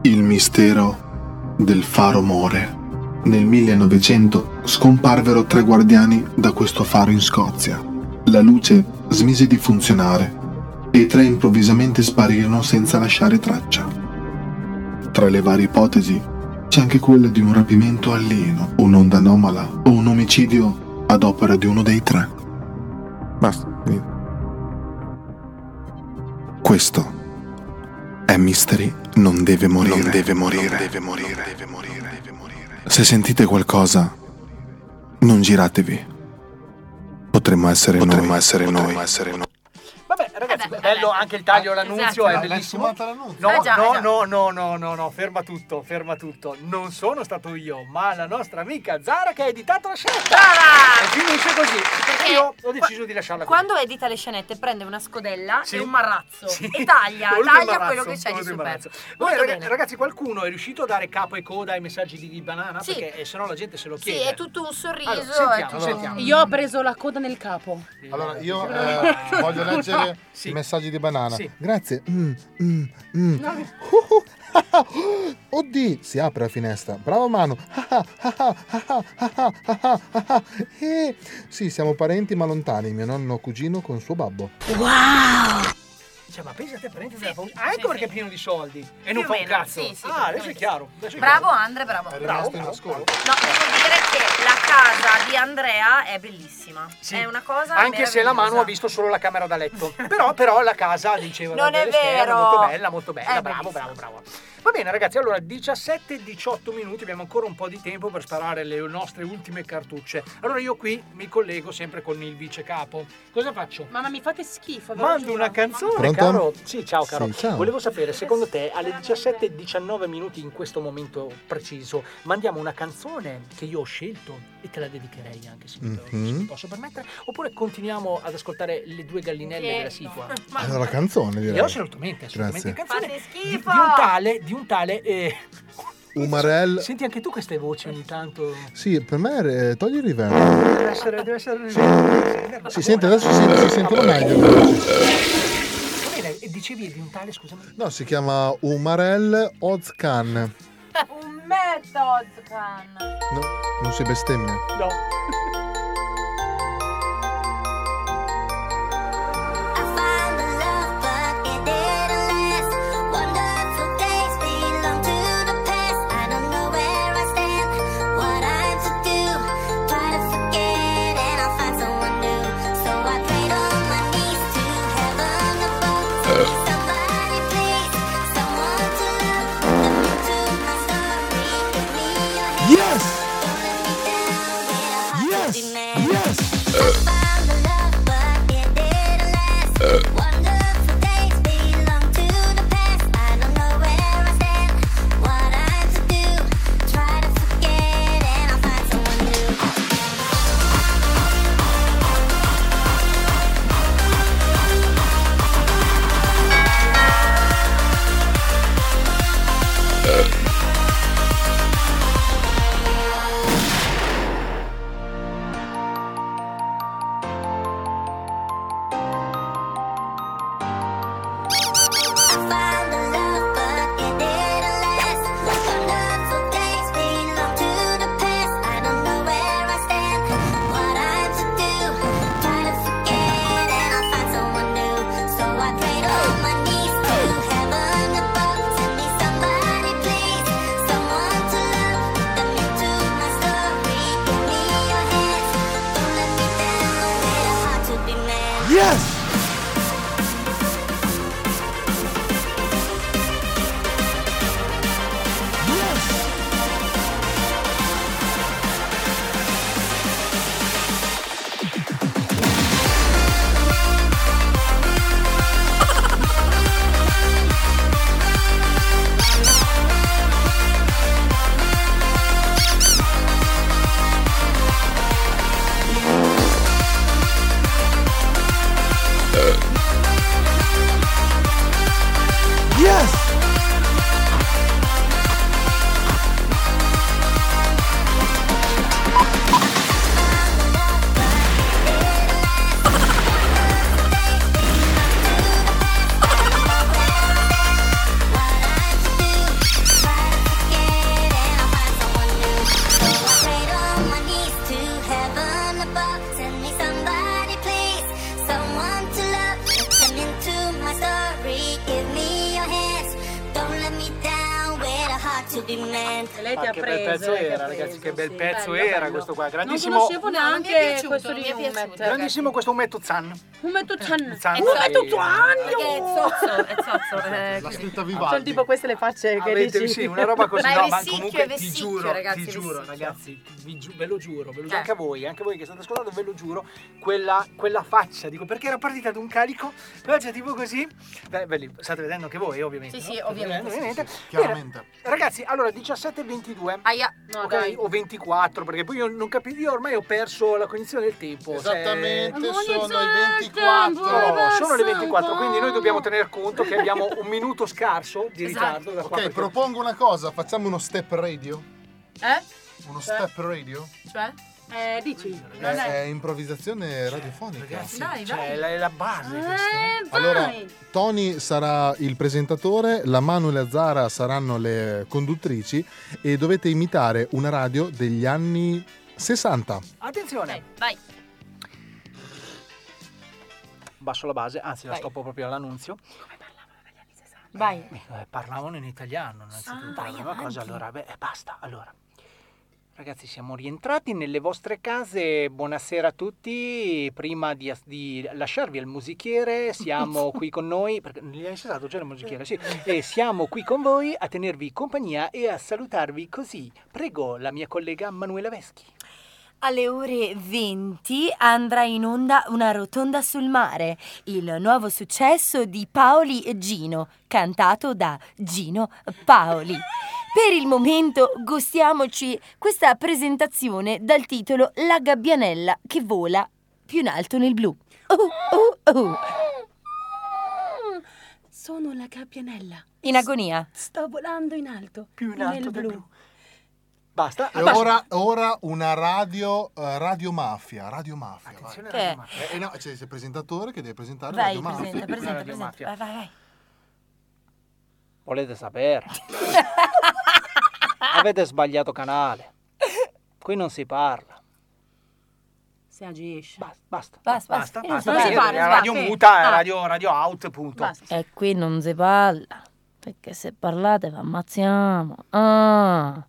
Speaker 19: Il mistero del faro More. Nel 1900 scomparvero tre guardiani da questo faro in Scozia. La luce smise di funzionare e i tre improvvisamente sparirono senza lasciare traccia. Tra le varie ipotesi c'è anche quella di un rapimento alieno, un'onda anomala o un omicidio ad opera di uno dei tre. Basta. finito. Questo è Mystery non deve morire. Non deve morire. deve morire. deve morire. Se sentite qualcosa, non giratevi. Potremmo essere noi. Essere noi.
Speaker 3: Eh,
Speaker 5: Vabbè, Eh, ragazzi, bello anche il taglio
Speaker 3: Ah,
Speaker 5: all'annunzio,
Speaker 21: esatto.
Speaker 5: è bellissimo.
Speaker 21: L'hai sfumata l'annunzio?
Speaker 5: No,
Speaker 21: Eh già,
Speaker 5: no,
Speaker 21: eh già.
Speaker 5: no, no, no, no, no, ferma tutto, ferma tutto. Non sono stato io, ma la nostra amica Zara che ha editato la scelta. E finisce così.
Speaker 3: Eh,
Speaker 5: Perché io ho deciso di lasciarla qui.
Speaker 3: Quando edita le scenette prende una scodella
Speaker 5: Sì.
Speaker 3: e un marrazzo
Speaker 5: Sì.
Speaker 3: e taglia,
Speaker 5: Voluto
Speaker 3: taglia
Speaker 5: imbarazzo,
Speaker 3: quello che c'è di
Speaker 5: voluto imbarazzo.
Speaker 3: superfluo.
Speaker 5: Voi,
Speaker 3: Molto
Speaker 5: raga-
Speaker 3: bene.
Speaker 5: ragazzi, qualcuno è riuscito a dare capo e coda ai messaggi di, di banana?
Speaker 3: Sì.
Speaker 5: Perché eh, sennò la gente se lo
Speaker 3: Sì,
Speaker 5: chiede.
Speaker 3: è tutto un sorriso.
Speaker 6: ecco.
Speaker 5: Allora, sentiamo,
Speaker 3: è tutto-
Speaker 5: sentiamo.
Speaker 6: Io ho preso la coda nel capo.
Speaker 21: Allora, io eh, voglio leggere i messaggi di banana.
Speaker 6: Sì.
Speaker 11: Grazie. Mm, mm, mm.
Speaker 6: No.
Speaker 11: Oddio, si apre la finestra. Bravo Manu. Ah, ah, ah, ah, ah, ah, ah, ah, ah, ah. Eh, Sì, siamo parenti ma lontani. Mio nonno cugino con suo babbo.
Speaker 5: Wow! Cioè, ma pensa a te, prendi della paura. Ah, ecco perché è pieno di soldi. E non
Speaker 3: Più
Speaker 5: fa
Speaker 3: o
Speaker 5: un
Speaker 3: meno,
Speaker 5: cazzo.
Speaker 3: sì, sì,
Speaker 5: ah, adesso è chiaro. adesso è
Speaker 3: Bravo
Speaker 5: chiaro.
Speaker 3: Andre, bravo.
Speaker 5: Bravo, bravo.
Speaker 3: No, devo dire che la casa di Andrea è bellissima. È una cosa
Speaker 5: Anche se la mano ha
Speaker 3: meravigliosa.
Speaker 5: visto solo la camera da letto. però, però la casa diceva
Speaker 3: Non è vero. Eh,
Speaker 5: molto bella, molto bella.
Speaker 3: È
Speaker 5: bravo,
Speaker 3: bellissima.
Speaker 5: bravo, bravo. Va bene, ragazzi, allora 17-18 minuti, abbiamo ancora un po' di tempo per sparare le nostre ultime cartucce. Allora io qui mi collego sempre con il vice capo. Cosa faccio?
Speaker 6: Mamma mi fate schifo. ve lo
Speaker 5: Mando
Speaker 6: giuro.
Speaker 5: una canzone,
Speaker 6: Pronto?
Speaker 5: caro. Sì, ciao, caro.
Speaker 6: Sì, ciao.
Speaker 5: Volevo sapere, secondo te, alle 17-19 minuti in questo momento preciso, mandiamo una canzone che io ho scelto e te la dedicherei anche se mi se
Speaker 6: Mm?
Speaker 11: Mhm.
Speaker 5: mi posso permettere? Oppure continuiamo ad ascoltare le due gallinelle
Speaker 3: Sì,
Speaker 5: della
Speaker 3: no.
Speaker 5: Sicua?
Speaker 11: Allora, canzone direi.
Speaker 5: Io assolutamente, assolutamente.
Speaker 11: Grazie.
Speaker 5: Canzone
Speaker 3: Fate
Speaker 5: di, di
Speaker 3: schifo.
Speaker 5: un tale, di un tale. eh,
Speaker 11: Umarell.
Speaker 5: Senti anche tu queste voci ogni tanto.
Speaker 11: Sì, per me eh, togli il riverbo.
Speaker 5: Deve essere, deve essere. Va
Speaker 11: Si sente adesso si, si sentono meglio.
Speaker 5: bene, e Eh, dicevi di un tale, scusami.
Speaker 11: No, si chiama Umarell Ozkan.
Speaker 3: Un method can.
Speaker 11: Non si bestemmia.
Speaker 5: No.
Speaker 1: Yes! Yes! Yes! Yes!
Speaker 6: E lei ti ha
Speaker 5: che bel
Speaker 6: preso.
Speaker 5: pezzo
Speaker 6: lei ti ha
Speaker 5: era,
Speaker 6: preso,
Speaker 5: ragazzi, che bel
Speaker 6: sì.
Speaker 5: pezzo
Speaker 6: Bello,
Speaker 5: era
Speaker 6: bello.
Speaker 5: questo qua.
Speaker 6: Non
Speaker 5: Grandissimo,
Speaker 6: conoscevo
Speaker 3: No, non mi è
Speaker 6: neanche
Speaker 3: piaciuto,
Speaker 6: questo
Speaker 3: non
Speaker 6: di
Speaker 3: mi è piaciuto,
Speaker 6: Ummet.
Speaker 5: grandissimo questo Umetto Zan.
Speaker 6: Umetto Zan.
Speaker 5: Zan,
Speaker 6: Umetto Zan.
Speaker 5: sì.
Speaker 3: Perché è zozzo, è zozzo. eh,
Speaker 5: La
Speaker 3: che-
Speaker 5: scritta
Speaker 6: Sono Cioè, tipo queste le facce che
Speaker 5: Avete-
Speaker 6: dici.
Speaker 5: sì, una roba così,
Speaker 3: Ma è
Speaker 5: no, ma
Speaker 3: vessicchio,
Speaker 5: comunque
Speaker 3: è
Speaker 5: ti
Speaker 3: vessicchio,
Speaker 5: giuro,
Speaker 3: ragazzi,
Speaker 5: ti
Speaker 3: è
Speaker 5: giuro,
Speaker 3: vessicchio.
Speaker 5: ragazzi, vi giu- ve lo giuro, ve lo giuro,
Speaker 3: Eh.
Speaker 5: anche a voi, anche a voi che state ascoltando, ve lo giuro, quella, quella faccia, dico, perché era partita da un calico, poi c'è tipo così, beh, beh, li state vedendo anche voi, ovviamente.
Speaker 3: Sì,
Speaker 5: no?
Speaker 3: sì,
Speaker 5: State
Speaker 3: ovviamente,
Speaker 5: vedendo,
Speaker 3: sì, sì,
Speaker 5: ovviamente.
Speaker 3: sì,
Speaker 11: chiaramente.
Speaker 5: Bene, Ragazzi, allora 17 e 22.
Speaker 3: Aia, Ah, no,
Speaker 5: ok?
Speaker 3: dai.
Speaker 5: o 24, perché poi io non capisco, io ormai ho perso la cognizione del tempo. cioè-
Speaker 11: Esattamente,
Speaker 3: Amore,
Speaker 11: sono i
Speaker 3: sono
Speaker 11: 24.
Speaker 5: No, sono le 24, quindi noi dobbiamo tener conto che abbiamo un minuto scarso di
Speaker 3: Esatto.
Speaker 5: ritardo da qua.
Speaker 11: Ok,
Speaker 5: perché-
Speaker 11: propongo una cosa, facciamo uno step radio.
Speaker 6: Eh?
Speaker 11: Uno
Speaker 6: Cioè?
Speaker 11: step radio?
Speaker 6: Cioè? Eh, dici.
Speaker 11: Eh,
Speaker 6: non
Speaker 11: È,
Speaker 6: è.
Speaker 11: improvvisazione radiofonica.
Speaker 5: Cioè, Ragazzi,
Speaker 6: Dai,
Speaker 5: cioè,
Speaker 6: vai.
Speaker 5: la, la base.
Speaker 6: Eh, vai.
Speaker 11: Allora, Tony sarà il presentatore, la Manu e la Zara saranno le conduttrici e dovete imitare una radio degli anni 60.
Speaker 5: Attenzione.
Speaker 3: Vai.
Speaker 5: Basso la base, anzi la
Speaker 3: Vai.
Speaker 5: stoppo proprio all'annunzio.
Speaker 3: Vai.
Speaker 5: Eh, parlavano in italiano, innanzitutto.
Speaker 3: vai
Speaker 5: era una cosa,
Speaker 3: avanti.
Speaker 5: allora, beh, basta. Allora, ragazzi, siamo rientrati nelle vostre case. Buonasera a tutti. Prima di, as- di lasciarvi al musichiere, siamo qui con noi. Perché gli hai citato già il musichiere, sì.
Speaker 3: Eh.
Speaker 5: E siamo qui con voi a tenervi compagnia e a salutarvi così. Prego, la mia collega Manuela Veschi.
Speaker 23: Alle ore 20 andrà in onda Una rotonda sul mare, il nuovo successo di Paoli e Gino, cantato da Gino Paoli. Per il momento gustiamoci questa presentazione dal titolo La gabbianella che vola più in alto nel blu. Oh, oh, oh.
Speaker 6: Sono la gabbianella.
Speaker 23: In agonia.
Speaker 6: Sto volando in alto.
Speaker 5: Più in alto
Speaker 6: nel
Speaker 5: del
Speaker 6: blu.
Speaker 5: Basta.
Speaker 11: E ora, ora una radio, eh, radio mafia, radio mafia.
Speaker 5: Attenzione,
Speaker 11: vai.
Speaker 5: Radio Mafia.
Speaker 11: Eh, eh, no, c'è il presentatore che deve presentare
Speaker 23: Vai,
Speaker 11: radio mafia.
Speaker 23: presenta, presenta, presenta. Vai, vai, vai.
Speaker 5: Volete sapere? Avete sbagliato canale. Qui non si parla.
Speaker 6: Si agisce.
Speaker 5: Basta, basta.
Speaker 23: Basta,
Speaker 5: Basta,
Speaker 23: basta. Eh,
Speaker 5: basta.
Speaker 23: non si
Speaker 5: Eh,
Speaker 23: parla,
Speaker 5: la
Speaker 23: si
Speaker 5: radio
Speaker 23: parla, sì.
Speaker 5: muta, eh,
Speaker 23: Ah.
Speaker 5: radio, radio out, punto.
Speaker 23: E qui non si parla, perché se parlate vi ammazziamo. Ah.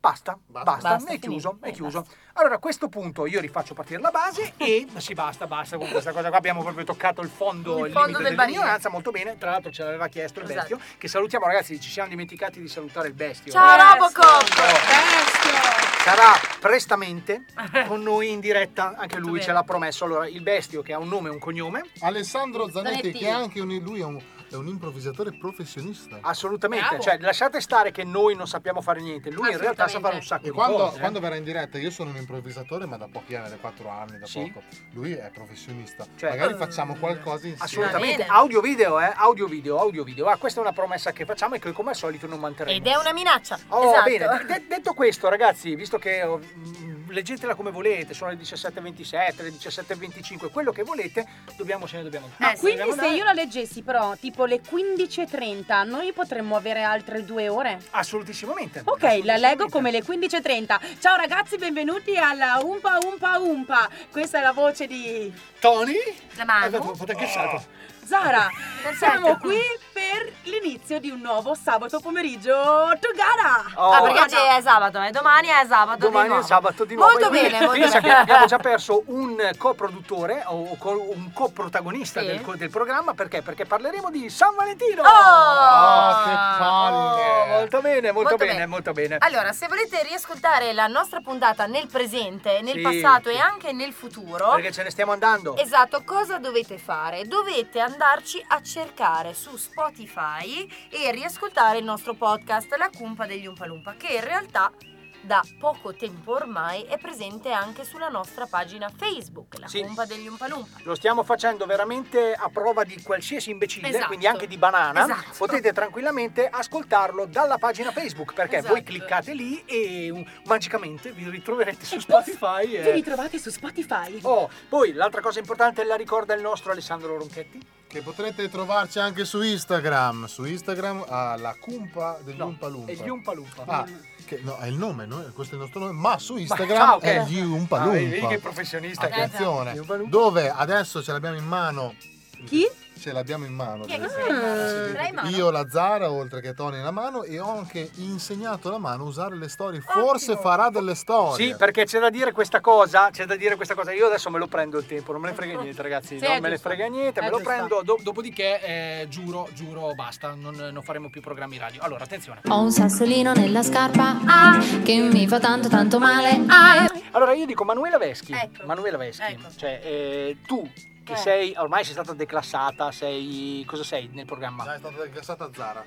Speaker 5: Basta, basta,
Speaker 23: Basta,
Speaker 5: è
Speaker 23: finito.
Speaker 5: chiuso, è
Speaker 23: Eh,
Speaker 5: chiuso. Allora a questo punto io rifaccio partire la base e sì, basta, basta con questa cosa qua. Abbiamo proprio toccato il fondo,
Speaker 23: Il
Speaker 5: il
Speaker 23: fondo
Speaker 5: limite
Speaker 23: del
Speaker 5: dell'ignoranza, molto bene. Tra l'altro ce l'aveva chiesto il
Speaker 23: Esatto.
Speaker 5: bestio, che salutiamo ragazzi, ci siamo dimenticati di salutare il bestio.
Speaker 3: Ciao
Speaker 5: Eh,
Speaker 3: Robocop!
Speaker 5: sarà prestamente con noi in diretta, anche lui ce l'ha promesso. Allora il bestio che ha un nome e un cognome.
Speaker 11: Alessandro Zanetti,
Speaker 5: Zanetti.
Speaker 11: che è anche un, lui è un, è un improvvisatore professionista.
Speaker 5: Assolutamente,
Speaker 11: Bravo.
Speaker 5: cioè lasciate stare che noi non sappiamo fare niente, lui in realtà sa fare un sacco
Speaker 11: E
Speaker 5: di
Speaker 11: quando,
Speaker 5: cose. eh.
Speaker 11: quando verrà in diretta, io sono un improvvisatore, ma da pochi anni, da quattro anni, da poco. Lui è professionista. Magari facciamo qualcosa insieme.
Speaker 5: Eh, Cioè, Assolutamente, audio video, eh? audio video, audio video. Ah, questa è una promessa che facciamo e che come al solito non manterremo.
Speaker 3: Ed è una minaccia.
Speaker 5: Oh,
Speaker 3: esatto.
Speaker 5: bene, De- detto questo, ragazzi, visto che oh, mm, leggetela come volete, sono le 17.27, le 17.25, quello che volete, dobbiamo ce ne
Speaker 3: Eh,
Speaker 5: dobbiamo.
Speaker 6: Ma
Speaker 5: andare.
Speaker 6: Ah, quindi
Speaker 5: Dobbiamo
Speaker 6: se
Speaker 5: andare.
Speaker 6: io la leggessi però tipo le 15.30 noi potremmo avere altre due ore?
Speaker 5: Assolutissimamente.
Speaker 6: Ok, la leggo come le 15.30. Ciao ragazzi, benvenuti alla Umpa Umpa Umpa. Questa è la voce di...
Speaker 5: Tony?
Speaker 6: La
Speaker 5: Aspetta, potete che salto.
Speaker 6: Zara, siamo qui per l'inizio di un nuovo sabato pomeriggio Togara.
Speaker 3: ah, perché oggi è sabato, ma domani è sabato
Speaker 5: Oh. Domani
Speaker 3: di nuovo.
Speaker 5: è sabato di nuovo.
Speaker 3: Molto
Speaker 5: E quindi
Speaker 3: bene, molto
Speaker 5: pensa
Speaker 3: bene.
Speaker 5: che abbiamo già perso un coproduttore o co- un coprotagonista
Speaker 3: Sì.
Speaker 5: del, co- del programma perché? Perché parleremo di San Valentino.
Speaker 3: Oh!
Speaker 11: Ah,
Speaker 3: Oh, che
Speaker 5: palle! molto bene, molto,
Speaker 3: Molto
Speaker 5: bene,
Speaker 3: bene.
Speaker 5: molto bene.
Speaker 3: Allora, se volete riascoltare la nostra puntata nel presente, nel
Speaker 5: Sì.
Speaker 3: passato e anche nel futuro,
Speaker 5: perché ce ne stiamo andando.
Speaker 3: Esatto, cosa dovete fare? Dovete andarci a cercare su Spotify e riascoltare il nostro podcast La Cumpa degli Umpalumpa, che in realtà da poco tempo ormai è presente anche sulla nostra pagina Facebook, La
Speaker 5: Sì.
Speaker 3: Cumpa degli Umpalumpa.
Speaker 5: Lo stiamo facendo veramente a prova di qualsiasi imbecille,
Speaker 3: Esatto.
Speaker 5: quindi anche di banana.
Speaker 3: Esatto.
Speaker 5: Potete tranquillamente ascoltarlo dalla pagina Facebook perché voi
Speaker 6: Esatto.
Speaker 5: cliccate lì e um, magicamente vi ritroverete su Spotify.
Speaker 6: Vi
Speaker 5: e-
Speaker 6: ritrovate su Spotify.
Speaker 5: Oh, poi l'altra cosa importante la ricorda il nostro Alessandro Ronchetti.
Speaker 11: Che potrete trovarci anche su Instagram. Su Instagram alla la cumpa degli
Speaker 5: No,
Speaker 11: Umpa Lumpa.
Speaker 5: è gli Umpa Lumpa.
Speaker 11: Ah, che- no, è il nome, no? questo è il nostro nome, ma su Instagram
Speaker 5: ah, ok.
Speaker 11: è gli Umpa
Speaker 5: Ah, vedi
Speaker 11: Lumpa.
Speaker 5: che professionista che è.
Speaker 11: Attenzione,
Speaker 5: Gli Oompa Loompa.
Speaker 11: dove adesso ce l'abbiamo in mano.
Speaker 6: Chi?
Speaker 11: Ce l'abbiamo in mano.
Speaker 3: Chi è che
Speaker 11: deve
Speaker 3: ce l'ha in mano? Ce l'ha in mano?
Speaker 11: Io la Zara, oltre che Tony la mano, e ho anche insegnato la mano a usare le storie. Forse farà delle storie.
Speaker 5: Sì, perché c'è da dire questa cosa, c'è da dire questa cosa. Io adesso me lo prendo il tempo, non me ne frega niente, ragazzi.
Speaker 11: Sì,
Speaker 5: non
Speaker 11: è
Speaker 5: me ne
Speaker 11: giusto.
Speaker 5: frega niente,
Speaker 11: È
Speaker 5: me lo
Speaker 11: giusto.
Speaker 5: prendo. do- dopodiché, eh, giuro, giuro, basta. Non, non faremo più programmi radio. Allora, attenzione.
Speaker 29: Ho un sassolino nella scarpa ah, che mi fa tanto tanto male. Ah, e-
Speaker 5: Allora io dico Manuela Veschi,
Speaker 11: Ecco.
Speaker 5: Manuela Veschi, cioè eh, tu che
Speaker 29: Eh.
Speaker 5: sei, ormai sei stata declassata, sei, cosa sei nel programma?
Speaker 11: È stata declassata Zara.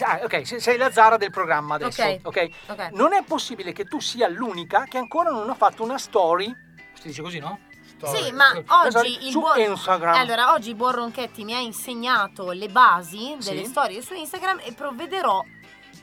Speaker 5: Ah, ok, se- sei la Zara del programma adesso,
Speaker 3: Ok.
Speaker 5: ok?
Speaker 3: Eh.
Speaker 5: Non è possibile che tu sia l'unica che ancora non ha fatto una story, si dice così no?
Speaker 3: Sì, ma
Speaker 5: Una story
Speaker 3: oggi il
Speaker 5: su
Speaker 3: buon
Speaker 5: Instagram.
Speaker 3: Allora, oggi il buon Ronchetti mi ha insegnato le basi delle
Speaker 5: Sì.
Speaker 3: storie su Instagram e provvederò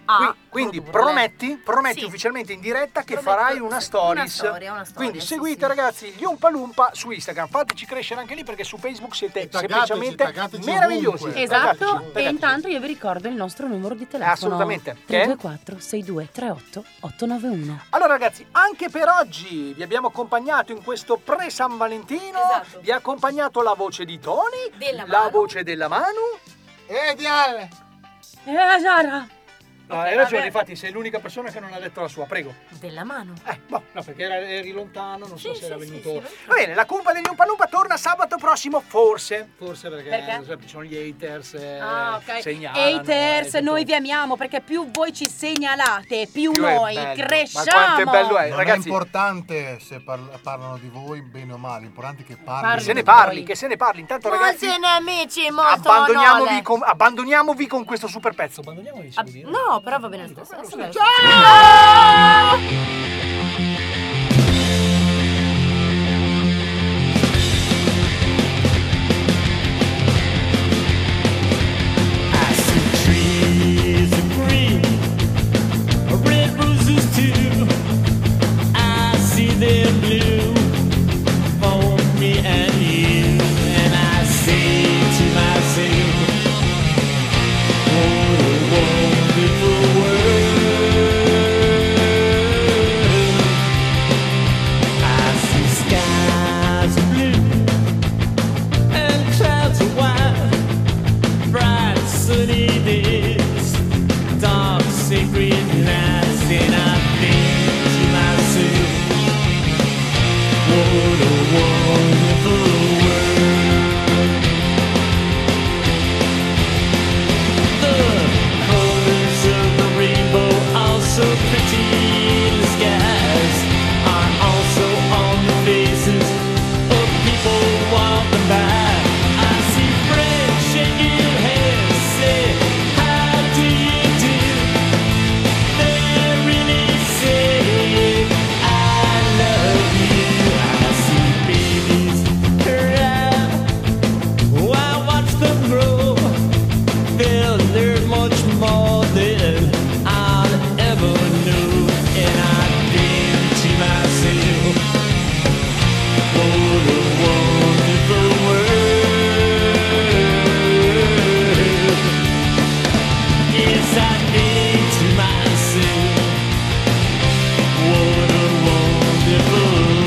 Speaker 3: a
Speaker 5: Qui- quindi prometti, prometti ufficialmente in diretta che
Speaker 3: ah, Prometto,
Speaker 5: farai una
Speaker 3: sì,
Speaker 5: stories.
Speaker 3: una storia, una storia,
Speaker 5: quindi
Speaker 3: sì,
Speaker 5: seguite ragazzi gli Umpa Lumpa su Instagram, fateci crescere anche lì perché su Facebook siete
Speaker 11: taggateci,
Speaker 5: semplicemente
Speaker 11: taggateci
Speaker 5: meravigliosi.
Speaker 11: ovunque.
Speaker 5: Taggateci,
Speaker 6: Esatto, e
Speaker 5: taggateci.
Speaker 6: intanto io vi ricordo il nostro numero di telefono.
Speaker 5: Assolutamente. Che è?
Speaker 6: 324 62 38 891.
Speaker 5: Allora ragazzi, anche per oggi vi abbiamo accompagnato in questo pre-San Valentino.
Speaker 3: Esatto.
Speaker 5: Vi ha accompagnato la voce di Tony,
Speaker 3: Della
Speaker 5: la
Speaker 3: Manu.
Speaker 5: voce della Manu.
Speaker 11: E di Ale.
Speaker 6: E la Zara.
Speaker 5: No, hai ragione, infatti sei l'unica persona che non ha detto la sua, prego.
Speaker 3: Della mano.
Speaker 5: Eh, boh, no, perché era- eri lontano, non so
Speaker 3: Sì,
Speaker 5: se era
Speaker 3: sì, sì,
Speaker 5: venuto. Va bene, la cumpa degli Umpalumpa torna sabato prossimo, forse. Forse perché,
Speaker 6: Perché?
Speaker 5: lo sai, ci sono gli haters. eh,
Speaker 6: Ah, ok.
Speaker 5: segnalano,
Speaker 6: Haters,
Speaker 5: eh,
Speaker 6: noi vi amiamo perché più voi ci segnalate, più,
Speaker 5: Più è
Speaker 6: noi
Speaker 5: bello.
Speaker 6: cresciamo.
Speaker 5: Ma quanto è bello è,
Speaker 11: non
Speaker 5: ragazzi.
Speaker 11: è importante se parla- parlano di voi bene o male, l'importante è che parlino.
Speaker 5: Che se ne parli, che se ne parli. Intanto, ragazzi,
Speaker 3: Molti amici, molto
Speaker 5: abbandoniamovi
Speaker 3: onore.
Speaker 5: con, abbandoniamovi con questo super pezzo. Abbandoniamovi, si può dire?
Speaker 3: No, però va bene lo stesso. adesso va bene lo
Speaker 5: Ciao!
Speaker 7: I see trees of green, red roses too. I see their blue for me and you, and I say to myself, what a wonderful world. I see skies of blue and clouds of white bright sunny days, dark sacred nights, and I think to myself, what a wonderful world. The colors of the rainbow are so pretty in the skies, are also on the faces of people walking by. I see friends shaking hands, say, how do you do? They really say, I love you. I see babies cry. Oh, I watch them grow. They'll learn much more than I'll ever know. And I think to myself, what a wonderful world. Yes, I think to myself, what a wonderful world.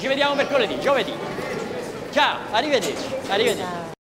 Speaker 7: giovedì. Ciao, arrivederci. arrivederci.